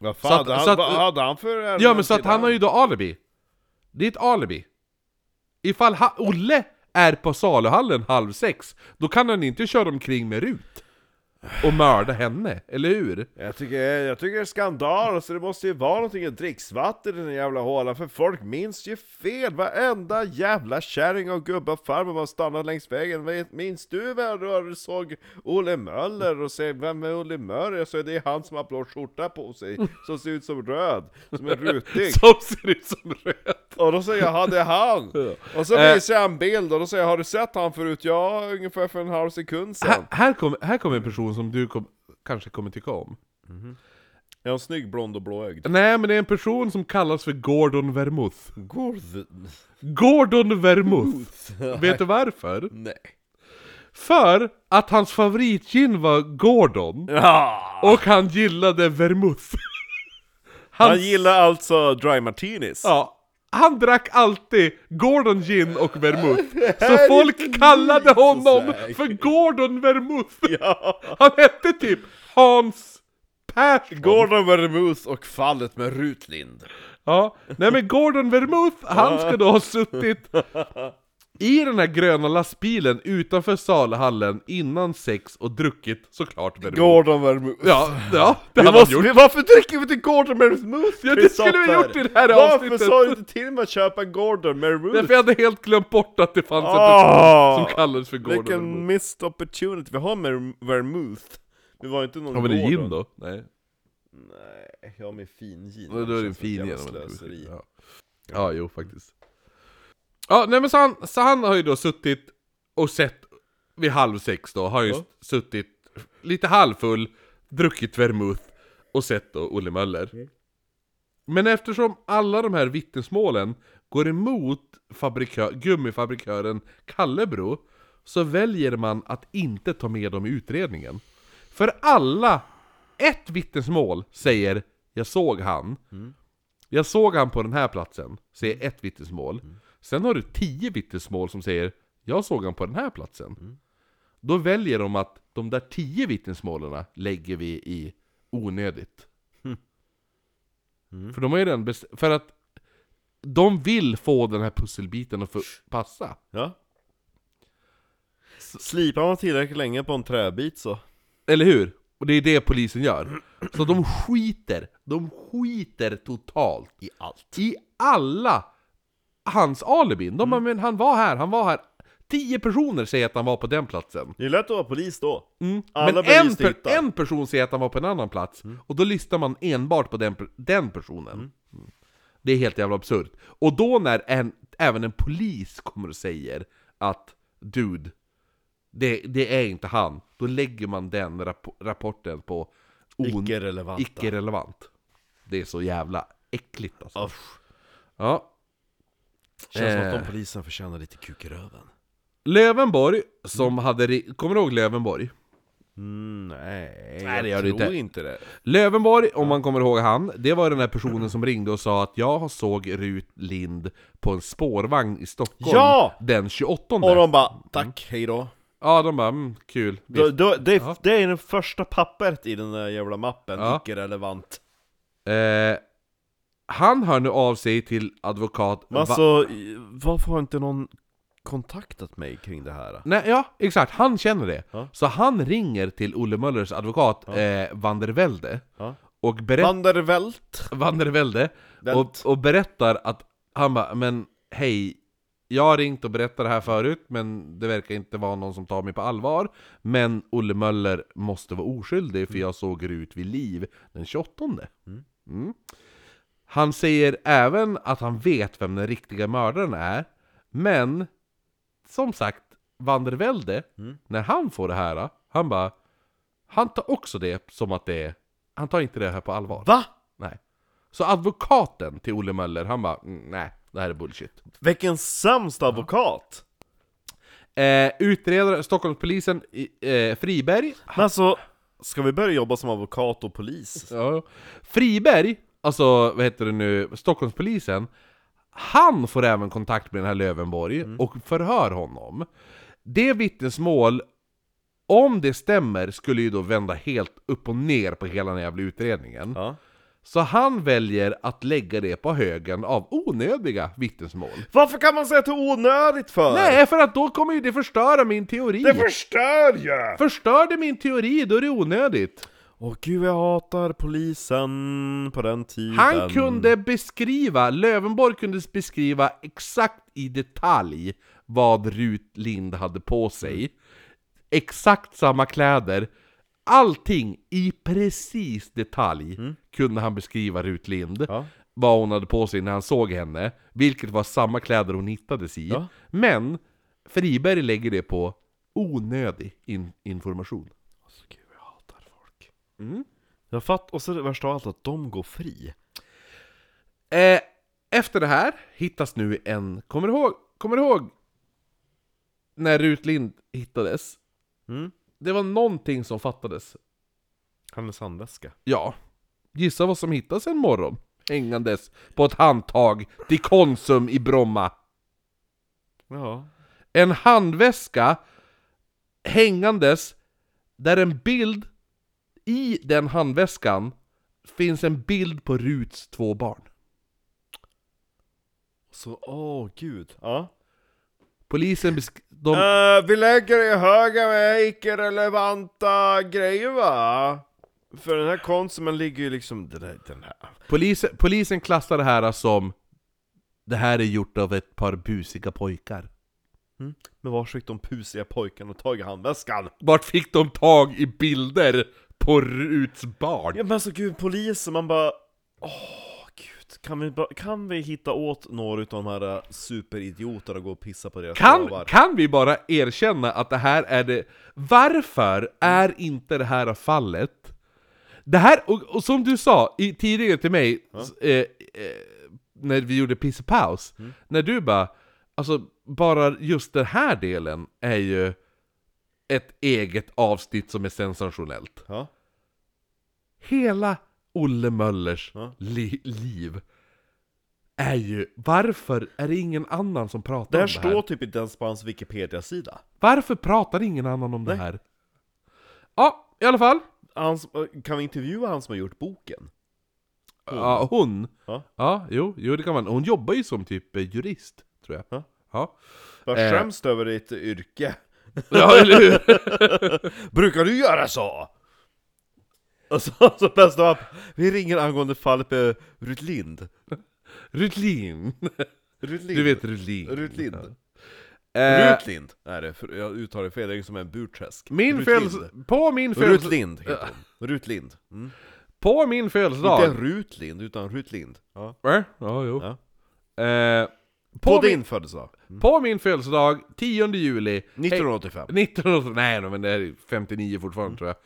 Vad Så fan, att- hade, han, så att- vad hade han för Ja men så att han har ju då alibi. Det är ett alibi. Ifall ha, Olle är på saluhallen halv sex, då kan han inte köra omkring med Rut. Och mörda henne, eller hur? Jag tycker, jag tycker det är skandal, alltså det måste ju vara någonting i dricksvatten i den jävla hålan, för folk minns ju fel! Varenda jävla kärring och gubbe och farbror man stannar längs vägen, Vet- minns du väl då du såg Olle Möller och säger 'Vem är Olle Möller?' Så är det han som har blå skjorta på sig, som ser ut som röd, som är rutig. Som ser ut som röd. Och då säger jag 'Ja det är han!' Och så Eh. visar jag en bild och då säger jag 'Har du sett han förut?' Ja, ungefär för en halv sekund Här, sedan. här kommer här kommer en person som du kom, kanske kommer tycka om. Är han snygg, blond och blåögd? Nej men det är en person som kallas för Gordon Vermouth. Gordon? Gordon Vermouth. Vet du varför? Nej. För att hans favoritgin var Gordon Ja. och han gillade vermouth. Han, Han, gillar alltså dry martinis? ja, Han drack alltid Gordon gin och vermouth. Så folk kallade honom säkert. för Gordon vermouth. Ja! Han hette typ Hans Persson. Gordon Vermouth och fallet med Rutlind. Ja, nej men Gordon Vermouth, han ska då ha suttit i den här gröna lastbilen utanför salhallen innan sex och druckit såklart vermouth. Gordon Vermouth. Ja, ja, det Vi hade han måste, gjort. vi, varför dricker vi inte Gordon Vermouth? Ja, det skulle vi ha gjort i det här Varför avsnittet. sa du inte till mig att köpa Gordon Därför Vermouth? jag hade helt glömt bort att det fanns en person Ah, som kallades för Gordon vilken Vermouth. missed opportunity. Vi har med Vermouth. Vi var ju inte någon Ja men det är Gordon. gin då? Nej. Nej, jag har med fin gin. Ja, då är det känns som en ett fin jävla genom en slöseri. Ja. ja, jo faktiskt. Ja, nej men så han, så han har ju då suttit och sett vid halv sex då, har ju Ja. suttit lite halvfull, druckit vermouth och sett då Olle Möller. Mm. Men eftersom alla de här vittnesmålen går emot fabrikö- gummifabrikören Kallebro så väljer man att inte ta med dem i utredningen. För alla, ett vittnesmål säger 'Jag såg han' Jag såg han på den här platsen, säger ett vittnesmål. Sen har du tio vittnesmål som säger Jag såg han på den här platsen. Då väljer de att de där tio vittnesmålen lägger vi i onödigt. För de har ju den bes- för att de vill få den här pusselbiten att få passa. Ja. Slipar man tillräckligt länge på en träbit så... Eller hur? Och det är det polisen gör. Så de skiter, de skiter totalt i allt. I alla hans alibin. De bara, Mm. men han var här, han var här. Tio personer säger att han var på den platsen. Det är lätt att vara polis då. Mm. Alla Mm. Men en, bevis du per, hittar. en person säger att han var på en annan plats, Mm. och då listar man enbart på den, per- den personen. Mm. Det är helt jävla absurt. Och då när en, även en polis kommer och säger att ”Dude, det, det är inte han”, då lägger man den rapp- rapporten på on- Icke-relevanta. icke-relevant. Det är så jävla äckligt alltså. Usch. Ja. Känns som att Eh. de polisen förtjänar lite kuk i röven. Lövenborg, som hade... ri- Kommer du ihåg Lövenborg? Mm, nej, Nej, det gör jag du tror inte. inte det. Lövenborg, om man kommer ihåg han, det var den där personen som ringde och sa att jag såg Rut Lind på en spårvagn i Stockholm Ja! den 28 Och de bara, tack, hej då. Ja, de bara mm, kul. Då, Visst. då, det, Mm. Ja. det är det första pappret i den där jävla mappen, Ja. icke-relevant. Eh, han hör nu av sig till advokat... Men Va- alltså, i- varför har inte någon kontaktat mig kring det här? Nej, ja, exakt. Han känner det. Ja. Så han ringer till Olle Möllers advokat, eh, Vandervelde, Ja. och berättar... Van der Welt? Vandervelde, och, Vält. och berättar att han bara, men hej, jag har ringt och berättat det här förut, men det verkar inte vara någon som tar mig på allvar. Men Olle Möller måste vara oskyldig, för jag såg Rut vid liv den 28. Mm. Han säger även att han vet vem den riktiga mördaren är, men som sagt, Vandervelde, när han får det här, han bara, han tar också det som att det är, han tar inte det här på allvar. Va? Nej. Så advokaten till Olle Möller, han bara "Mm, nej, det här är bullshit. Vilken sämst advokat! Eh, utredare, Stockholmspolisen, i- eh, Friberg. Men alltså, ska vi börja jobba som advokat och polis? Ja. Friberg, alltså vad heter det nu, Stockholmspolisen. Han får även kontakt med den här Lövenborg och förhör honom. Det vittnesmål, om det stämmer, skulle ju då vända helt upp och ner på hela den här jävla utredningen. Ja. Så han väljer att lägga det på högen av onödiga vittnesmål. Varför kan man säga att det är onödigt för? Nej, för att då kommer ju det förstöra min teori! Det förstör ju! Förstör det min teori, då är det onödigt! Åh gud, jag hatar polisen på den tiden. Han kunde beskriva, Lövenborg kunde beskriva exakt i detalj vad Rut Lind hade på sig. Exakt samma kläder. Allting i precis detalj kunde han beskriva Rut Lind. Mm. Ja. Vad hon hade på sig när han såg henne. Vilket var samma kläder hon hittades i. Ja. Men Friberg lägger det på onödig in- information. Alltså, gud, jag hatar folk. Jag fattar, och så är det värsta av allt att de går fri. Eh, efter det här hittas nu en... Kommer du ihåg, kommer du ihåg när Rut Lind hittades? Mm. Det var någonting som fattades. Hennes handväska. Ja. Gissa vad som hittas en morgon? hängandes på ett handtag till Konsum i Bromma. Ja. En handväska hängandes där en bild i den handväskan finns en bild på Ruts två barn. Så, åh gud. Ja. Polisen besk- de, Eh, vi lägger i högen med icke-relevanta grejer va? För den här konsumen ligger ju liksom... Den här, den här. polisen, polisen klassar det här som Det här är gjort av ett par busiga pojkar. Men var fick de pusiga pojkarna tag i handväskan? Vart fick de tag i bilder på Ruts barn? Ja men alltså gud, polisen, man bara... Åh gud, kan vi, bara, kan vi hitta åt några utav de här eh, superidioterna och gå och pissa på deras Kan, gravar? kan vi bara erkänna att det här är det... Varför är inte det här fallet? Det här, och, och som du sa i, tidigare till mig, s- eh, eh, när vi gjorde pissepaus, Mm. när du bara Alltså, bara just den här delen är ju ett eget avsnitt som är sensationellt. Ja. Hela Olle Möllers Ja. li, liv är ju... Varför är det ingen annan som pratar Det här om det här? står typ inte ens på hans Wikipedia-sida. Varför pratar ingen annan om Nej. det här? Ja, i alla fall. Han som- eh, Kan vi intervjua han som har gjort boken? Ja, hon. Ja. ja jo, jo, det kan man. Hon jobbar ju som typ eh, jurist, tror jag. Ja. Ja, Vad Eh. skäms du över ditt yrke? ja eller hur? Brukar du göra så? Och så, så bästa upp. Vi ringer angående fallet med Rutlind. Rutlin. Rutlind. Du vet Rutlin. Rutlind. Eh, Rutlind. Nej, det är för, jag uttalar det fel. Det är som en burträsk. min Rutlind. födels- på min födels- Rutlind heter hon. Rutlind. Mm. På min födelsedag... Inte Rutlind, utan Rutlind. Ja. Eh, Ja, jo. Ja. Eh, På, på, din min, födelsedag. Mm. på min födelsedag, 10 juli... 1985. 19... Nej, men det är 59 fortfarande, tror jag.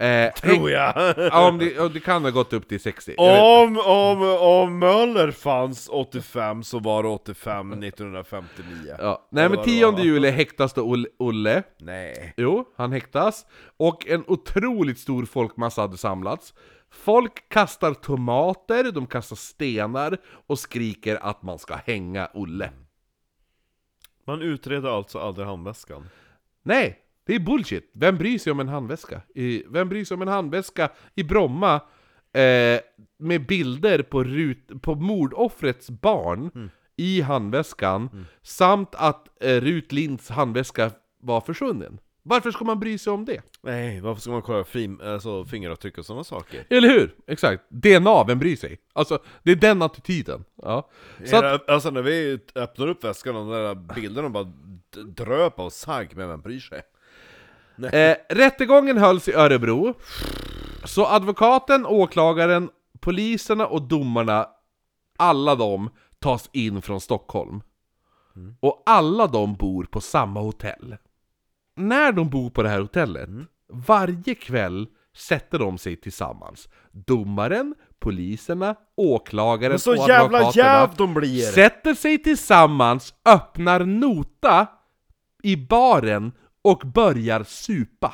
Eh, Mm. Tror jag. Ja, om det, ja, det kan ha gått upp till 60. jag vet Om, om, om Möller fanns 85 så var det 85 1959. Ja. Nej men vad det 10 var. juli häktas då Olle- Olle. Nej. Jo, han häktas. Och en otroligt stor folkmassa hade samlats. Folk kastar tomater, de kastar stenar och skriker att man ska hänga Olle. Man utreder alltså aldrig handväskan. Nej, det är bullshit. Vem bryr sig om en handväska? I, vem bryr sig om en handväska i Bromma eh, med bilder på, Rut, på mordoffrets barn i handväskan samt att eh, Rut Linds handväska var försvunnen? Varför ska man bry sig om det? Nej, varför ska man kolla frim, alltså, fingeravtryck och sådana saker? Eller hur? Exakt. DNA, vem bryr sig? Alltså, det är den attityden. Ja. Så att, Era- Alltså när vi öppnar upp väskan och de där bilderna bara d- dröp av sagg, men vem bryr sig? Eh, rättegången hölls i Örebro, så advokaten, åklagaren, poliserna och domarna, alla de tas in från Stockholm. Mm. Och alla de bor på samma hotell. När de bor på det här hotellet, Mm. varje kväll sätter de sig tillsammans. Domaren, poliserna, åklagaren Men så och jävla advokaterna jäv de blir! sätter sig tillsammans, öppnar nota i baren och börjar supa.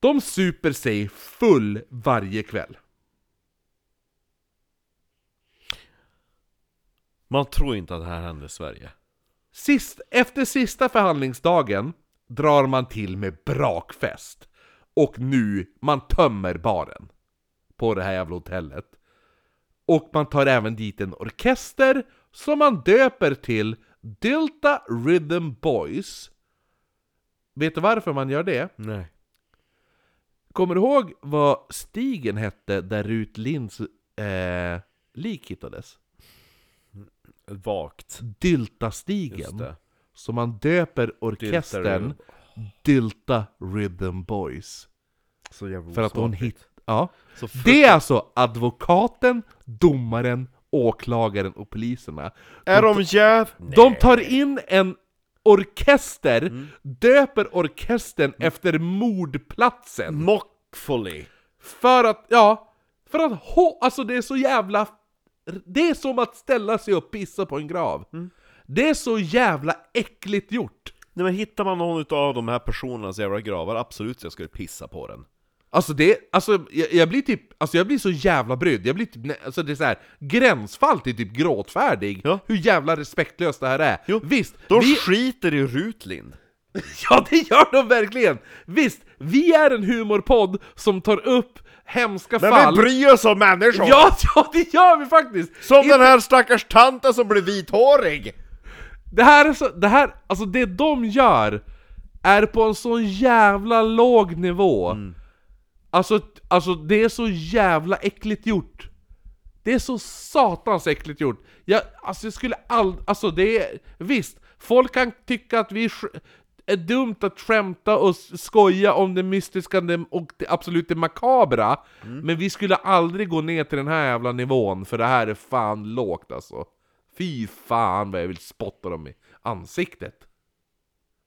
De super sig full varje kväll. Man tror inte att det här händer i Sverige. Sist, efter sista förhandlingsdagen drar man till med brakfest. Och nu, man tömmer baren. På det här jävla hotellet. Och man tar även dit en orkester som man döper till Delta Rhythm Boys. Vet du varför man gör det? Nej. Kommer du ihåg vad stigen hette där Rut Linds eh, lik hittades? Vagt. Just Dyltastigen. det. Så man döper orkestern Dylta- Delta Rhythm Boys. Så jävla För att hon osmakligt. hit... Ja. Så Det är alltså advokaten, domaren, åklagaren och poliserna. Är de Mm. jäv... De tar in en orkester, döper orkestern Mm. efter mordplatsen. Mockfully! För att, ja, för att hå... Alltså det är så jävla... Det är som att ställa sig och pissa på en grav. Mm. Det är så jävla äckligt gjort. Nej men hittar man någon utav de här personernas jävla gravar, absolut jag skulle pissa på den. Alltså det, alltså jag, jag blir typ, alltså jag blir så jävla brydd, jag blir typ, nä- alltså det är så här, gränsfall till typ gråtfärdig, Ja. hur jävla respektlöst det här är. Jo, Visst, De vi, skiter i Rutlind! ja det gör de verkligen! Visst, vi är en humorpodd som tar upp hemska Men fall. vi bryr oss om människor! ja, ja, det gör vi faktiskt! Som den här stackars tanten som blev vithårig! Det här är så, det här, alltså det de gör är på en sån jävla låg nivå. Mm. Alltså, alltså det är så jävla äckligt gjort. Det är så satans äckligt gjort. Jag, alltså jag skulle aldrig, alltså det är, visst, folk kan tycka att vi är sk- är dumt att skämta och s- skoja om det mystiska det- och det absolut det makabra, men vi skulle aldrig gå ner till den här jävla nivån, för det här är fan lågt alltså. Fy fan vad jag vill spotta dem i ansiktet.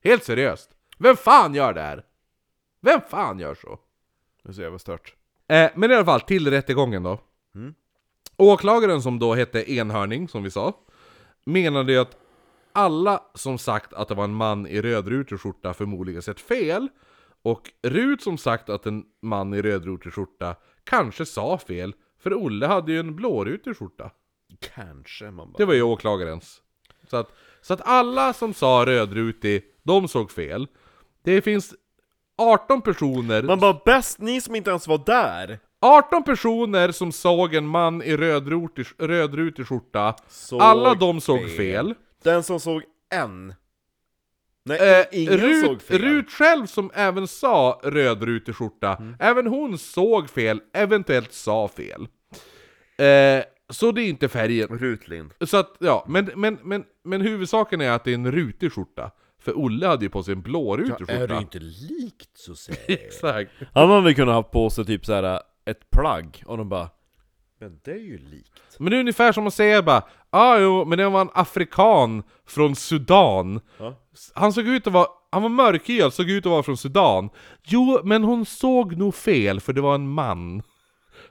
Helt seriöst. Vem fan gör det här? Vem fan gör så? Det är så jävla stört. Eh, men i alla fall, till rättegången då. Åklagaren som då hette Enhörning, som vi sa, menade ju att alla som sagt att det var en man i rödrutig skjorta förmodligen sett fel, och Rut som sagt att en man i rödrutig skjorta kanske sa fel, för Olle hade ju en blårutig skjorta. Kanske man bara... Det var ju åklagarens. Så att, så att alla som sa rödrutig, de såg fel. Det finns 18 personer Man bara, bäst ni som inte ens var där! 18 personer som såg en man i rödrutig rödrutig skjorta, Såg alla de såg fel. Den som såg en. Nej, Eh, ingen Rut, såg fel. Rut själv som även sa rödrutig skjorta, Mm. även hon såg fel, eventuellt sa fel. Eh, så det är inte färgen. Rutlind. Så att, ja, men, men, men, men huvudsaken är att det är en rutig skjorta. För Olle hade ju på sig en blårutig skjorta. inte likt så Exakt. Han hade väl kunnat ha på sig typ så här ett plagg, och de bara... Men det är ju likt. Men det är ungefär som att säga bara ah, jo, men det var en afrikan från Sudan Ja. Han såg ut att vara, han var mörkhyad, såg ut att vara från Sudan Jo, men hon såg nog fel för det var en man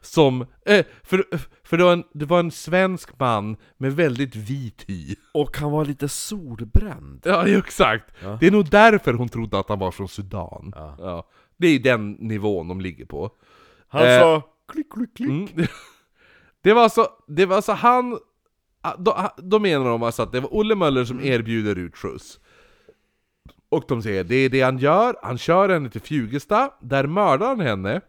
Som, eh, för, för det, var en, det var en svensk man med väldigt vit hy Och han var lite solbränd. Ja, ju exakt! Det är nog därför hon trodde att han var från Sudan Ja. Det är den nivån de ligger på Han Eh, sa... Klick, klick, klick. Mm. Det var alltså, det var alltså han... ah, Då, ah, då menar de alltså att det var Olle Möller som Mm. erbjuder ut skjuts. Och de säger det är det han gör, han kör henne till Fjugesta, där mördar han henne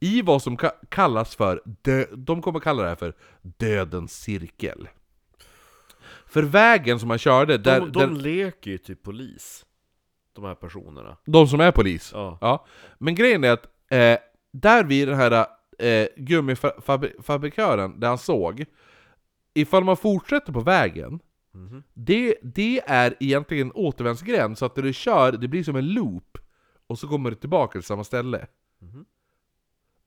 i vad som ka- kallas för, dö- de kommer kalla det här för dödens cirkel. För vägen som han körde, där, De, de den, leker ju typ polis. De här personerna. de som är polis, Ja. Ja, men grejen är att eh, där vid den här eh, gummifabrikören, där han såg, ifall man fortsätter på vägen, Mhm. det, det är egentligen en återvändsgränd, så att när du kör, det blir som en loop, och så kommer du tillbaka till samma ställe. Mhm.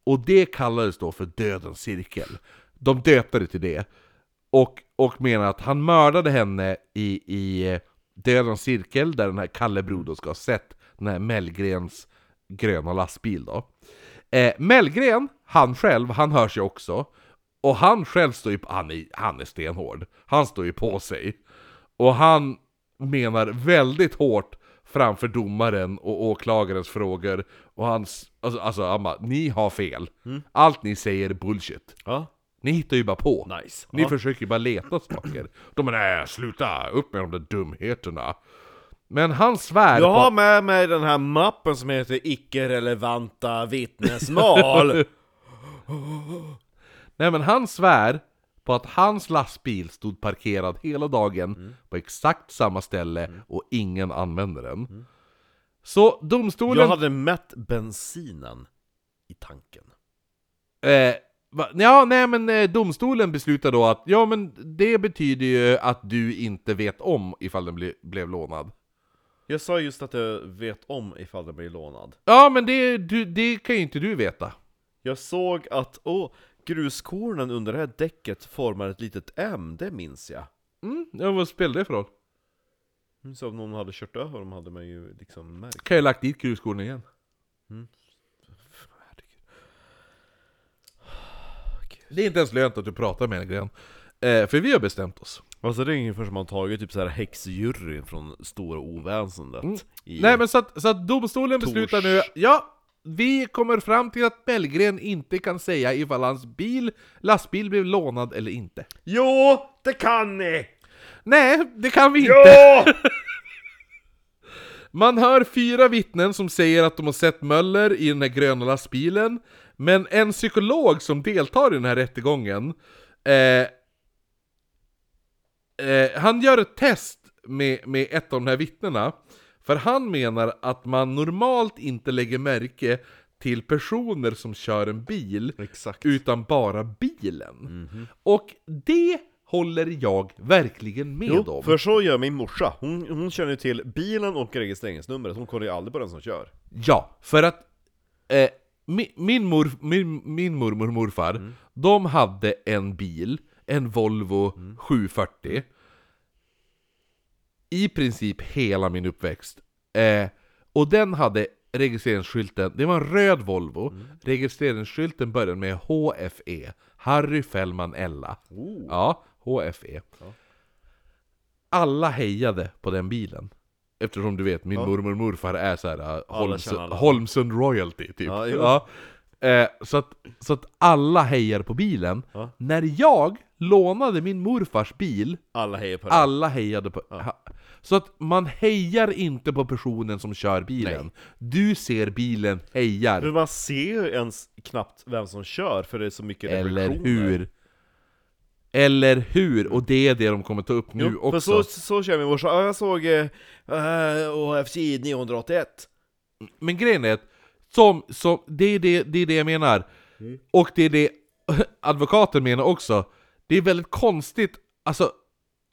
Och det kallades då för dödens cirkel. De döpte det till det. Och, och menar att han mördade henne i, i eh, Dödens cirkel, där den här Kalle Brodo ska ha sett den här Mellgrens gröna lastbil då. Eh, Mellgren, han själv, han hörs ju också. Och han själv står ju, han är, han är stenhård. Han står ju på sig. Och han menar väldigt hårt framför domaren och åklagarens frågor. Och han, s- alltså, alltså han bara, ni har fel. Allt ni säger är bullshit. Ja, Ni hittar ju bara på. nice. Ni ja. försöker ju bara leta saker. De bara nej, sluta, upp med de där dumheterna. Men han svär Jag har på... med mig den här mappen som heter Icke-relevanta vittnesmål. Nej men han svär på att hans lastbil stod parkerad hela dagen på exakt samma ställe och ingen använde den. Så Jag domstolen... hade mätt bensinen i tanken. Eh, va, ja, nej men eh, domstolen beslutar då att ja men det betyder ju att du inte vet om ifall den ble, blev lånad. Jag sa just att jag vet om ifall den blir lånad. Ja men det, du, det kan ju inte du veta. Jag såg att, åh, gruskornen under det här däcket formar ett litet M, det minns jag. Mm, ja, vad spelar det för roll? Så om någon hade kört över dem hade man ju liksom märkt. Kan jag lagt dit gruskornen igen? Mm. Det är inte ens lönt att du pratar med Gren. Eh, för vi har bestämt oss. Alltså det är ingen förrän man tagit typ så här häxjuryn från Stora Oväsendet. I... Nej men så att, så att domstolen beslutar nu, ja, Vi kommer fram till att Bellgren inte kan säga ifall hans bil, lastbil blev lånad eller inte. Jo, det kan ni! Nej, det kan vi inte! Jo! Man hör fyra vittnen som säger att de har sett Möller i den här gröna lastbilen Men en psykolog som deltar i den här rättegången eh, eh, Han gör ett test med, med ett av de här vittnena För han menar att man normalt inte lägger märke till personer som kör en bil Exakt. utan bara bilen. Mhm. Och det håller jag verkligen med Jo, om. för så gör min morsa. Hon, hon känner ju till bilen och registreringsnumret, hon kollar ju aldrig på den som kör. Ja, för att eh, min, min, mor, min, min mormor och morfar, Mm. de hade en bil, en Volvo Mm. 740 I princip hela min uppväxt eh, Och den hade registreringsskylten, det var en röd Volvo Mm. Registreringsskylten började med HFE Harry Fällman Ella Oh. Ja, HFE Alla hejade på den bilen Eftersom du vet, min mormor och morfar är så här eh, Holms, känner alla. Holmsund Royalty typ Ja, jo. ja. Eh, så, att, så att alla hejar på bilen Ja. När jag lånade min morfars bil Alla hejar på den. alla hejade på... Ha, så att man hejar inte på personen som kör bilen. Du ser bilen, hejar. Men man ser ju ens knappt vem som kör, för det är så mycket Eller reflektioner. hur? Eller hur? Och det är det de kommer ta upp nu Jo, för så, också. så kör min morsa. Ja, jag såg eh, eh, OFC 981. Men grejen är att som, som, det, är det, det är det jag menar. Mm. Och det är det advokaten menar också. Det är väldigt konstigt, alltså,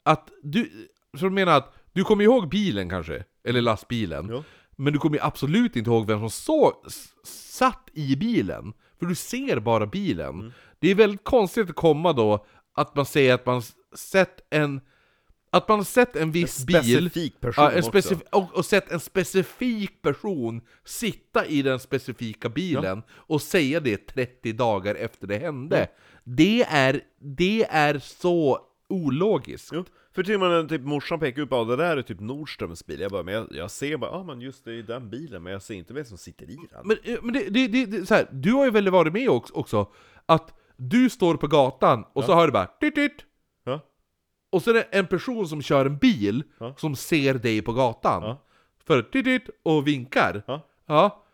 att du... Så de menar att du kommer ihåg bilen kanske, eller lastbilen. Ja. Men du kommer ju absolut inte ihåg vem som så, s- satt i bilen. För du ser bara bilen. Mm. Det är väldigt konstigt att komma då, att man säger att man s- sett en... Att man sett en viss bil... Specifik person Ja, en också. specif- och, och sett en specifik person sitta i den specifika bilen och säga det 30 dagar efter det hände. Det, är, det är så ologiskt. Jo, för till och med när typ morsan pekar upp, ja det där är typ Nordströms bil, jag bara, men jag, jag ser bara, ja ah, men just det, är den bilen, men jag ser inte vem som sitter i den. Men, eh, men det, det, det, det, så här, du har ju väl varit med också, också att du står på gatan och så hör du bara tyt, tyt, Ja. och så är det en person som kör en bil Ja. som ser dig på gatan. Ja. För tyt, tyt, och vinkar. Ja. Ja.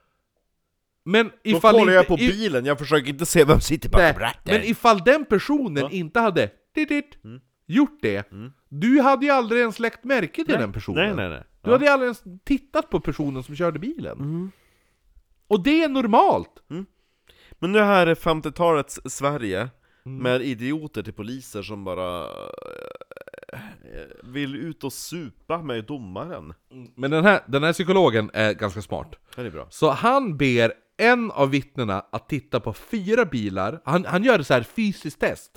Men Då ifall kollar jag inte- på i- bilen, jag försöker inte se vem som sitter bakom Nej, ratten. men ifall den personen Ja. Mm. inte hade dit, dit, gjort det, du hade ju aldrig ens lagt märke till den personen. nej, nej, nej. Du hade ju aldrig ens tittat på personen som körde bilen. Mm. Och det är normalt! Men det här är 50-talets Sverige, Mm. med idioter till poliser som bara eh, vill ut och supa med domaren. Men den här, den här psykologen är ganska smart. Det är bra. Så han ber en av vittnena att titta på fyra bilar, han, han gör så här fysiskt test.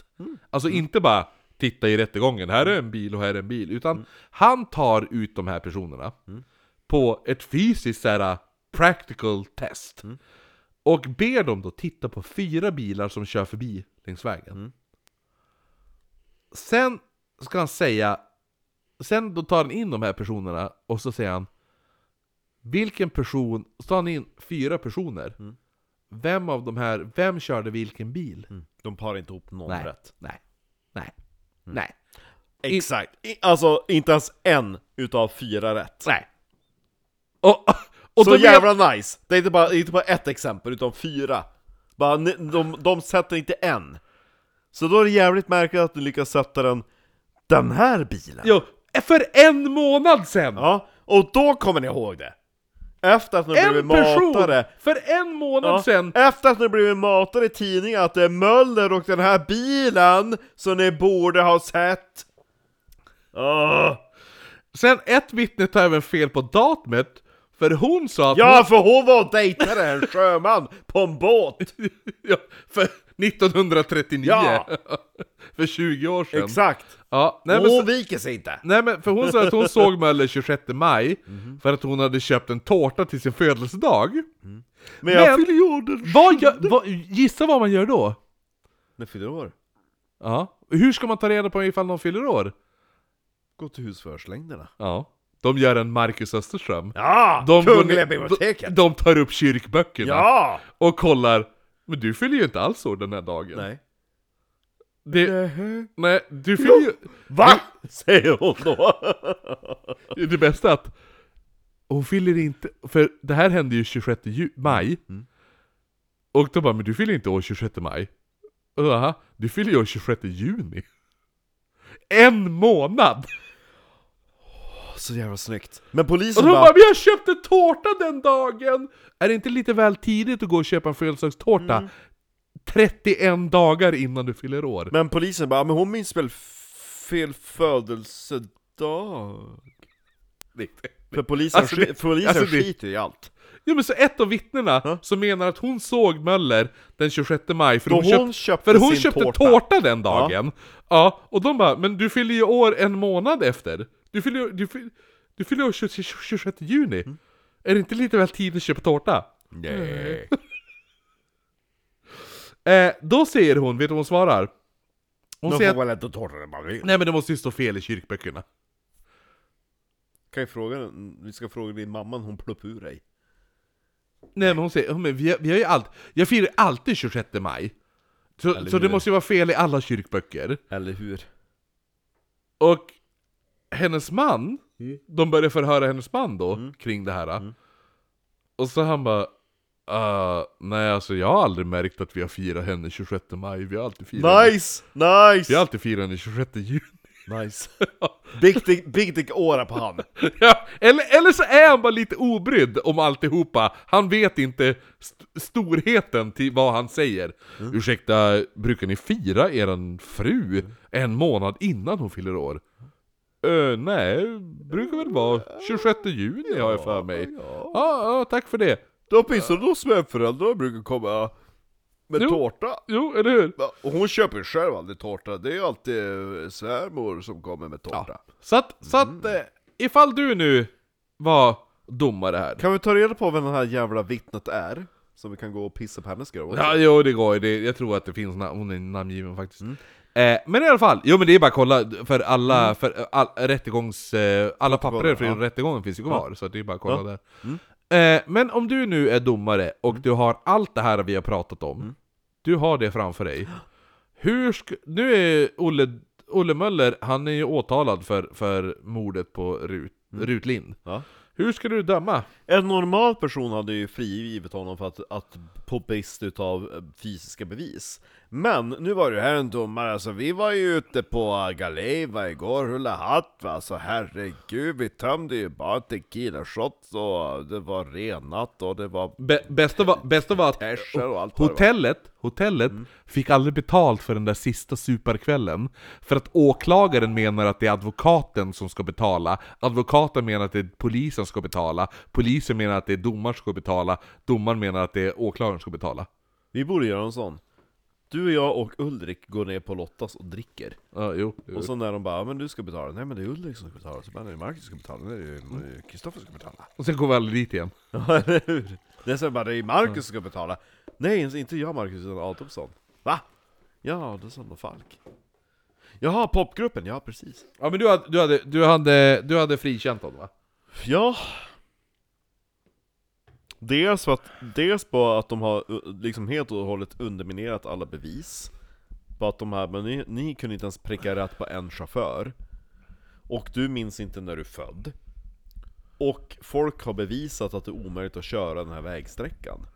Alltså inte bara titta i rättegången, här är en bil och här är en bil. Utan han tar ut de här personerna på ett fysiskt så här, uh, practical test. Och ber dem då titta på fyra bilar som kör förbi längs vägen. Sen ska han säga, sen då tar han in de här personerna och så säger han vilken person, så tar han in fyra personer. Vem av de här, vem körde vilken bil? Mm. De parar inte ihop någon Nej. rätt. Mm. Nej. Nej. Nej. Exakt. I, alltså, inte ens en utav fyra rätt. Nej. Och, och så då vet- jävla nice! Det är inte bara, inte bara ett exempel, utan fyra. Bara, ne- de, de sätter inte en. Så då är det jävligt märkligt att ni lyckas sätta den, den här bilen. Jo, för en månad sen! Ja, och då kommer ni ihåg det! Efter att ni har en blivit person! matade. För en månad Ja, sen! efter att ni har blivit matade i tidningen att det är Möller och den här bilen som ni borde ha sett. Åh. Sen ett vittne tar även fel på datumet, för hon sa att Ja, för hon var och dejtade en sjöman på en båt! hon, ja, för 1939! Ja. för 20 år sedan. Exakt! Ja, nej, men hon så, viker sig inte! Nej men för hon sa att hon såg Möller 26 maj Mhm. För att hon hade köpt en tårta till sin födelsedag Men jag Men- fyller ju år den... vad gör, vad, Gissa vad man gör då? När fyller år? Ja Hur ska man ta reda på ifall någon fyller år? Gå till husförhörslängderna. Ja De gör en Marcus Österström. Ja! De går Kungliga ner- biblioteket! De, de tar upp kyrkböckerna ja! och kollar. Men du fyller ju inte alls år den här dagen. Nej. Det, nej, du fyller ju... Va? Säger hon då. Det bästa är att hon fyller inte, för det här hände ju 26 ju, maj. Mm, Och de bara 'Men du fyller inte år 26 maj' Och jag, Aha, du fyller ju år 26 juni. En månad! Så jävla snyggt. Men polisen Och de bara... bara 'Vi har köpt en tårta den dagen!' Är det inte lite väl tidigt att gå och köpa en födelsedagstårta Mm. 31 dagar innan du fyller år? Men polisen bara, men hon minns väl fel födelsedag? För polisen, Alltså, det- sk- polisen alltså, det- skiter i allt. Jo men så ett av vittnena som menar att hon såg Möller den 26 maj för Då hon, hon köpte för hon sin köpte tårta. tårta. den dagen. Ja. och de bara 'Men du fyller ju år en månad efter. Du fyller ju- du fyller, du fyller år 20 26 juni. Mm. Är det inte lite väl tidigt att köpa tårta?' Nej. Eh, då säger hon, vet du vad hon svarar? Hon De säger får att, väl äta tårta när man vill. Nej men det måste ju stå fel i kyrkböckerna. Kan ju fråga, vi ska fråga din mamma om hon ploppar ur dig. Nej men hon säger, "Ja, men vi, har- vi har ju allt, jag firar alltid 26 maj. Så, Eller så det hur? måste ju vara fel i alla kyrkböcker. Eller hur? Och hennes man, Mm. de börjar förhöra hennes man då kring det här. Och så han bara "Ah, nej alltså jag har aldrig märkt att vi har firat henne 26 maj, vi har alltid firat henne. Nice! Vi har Nice! alltid firat henne 26 juni. Nice. Big dick, big dick åra på han. ja, eller, eller så är han bara lite obrydd om alltihopa. Han vet inte st storheten till vad han säger. Ursäkta, brukar ni fira eran fru en månad innan hon fyller år? "Eh, nej, brukar väl vara 26 juni har jag för mig. Ja, ja, tack för det. Då pissar då svävföräldrar brukar komma med Jo. tårta. Jo, eller hur? Ja, Och hon köper ju själv aldrig tårta, det är ju alltid eh, svärmor som kommer med tårta. Så att, så Mm. att eh, ifall du nu var domare här. Kan vi ta reda på vem det här jävla vittnet är? Så vi kan gå och pissa på hennes grav också. Ja, jo det går ju. Det- Jag tror att det finns namn, hon är namngiven faktiskt. Mm. Eh, men i alla fall, jo men det är bara att kolla, för alla, för eh, all, rättegångs, eh, alla papper från rättegången finns ju kvar, så det är bara att kolla där. Mm. Eh, men om du nu är domare och du har allt det här vi har pratat om, Mm. du har det framför dig. Hur sk- nu är Olle, Olle Möller, han är ju åtalad för, för mordet på Rut, Rut Lind. Mm. Ja. Hur ska du döma? En normal person hade ju frigivit honom för att, att på brist utav eh, fysiska bevis. Men nu var det här en domare, alltså vi var ju ute på eh, Galeva igår, rulla hatt va, alltså herregud, vi tömde ju bara tequila shots och det var renat och det var Bä- Bästa var, bästa var Mm. att Äscher och allt vad det hotellet, hotellet fick aldrig betalt för den där sista superkvällen. För att åklagaren menar att det är advokaten som ska betala, advokaten menar att det är polisen som ska betala, polisen menar att det är domaren som ska betala, domaren menar att det är åklagaren som ska betala. Vi borde göra en sån. Du och jag och Ulrik går ner på Lottas och dricker. Ja, jo. Och så när de bara "Ja, men du ska betala, nej men det är Ulrik som ska betala, så bara nej Marcus ska betala, nej det är Kristoffer som ska betala. Och sen går vi aldrig dit igen. Ja eller hur? Det är så bara, det är Marcus som ska betala. Nej, inte jag Marcus utan Adolfsson. Va? Ja, då sa de Falk. Jaha, popgruppen, ja precis. Ja men du hade, du hade, du hade, du hade frikänt honom va? Ja. Dels, för att, dels på att de har uh, liksom helt och hållet underminerat alla bevis. På att de här, men ni, ni kunde inte ens pricka rätt på en chaufför. Och du minns inte när du är född. Och folk har bevisat att det är omöjligt att köra den här vägsträckan.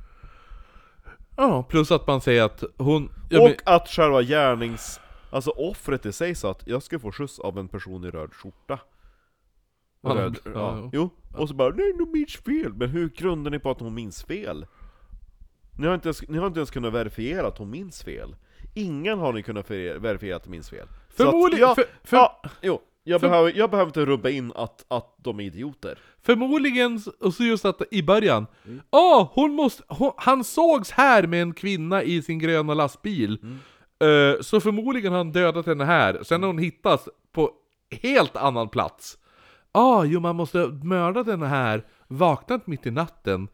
Ja, plus att man säger att hon... ja, Och men- att själva gärnings... Alltså offret i sig sa att jag ska få skjuts av en person i röd skjorta. Han- Röd, ja, ja, jo. Jo. Och så bara 'Nej, du minns fel' Men hur grundar ni på att hon minns fel? Ni har inte ens, ni har inte ens kunnat verifiera att hon minns fel. Ingen har ni kunnat ver- verifiera att hon minns fel. Så Förmodligen- Att, ja, för- för- ja, jo. Jag, för- behöver, jag behöver inte rubba in att, att de är idioter. Förmodligen, och så just att i början, Mm. åh, hon måste, hon, han sågs här med en kvinna i sin gröna lastbil. Mm. Eh, så förmodligen har han dödat henne här, sen när hon hittas på helt annan plats. Ah, jo man måste ha mördat henne här, vaknat mitt i natten,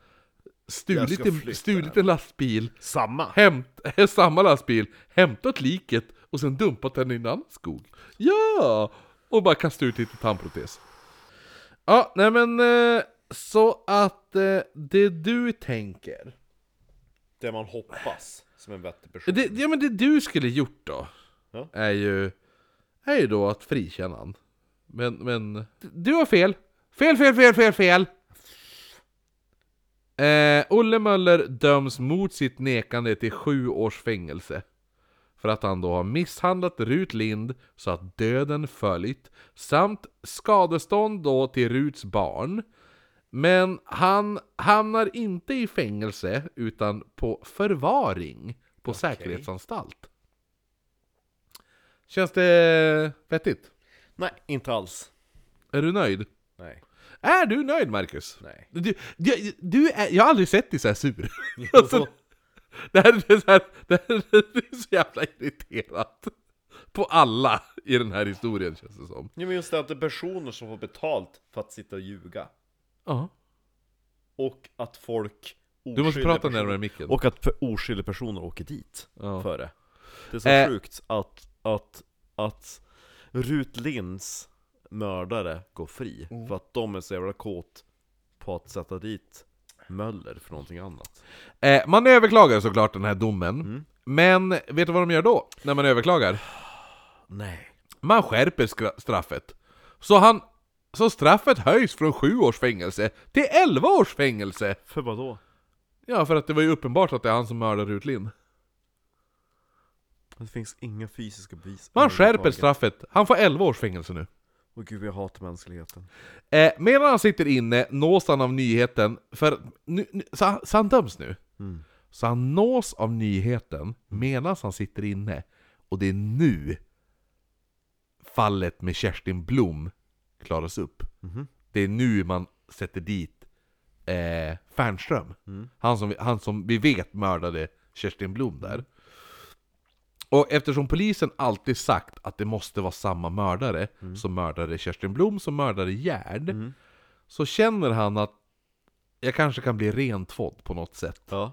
stulit, ska en, flytta stulit en lastbil, Samma. hämt, samma lastbil, hämtat liket och sen dumpat henne i en annan skog. Ja! Och bara kastat ut lite tandprotes. Ja, nej men eh, så att eh, det du tänker. Det man hoppas som en vettig person. Det, ja men det du skulle gjort då. Ja. Är ju, är ju då att frikänna han. Men, men. Du har fel. Fel, fel, fel, fel, fel! Eh, Olle Möller döms mot sitt nekande till sju års fängelse. För att han då har misshandlat Rut Lind så att döden följt. Samt skadestånd då till Ruts barn. Men han hamnar inte i fängelse utan på förvaring på säkerhetsanstalt. Känns det vettigt? Nej, inte alls. Är du nöjd? Nej, Är du nöjd Marcus? nej. Du, du, du är, jag har aldrig sett dig så här sur. Alltså, det, här, är så här, det här är så jävla irriterat. På alla i den här historien känns det som. Jo men just det att det är personer som får betalt för att sitta och ljuga. Ja. Och att folk Du måste oskyldiga prata personer- närmare micken. Och att för- oskyldiga personer åker dit Ja. för det. Det är så Eh. sjukt att, att, att Rut Linds mördare går fri. Mm. För att de är så jävla kåt på att sätta dit Möller för någonting annat. Eh, man överklagar såklart den här domen. Mm. Men vet du vad de gör då? När man överklagar? Nej. Man skärper skra- straffet. Så, han, så straffet höjs från 7 års fängelse till 11 års fängelse! För vad då? Ja, för att det var ju uppenbart att det är han som mördar Rut Lind. Det finns inga fysiska bevis. Man skärper överhuvudtaget. straffet. Han får 11 års fängelse nu. Åh gud, jag hatar mänskligheten. Eh, medan han sitter inne nås han av nyheten, för nu, nu, så, han, så han döms nu. Så han nås av nyheten medan han sitter inne. Och det är nu fallet med Kerstin Blom klaras upp. Det är nu man sätter dit eh, Fernström. Han, som, vi- han som vi vet mördade Kerstin Blom där. Och eftersom polisen alltid sagt att det måste vara samma mördare som mördade Kerstin Blom som mördade Gerd. Så känner han att jag kanske kan bli rentvådd på något sätt. Ja.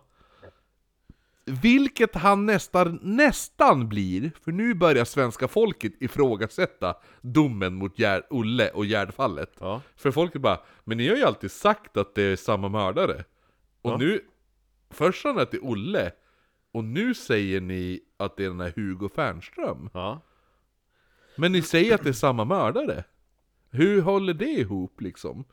Vilket han nästan, nästan blir, för nu börjar svenska folket ifrågasätta domen mot Gerd, Olle och Gerdfallet. Ja. För folket bara, men ni har ju alltid sagt att det är samma mördare. Och Ja. nu, först sa ni att det är Olle, och nu säger ni att det är den här Hugo Fernström. Ja. Men ni säger att det är samma mördare. Hur håller det ihop liksom?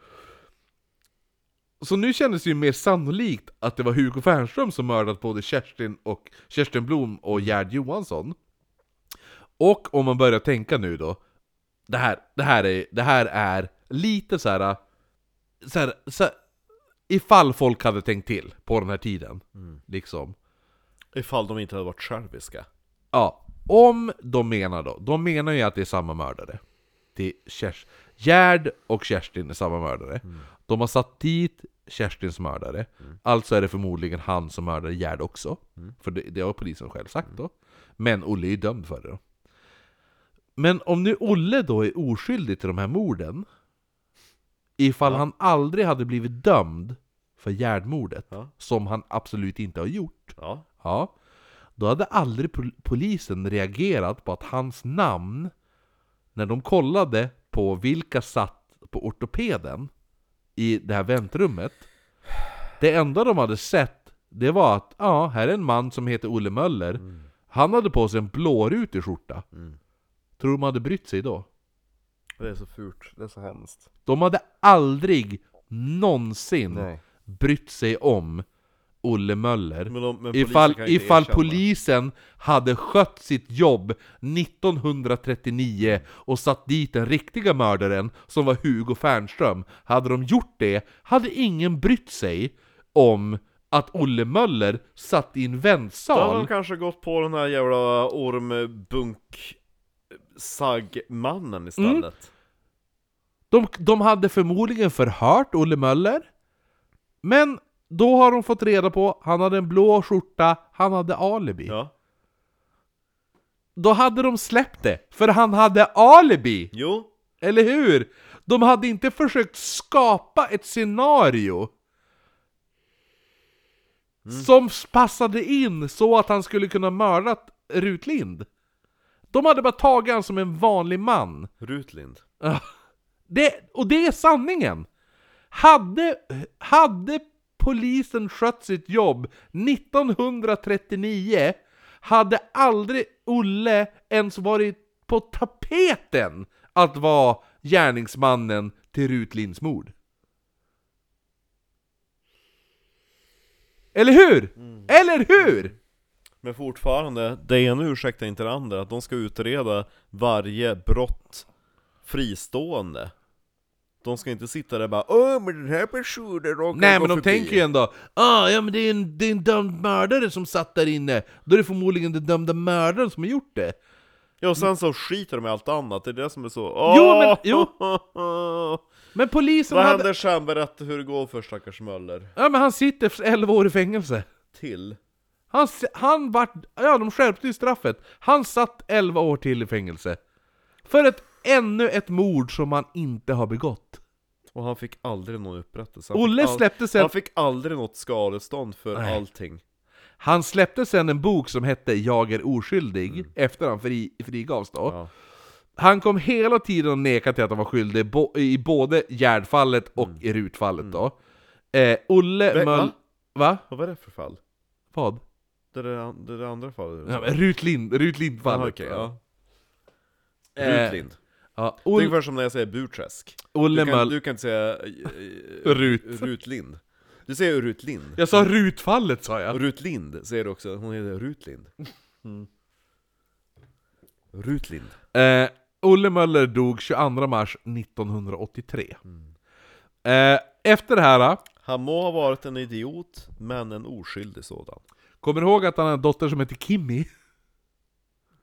Så nu kändes det ju mer sannolikt att det var Hugo Fernström som mördat både Kerstin, och, Kerstin Blom och Gerd Johansson. Och om man börjar tänka nu då, det här, det här, är, det här är lite så här, så här, så här ifall folk hade tänkt till på den här tiden. Liksom. Ifall de inte hade varit själviska. Ja, om de menar då, de menar ju att det är samma mördare. Det är Kerst- Gerd och Kerstin är samma mördare. De har satt dit Kerstins mördare. Alltså är det förmodligen han som mördade Gerd också. För det, det har polisen själv sagt då. Men Olle är ju dömd för det då. Men om nu Olle då är oskyldig till de här morden. Ifall han aldrig hade blivit dömd för Gerd-mordet. Ja. Som han absolut inte har gjort. Ja. Ja. Då hade aldrig pol- polisen reagerat på att hans namn, när de kollade på vilka satt på ortopeden i det här väntrummet, det enda de hade sett, det var att ja, här är en man som heter Olle Möller. Han hade på sig en blårutig skjorta. Tror du de hade brytt sig då? Det är så fult. Det är så hemskt. De hade aldrig någonsin Nej. brytt sig om Olle Möller Men de- men polisen ifall, kan ju inte ifall erkänna. polisen hade skött sitt jobb 1939 och satt dit den riktiga mördaren som var Hugo Fernström. Hade de gjort det hade ingen brytt sig om att Olle Möller satt i en Då hade väntsal. de kanske gått på den här jävla ormbunk Mm. sagmannen istället. De, de hade förmodligen förhört Olle Möller, men då har de fått reda på han hade en blå skjorta, han hade alibi. Ja. Då hade de släppt det, för han hade alibi! Jo. Eller hur? De hade inte försökt skapa ett scenario som passade in så att han skulle kunna mördat Rut Lind. De hade bara tagit han som en vanlig man. Rutlind. Det, och det är sanningen! Hade, hade polisen skött sitt jobb 1939 hade aldrig Olle ens varit på tapeten att vara gärningsmannen till Rut Linds mord. Eller hur? Mm. Eller hur? Men fortfarande, det ena ursäktar inte det andra, att de ska utreda varje brott fristående. De ska inte sitta där och bara Åh, men den här personen råkade Nej gå men de förbi." tänker ju ändå ah, ja men det är, en, det är en dömd mördare som satt där inne Då är det förmodligen den dömda mördaren som har gjort det Ja, och sen så skiter de i allt annat, det är det som är så Jo, men- jo. Åh! Men polisen Vad hade... händer sen? Berätta hur det går för stackars Möller Ja men han sitter för 11 år i fängelse Till Han, s- han vart... Ja de skärpte ju straffet Han satt 11 år till i fängelse För ett, ännu ett mord som han inte har begått Och han fick aldrig någon upprättelse Han Olle fick all- släppte sen, Han fick aldrig något skadestånd för Nej. allting han släppte sen en bok som hette 'Jag är oskyldig' efter han fri, frigavs då Mm. Ja. Han kom hela tiden och nekade till att han var skyldig bo- i både Gärdfallet och i Rutfallet då. Eh, Olle Mm. Vä- Möll... va? Va? Vad var det för fall? Vad? Det där, det där andra fallet? Ja, men Rut Lind, Rut Lindfallet. Jaha, okej, ja. Eh, Rutlind ja, Det är Olle, ungefär som när jag säger Burträsk Olle Du kan, Möll... du kan inte säga eh, Rut. Rutlind Du säger Rutlind Jag sa Rutfallet sa jag. Och Rutlind säger du också, hon heter Rutlind Mm. Rutlind Eh, Olle Möller dog 22 mars 1983. Eh, efter det här, Han må ha varit en idiot, men en oskyldig sådan kommer du ihåg att han har en dotter som heter Kimmy?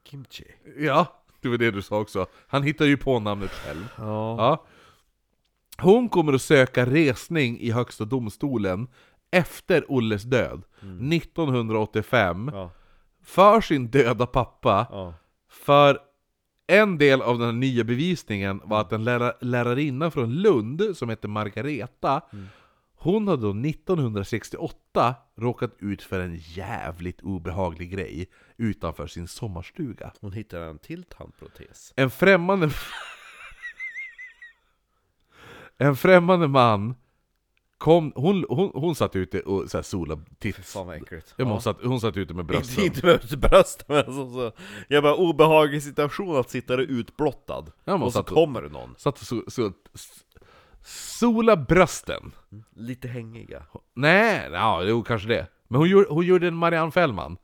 Kimchi Ja, det var det du sa också. Han hittar ju på namnet själv. Ja, Ja. Hon kommer att söka resning i Högsta domstolen efter Olles död 1985 ja, för sin döda pappa. ja. För en del av den här nya bevisningen var att en lära, lärarinna från Lund som hette Margareta Mm. Hon hade då 1968 råkat ut för en jävligt obehaglig grej utanför sin sommarstuga. Hon hittade en till tandprotes En främmande... en främmande man kom... Hon, hon, hon satt ute och så här solade tits. Fan vad äckligt Alltså. Ja, men Hon, satt, hon satt ute med Inte, brösten. inte med brösten men alltså, så. Jag bara, obehaglig situation att sitta där utblottad Ja, man Och så satt och- kommer det någon, Satt och sol, sol, s- sola brösten. lite hängiga Nej, ja, jo kanske det. Men hon, gjorde- hon gjorde en Marianne Fällman.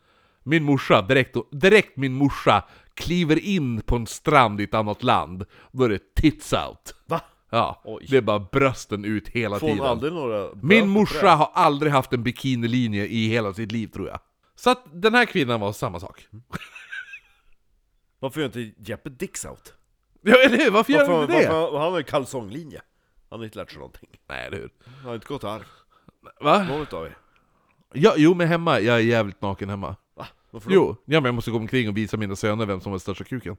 Min morsa, direkt, direkt min morsa, kliver in på en strand i ett annat land. Då är det tits out. Va? Ja, Oj. det är bara brösten ut hela Får hon tiden. aldrig några böter Min för morsa det? har aldrig haft en bikinilinje i hela sitt liv tror jag. Så att den här kvinnan var samma sak. Varför gör inte Jeppe Dix out? Ja eller hur, varför gör Varför, den inte det? varför, han har ju kalsonglinje Han har inte lärt sig någonting Nej eller hur. Han har inte gått arv, Va? någon utav er Ja, jo men hemma, jag är jävligt naken hemma. Va? Varför då? Jo, ja, men jag måste gå omkring och visa mina söner vem som har största kuken.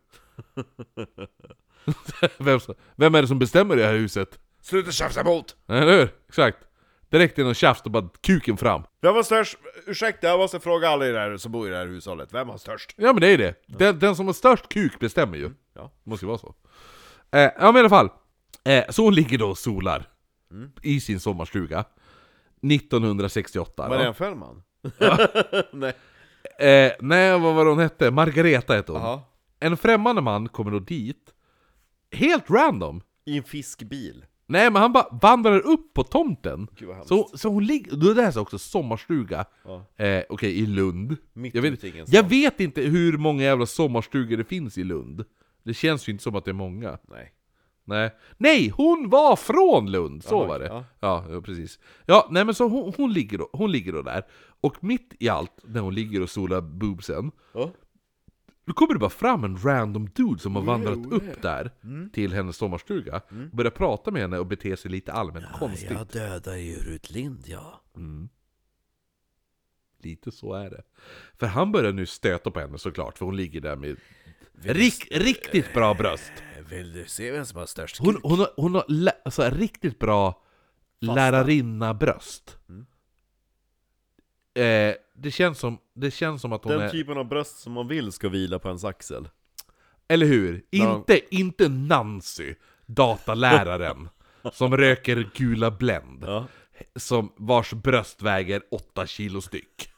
vem, som, vem är det som bestämmer i det här huset? Sluta tjafsa emot! Nej, Eller hur? Exakt. Direkt in och tjafs och bara kuken fram. Vem var störst? Ursäkta, jag måste fråga alla er här som bor i det här hushållet, vem var störst? Ja men det är det. Den, den som har störst kuk bestämmer ju. Ja. Måste ju vara så. Eh, ja men i alla fall. Eh, så hon ligger då och solar. I sin sommarstuga. 1968. Marianne Fällman? Nej. då. Eh, nej, vad var det hon hette? Margareta hette hon. Jaha. En främmande man kommer då dit. Helt random. I en fiskbil. Nej men han bara vandrar upp på tomten. Gud vad hemskt. Så, så hon ligger... Det där är också sommarstuga. Ja. Eh, Okej, i Lund. Mitt jag, vet, ute i ingenstans. jag vet inte hur många jävla sommarstugor det finns i Lund. Det känns ju inte som att det är många. Nej. Nej, nej hon var från Lund! Så Jaha, var det. ja. Ja. Ja, precis. Ja, nej men så hon, hon, ligger då, hon ligger då där. Och mitt i allt, när hon ligger och solar boobsen, Ja. då kommer det bara fram en random dude som har vandrat upp där Mm. till hennes sommarstuga, börjar prata med henne och beter sig lite allmänt konstigt. Mm. dödade ju Rut Lind ja. Lite så är det. För han börjar nu stöta på henne såklart, för hon ligger där med rik, riktigt bra bröst. Vill du se vem som har störst Hon, hon har, hon har lä, alltså, riktigt bra lärarinna-bröst. Eh, det, känns som, det känns som att hon Den är... typen av bröst som man vill ska vila på ens axel. Eller hur? När hon- Inte, inte Nancy. dataläraren som röker gula Blend. Ja. Som vars bröst väger 8 kilo styck.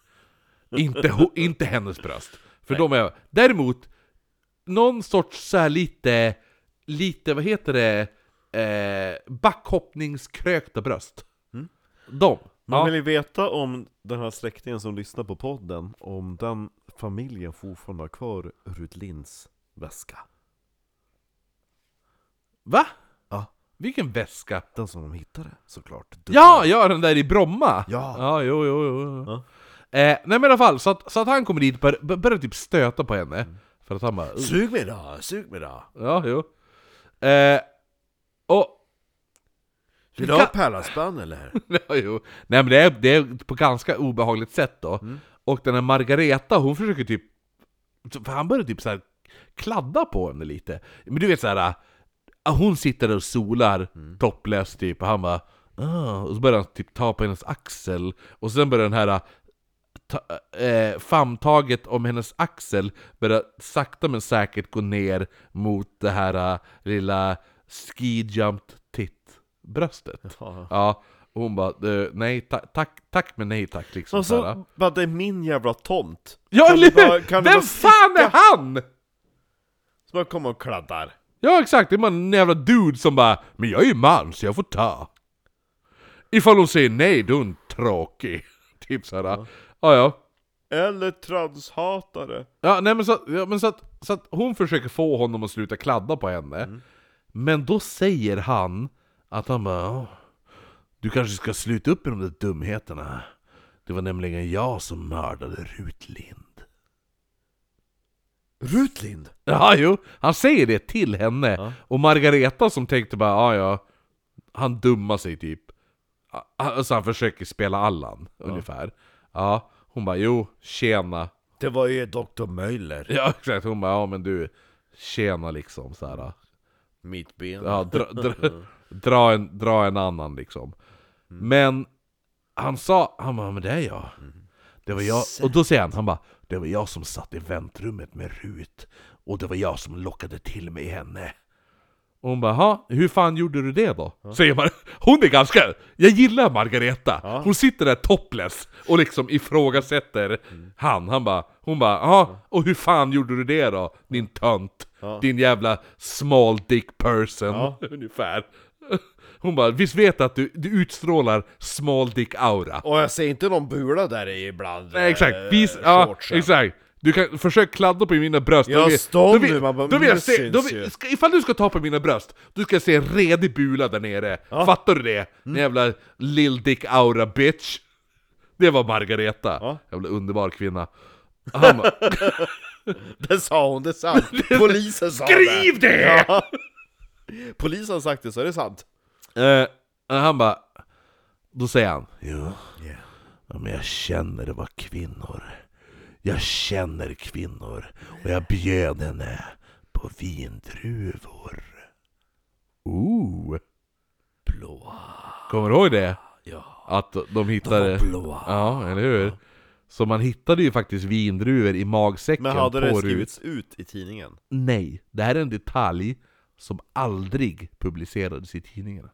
Inte, ho- inte hennes bröst. För de är... Däremot, någon sorts så här lite, lite, vad heter det, eh, backhoppningskrökta bröst. De. Mm. Man Ja. vill ju veta om den här släktingen som lyssnar på podden, om den familjen fortfarande har kvar Rudlins väska. Va? Ja. Vilken väska? Den som de hittade såklart. Ja, ja den där i Bromma! Ja. Ja, jo, jo, jo. Ja. jo. Eh, nej men i alla fall, så att, så att han kommer dit och bör, bör, börjar typ stöta på henne. Mm. För att han bara... "Ugh." Sug mig då, sug mig då! Ja, jo. Eh, och... Vill du ha pärlhalsband eller? Ja, jo. Nej men det är, det är på ganska obehagligt sätt då. Och den här Margareta, hon försöker typ... För han börjar typ så här kladda på henne lite. Men du vet så här. ah, Hon sitter där och solar, topless typ, och han bara ah. Och så börjar han typ ta på hennes axel, och sen börjar den här ah, ta, eh, famntaget om hennes axel börjar sakta men säkert gå ner mot det här ah, lilla ski jumped tit-bröstet. Ja, och hon bara eh, nej ta, tack, tack men nej tack liksom Och så här. så, bara det är min jävla tomt! Ja Kan du eller bara- kan du hur! Vem bara fan är han? Så bara kommer och kladdar. Ja exakt, det är bara en jävla dude som bara Men jag är ju man så jag får ta Ifall hon säger nej då är hon tråkig Typ såhär ja. ja ja Eller transhatare. Ja nej men, så, ja, men så, att, så att hon försöker få honom att sluta kladda på henne Men då säger han att han bara "Ja, Du kanske ska sluta upp med de där dumheterna Det var nämligen jag som mördade Rut Lind Rutlind! Ja, jo. Han säger det till henne. Ja. Och Margareta som tänkte bara, ja ja. Han dummar sig typ. Ah, Alltså han försöker spela Allan, ungefär. Ja. Hon bara, jo, tjena. Det var ju Dr. Möller. Ja, exakt. Hon bara, ja men du, tjena liksom så här. Mitt ben. Ja, dra, dra, dra, en, dra en annan liksom. Men han sa, han bara, men det är jag. Det var jag. Och då säger han, han bara, det var jag som satt i väntrummet med Rut. Och det var jag som lockade till mig henne. Och hon bara, "Ha, hur fan gjorde du det då? Säger man, hon är ganska, jag gillar Margareta. Hon sitter där topless och liksom ifrågasätter han. han bara, hon bara, ja, och hur fan gjorde du det då? Din tönt. Din jävla small dick person. Ungefär. Hon bara, visst vet att du, du utstrålar small dick aura? Och jag ser inte någon bula där i ibland. Nej, exakt, eh, vis, ja, shortsen. exakt. Du kan försöka kladda på mina bröst. Jag Då vill- står då nu, vill- man bara, då vill jag det se- då syns vill- ju. ska- Ifall du ska ta på mina bröst, du ska jag se en redig bula där nere. Fattar du det? Mm. Den jävla lill dick aura bitch. Det var Margareta. Jävla underbar kvinna. Han bara, Det sa hon, det är sant! Polisen sa Skriv det! Ja. Polisen har sagt det, så är det sant. Eh, han bara... Då säger han... Ja. ja, men jag känner det var kvinnor. Jag känner kvinnor. Och jag bjöd henne på vindruvor. Ooh. Blåa. Kommer du ihåg det? Ja. Att de De hittade... var blåa. Ja, eller hur? Så man hittade ju faktiskt vindruvor i magsäcken Men hade på det Rut. skrivits ut i tidningen? Nej, det här är en detalj som aldrig publicerades i tidningarna.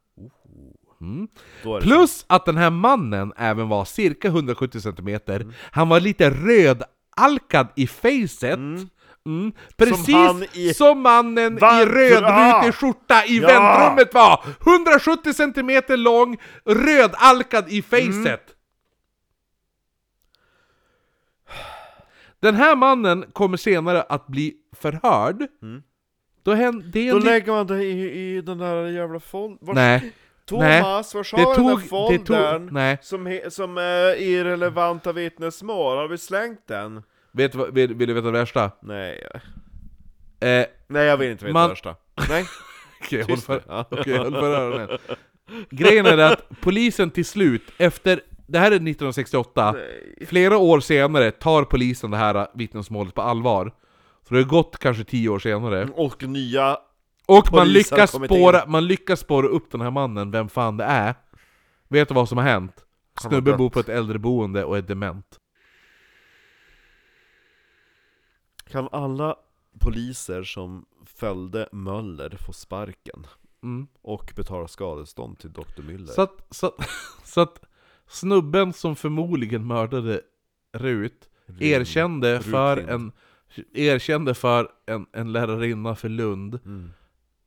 Mm. Då är det Plus att den här mannen även var cirka 170 cm Mm. Han var lite rödalkad i facet Mm. Precis som, han i- mannen i Va- rödrutig skjorta i Ja! väntrummet var! 170 cm lång, rödalkad i Mm. facet Den här mannen kommer senare att bli förhörd Då händer det är Mm. Då en li- lägger man det i, i den där jävla foldern. Nej, Thomas, vars har Det den tog- där det foldern? tog- nej. Som, he, som är irrelevanta vittnesmål, har vi slängt den? vet du, vad- vill, vill du veta det värsta? Nej, Eh, nej jag vill inte veta Man- det värsta. Nej. Okej, håll för, Ja. okej, håll för öronen. Grejen är det att polisen till slut, efter, det här är 1968, flera år senare tar polisen det här vittnesmålet på allvar. Så det har gått kanske tio år senare. Och nya... Och man Mm. Polisen lyckas, kommit spåra, man lyckas spåra upp den här mannen, vem fan det är. Vet du vad som har hänt? Han har Snubben dött. bor på ett äldreboende och är dement. Kan alla poliser som fällde Möller få sparken? och betalar skadestånd till Dr. Müller. Mm. Så att, så, att- så att snubben som förmodligen mördade Rut erkände för Rutlind. en erkände för en, en lärarinna för Lund. Mm.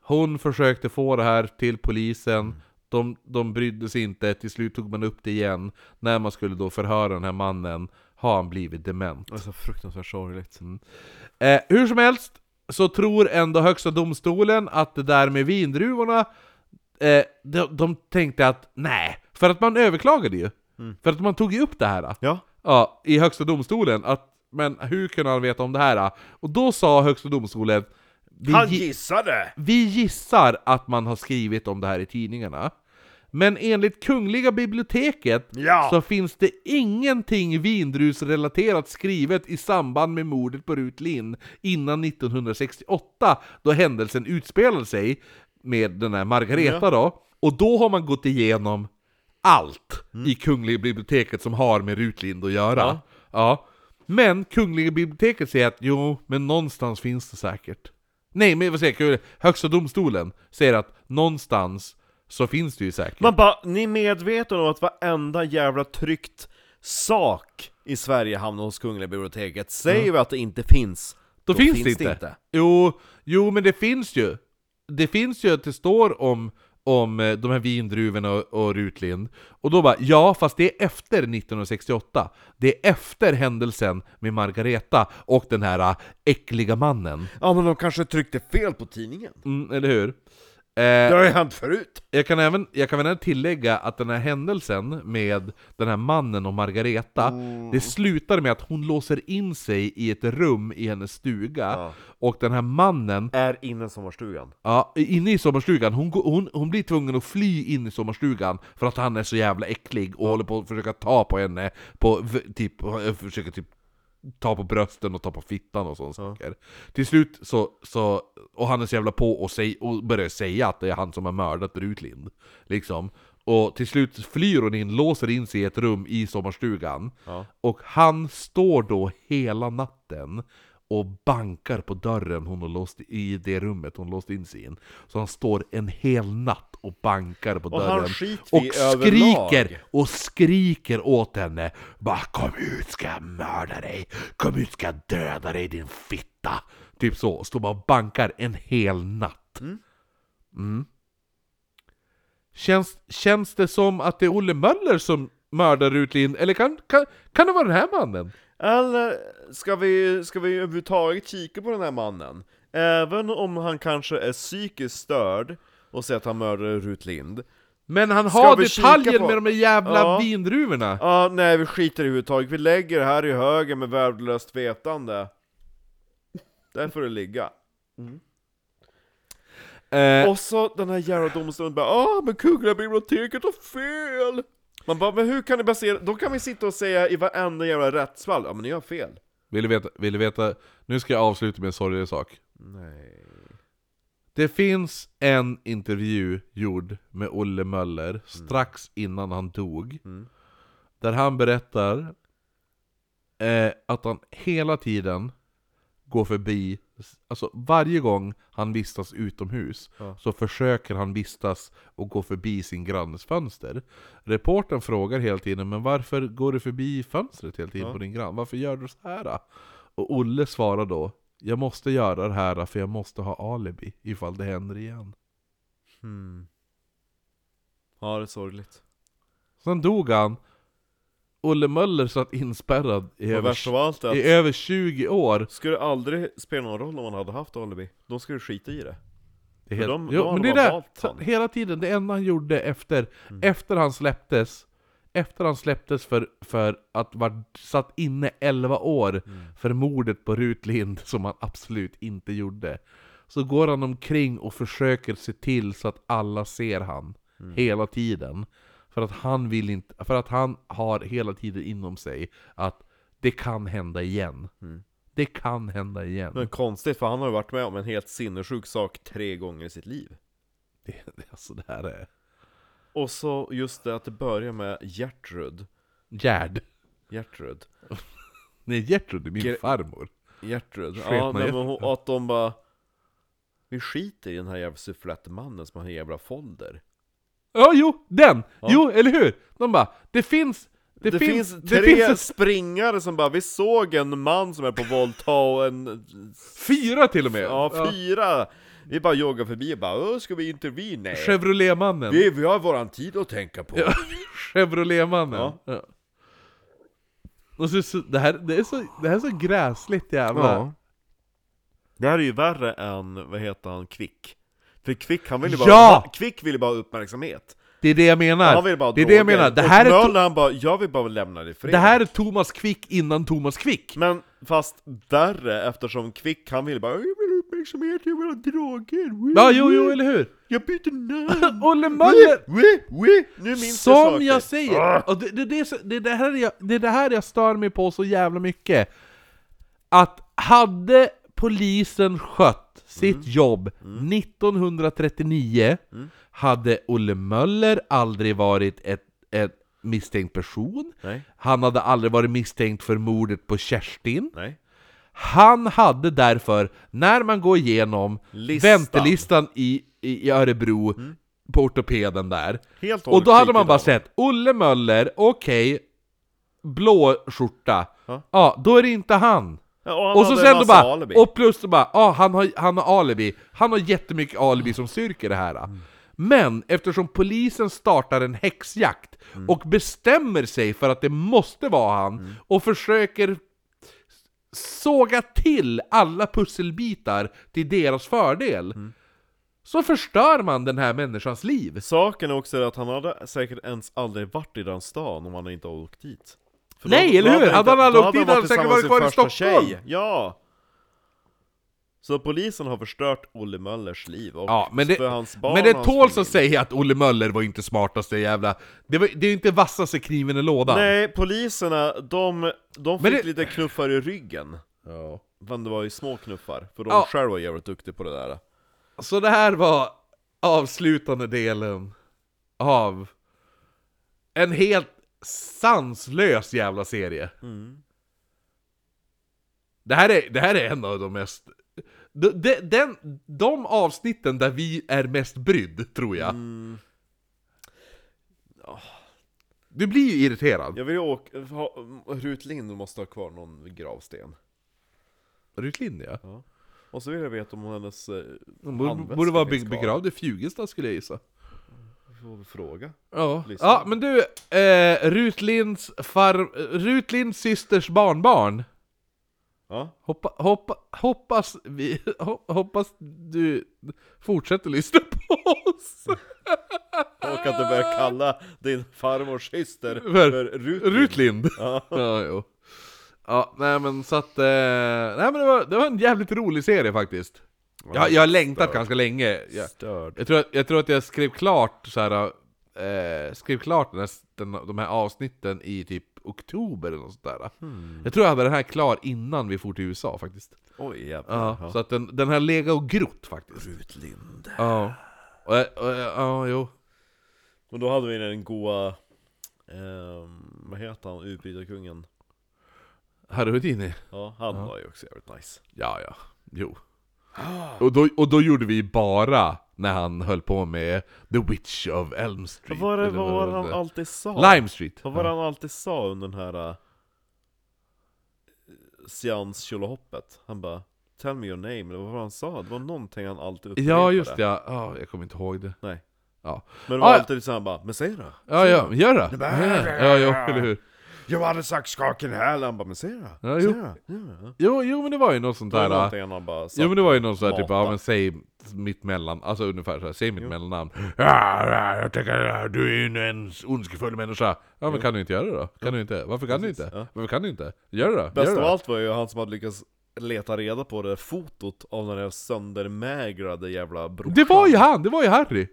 Hon försökte få det här till polisen. De, de brydde sig inte, till slut tog man upp det igen. När man skulle då förhöra den här mannen, har han blivit dement. Alltså fruktansvärt sorgligt. Eh, hur som helst, så tror ändå Högsta domstolen att det där med vindruvorna, eh, de, de tänkte att nej, för att man överklagade ju. För att man tog ju upp det här. Ja. ja, i Högsta domstolen att men hur kunde han veta om det här? Och då sa Högsta domstolen vi, gi- gissade! vi gissar att man har skrivit om det här i tidningarna. Men enligt Kungliga biblioteket Ja. så finns det ingenting vindrusrelaterat skrivet i samband med mordet på Rut Lind innan 1968 då händelsen utspelade sig med den här Margareta då. Och då har man gått igenom allt i Kungliga biblioteket som har med Rutlind att göra. Ja. Men Kungliga biblioteket säger att jo, men någonstans finns det säkert. Nej, men vad säger jag? Högsta domstolen säger att någonstans så finns det ju säkert. Man bara, ni är medvetna om att varenda jävla tryckt sak i Sverige hamnar hos Kungliga biblioteket. Säger vi att det inte finns, Då, finns, det inte. Jo, jo, men det finns ju. Det finns ju att det står om, om eh, de här vindruvorna och, och Rutlind. Och då bara, ja fast det är efter 1968. Det är efter händelsen med Margareta och den här eh, äckliga mannen. Ja men de kanske tryckte fel på tidningen. Mm, eller hur? Det Eh, har ju hänt förut. jag kan även jag kan även tillägga att den här händelsen med den här mannen och Margareta, det slutar med att hon låser in sig i ett rum i hennes stuga, och den här mannen Är inne sommarstugan. Ja, inne i sommarstugan. Hon, går- hon, hon blir tvungen att fly in i sommarstugan för att han är så jävla äcklig och håller på att försöka ta på henne, på, v- typ, och försöker typ ta på brösten och ta på fittan och sådana saker. Till slut så, så, och han är så jävla på och, säg, och börjar säga att det är han som har mördat Rutlind. Liksom. Och till slut flyr hon in, låser in sig i ett rum i sommarstugan. Och han står då hela natten och bankar på dörren hon har låst i det rummet hon låst in sig i. Så han står en hel natt och bankar på Och han dörren. skiter och i skriker, överlag. och skriker åt henne. Bara kom ut ska jag mörda dig. Kom ut ska jag döda dig din fitta. Typ så. Står bara och bankar en hel natt. Mm. Känns, känns det som att det är Olle Möller som mördar Rutlin? Eller kan, kan, kan det vara den här mannen? Eller ska vi, ska vi överhuvudtaget kika på den här mannen? Även om han kanske är psykiskt störd och säger att han mördade Rut Lind. Men han Ska har vi kika detaljer på- med de här jävla Ja. vindruvorna. Ja, nej vi skiter i överhuvudtaget. Vi lägger det här i högen med värdelöst vetande. Där får det ligga. Eh, Och så den här jävla domstolen bara ah men Kungliga biblioteket har fel! Man bara, men hur kan ni basera, då kan vi sitta och säga i varenda jävla rättsfall, ja men ni har fel. vill, du veta, vill du veta? Nu ska jag avsluta med en sorglig sak. Nej. Det finns en intervju gjord med Olle Möller strax innan han dog. Mm. Där han berättar eh, att han hela tiden går förbi, alltså varje gång han vistas utomhus Ja. så försöker han vistas och gå förbi sin grannes fönster. Reportern frågar hela tiden, men varför går du förbi fönstret hela tiden Ja. på din grann? Varför gör du så här? då?" Och Olle svarar då, jag måste göra det här för jag måste ha alibi ifall det händer igen. Hmm. Ja det är sorgligt. Sen dog han. Olle Möller satt inspärrad i Och över, värst av allt är i att, över 20 år. skulle det aldrig spela någon roll om man hade haft alibi? De skulle skita i det. Det Men är helt, de- jo, de har men det är bara det, valt han. Mm. hela tiden, det enda han gjorde efter, efter han släpptes, efter han släpptes för, för att vara satt inne 11 år Mm. för mordet på Rut Lind, som han absolut inte gjorde, så går han omkring och försöker se till så att alla ser han, Mm. hela tiden. För att han vill inte, för att han har hela tiden inom sig att det kan hända igen. Det kan hända igen. Mm. Men konstigt, för han har ju varit med om en helt sinnessjuk sak tre gånger i sitt liv. Det, alltså det här är... Och så just det att det börjar med Gertrud. Gerd. Gertrud. Nej Gertrud är min Ger- farmor. Gertrud. Ja, Sketna nej, men hon, att de bara Vi skiter i den här jävla sufflettmannen som har en jävla folder. Ja, jo, den! Jo, eller hur? De bara, det finns... Det, Det, finns, finns, det tre finns ett, springare som bara, vi såg en man som är på volta och en, fyra till och med! ja fyra. Vi bara joggar förbi och bara, "Åh, ska vi intervjua? Nej. Chevrolet-mannen. Vi, vi har våran tid att tänka på. Ja, Chevrolet-mannen. Ja. Ja. Och så, så, det, här, det, är så, det här är så gräsligt jävla... Ja. Alltså, Det här är ju värre än, vad heter han, Kvick? För Kvick, han ville bara, Ja! Kvick ville bara ha uppmärksamhet. Det är det jag menar. Han ville bara ha det är det jag droger. menar. Det Och här, är, to- Möller, han bara, jag vill bara lämna dig i fred. det här är Thomas Quick innan Thomas Quick. Men fast värre eftersom Kvick, han ville bara, jag vill ha uppmärksamhet, jag vill ha droger. Ja, jo, jo, eller hur? Jag byter namn. Olle Möller! Wee, wee. Nu minns jag Som saker. Ah. jag säger! Och det, det, det, är så- det, det, här jag, det är det här jag stör mig på så jävla mycket. Att hade polisen skött sitt Mm. jobb 1939 hade Olle Möller aldrig varit ett, ett misstänkt person. Nej. Han hade aldrig varit misstänkt för mordet på Kerstin. Nej. Han hade därför, när man går igenom Listan. Mm. väntelistan i, i i Örebro på ortopeden där, Helt och och då hållet hade man skitigt bara av sett Olle Möller, okej, blå skjorta. Ja. Ja. då är det inte han. Ja, och han och så hade en sen då massa bara, alibi. och plus då bara, ja han har, han har alibi. Han har jättemycket alibi som styrker det här. Mm. Men eftersom polisen startar en häxjakt Mm. och bestämmer sig för att det måste vara han och försöker såga till alla pusselbitar till deras fördel. Mm. Så förstör man den här människans liv. Saken är också att han hade säkert ens aldrig varit i den stan om han inte hade åkt dit. För Nej, eller hur? Hade han aldrig åkt dit hade han säkert varit kvar i Stockholm. Ja! Så polisen har förstört Olle Möllers liv och Ja, men det, för hans barn men det och hans tåls att familj. säga att Olle Möller var inte smartaste jävla... Det, var, det är ju inte vassaste kniven i lådan. Nej, poliserna, de, de fick Men det- lite knuffar i ryggen. Ja. Men det var ju små knuffar, för de Ja. själva var jävligt duktiga på det där. Så det här var avslutande delen av en helt sanslös jävla serie. Mm. Det, här är, det här är en av de mest... De, de, den, de avsnitten där vi är mest brydd, tror jag. Mm. Du blir ju irriterad. Jag vill ju åka, ha, Rut Lind måste ha kvar någon gravsten. Rutlinja. Ja. Och så vill jag veta om hennes... eh, Hon borde, handväska borde vara finns be- kvar. begravd i Fjugesta skulle jag gissa. Får vi fråga. Ja, Lyssna. ja men du, eh, Rut Linds far... Rut Linds systers barnbarn. Ja. Hoppa, hoppa, hoppas, vi, hop- hoppas du fortsätter lyssna på oss. Och att du börjar kalla din farmors syster Ah. för, För- Rutin. Rut Lind. Ja. Ja, jo. Ja, nej men så att... Eh, nej men det var, det var en jävligt rolig serie faktiskt. Jag, jag har längtat ganska länge. Jag, Störd. Jag tror, att, jag tror att jag skrev klart så här, eh, skrev klart den här, den, de här avsnitten i typ oktober eller något sånt där. Hmm. Jag tror jag hade den här klar innan vi for till USA faktiskt. Oj jävlar. Ja, Så att den, den här lega och grott faktiskt. Rut Lind. Ja. Och, jag- och, jag- ja, jo. Men då hade vi den goa... ehm, vad heter han? Utbrytarkungen. Harudini. Ja, han var ju också jävligt nice. Ja, ja. Jo. Ah. Och då, och då gjorde vi bara när han höll på med The Witch of Elm Vad Street. var det, eller vad var det han det? alltid sa? Lime Street. Vad var det Ja. han alltid sa under den här... Uh, Seanskjolahoppet? Han bara 'Tell me your name' eller vad var han sa? Det var någonting han alltid upprepade. Ja, just det. Ja, Ja, jag kommer inte ihåg det. Nej. Ja. Men det var Ah, ja. alltid så han bara 'Men säg då' Ja, ja, gör det! Ja, jo, eller hur? Jag hade sagt skaken här, han bara 'Men säg då' Ja, säg jo. då." Ja. Jo, jo men det var ju något sånt Det var där... äh. någonting han bara sa. Jo men det var ju någon sån här typ, Mata. ja men säg mitt mellan, alltså ungefär såhär, säg mitt mellannamn. Ja, ja, jag tycker du är ju en ondskefull människa. Ja men kan du inte göra det då? Kan du inte? Varför kan du inte? ja. Varför kan du inte? Gör det då? Bäst Gör det av då. allt var ju han som hade lyckats leta reda på det där fotot av den där söndermägrade jävla brorsan. Det var ju han, det var ju Harry!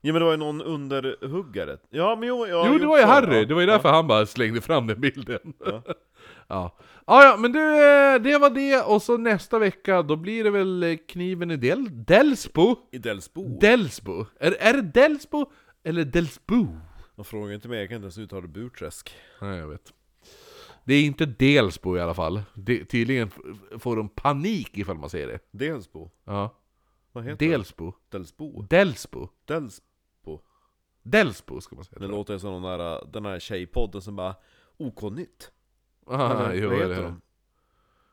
Ja men det var ju någon underhuggare. Ja men jo, ja, Jo det var ju så, Harry, ja. det var ju därför han bara slängde fram den bilden. Ja. ja. ja, men du, eh, det var det och så nästa vecka då blir det väl eh, kniven i Del- Delsbo? I Delsbo. Delsbo? Är, är det Delsbo eller Delsbo? De frågar inte mig, jag kan inte ens uttala Burträsk. Nej, jag vet. Det är inte Delsbo i alla fall. Det, tydligen f- får de panik ifall man säger det. Delsbo. Ja. Vad heter det? Delsbo. Delsbo? Delsbo. Delsbo? Delsbo ska man säga. Det låter ju som den där, den där tjejpodden som bara OK-nytt. Ah, Eller, jo, vad det- heter de?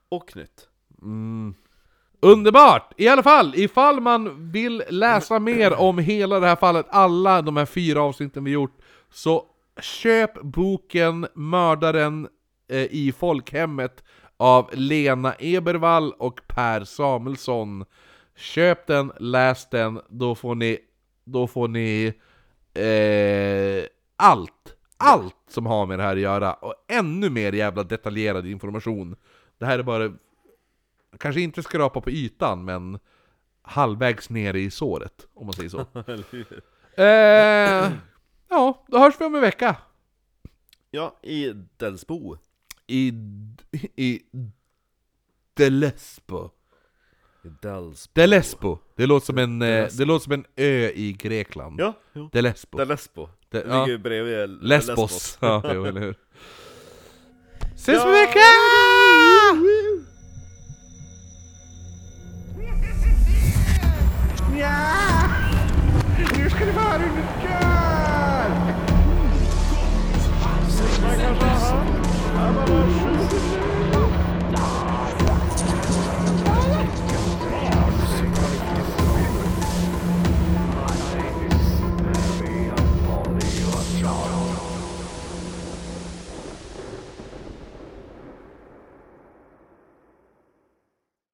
Och nytt. Underbart! I alla fall, ifall man vill läsa mer om hela det här fallet, alla de här fyra avsnitten vi gjort, så köp boken Mördaren eh, i folkhemmet av Lena Ebervall och Per Samuelsson. Köp den, läs den, då får ni, då får ni eh, allt, allt som har med det här att göra och ännu mer jävla detaljerad information. Det här är bara kanske inte skrapa på ytan, men halvvägs ner i såret, om man säger så. eh, ja, då hörs vi om en vecka. Ja, i Delsbo. I... I... Delespo. I Delsbo. Delespo. Det låter som en, eh, det låter som en ö i Grekland. Ja, jo. Delespo. Delesbo. De- Det ja. ligger ju bredvid Lesbos. Ja, jo, eller hur. Ses om en Ja. vecka! Ja! Nu ska du få höra hur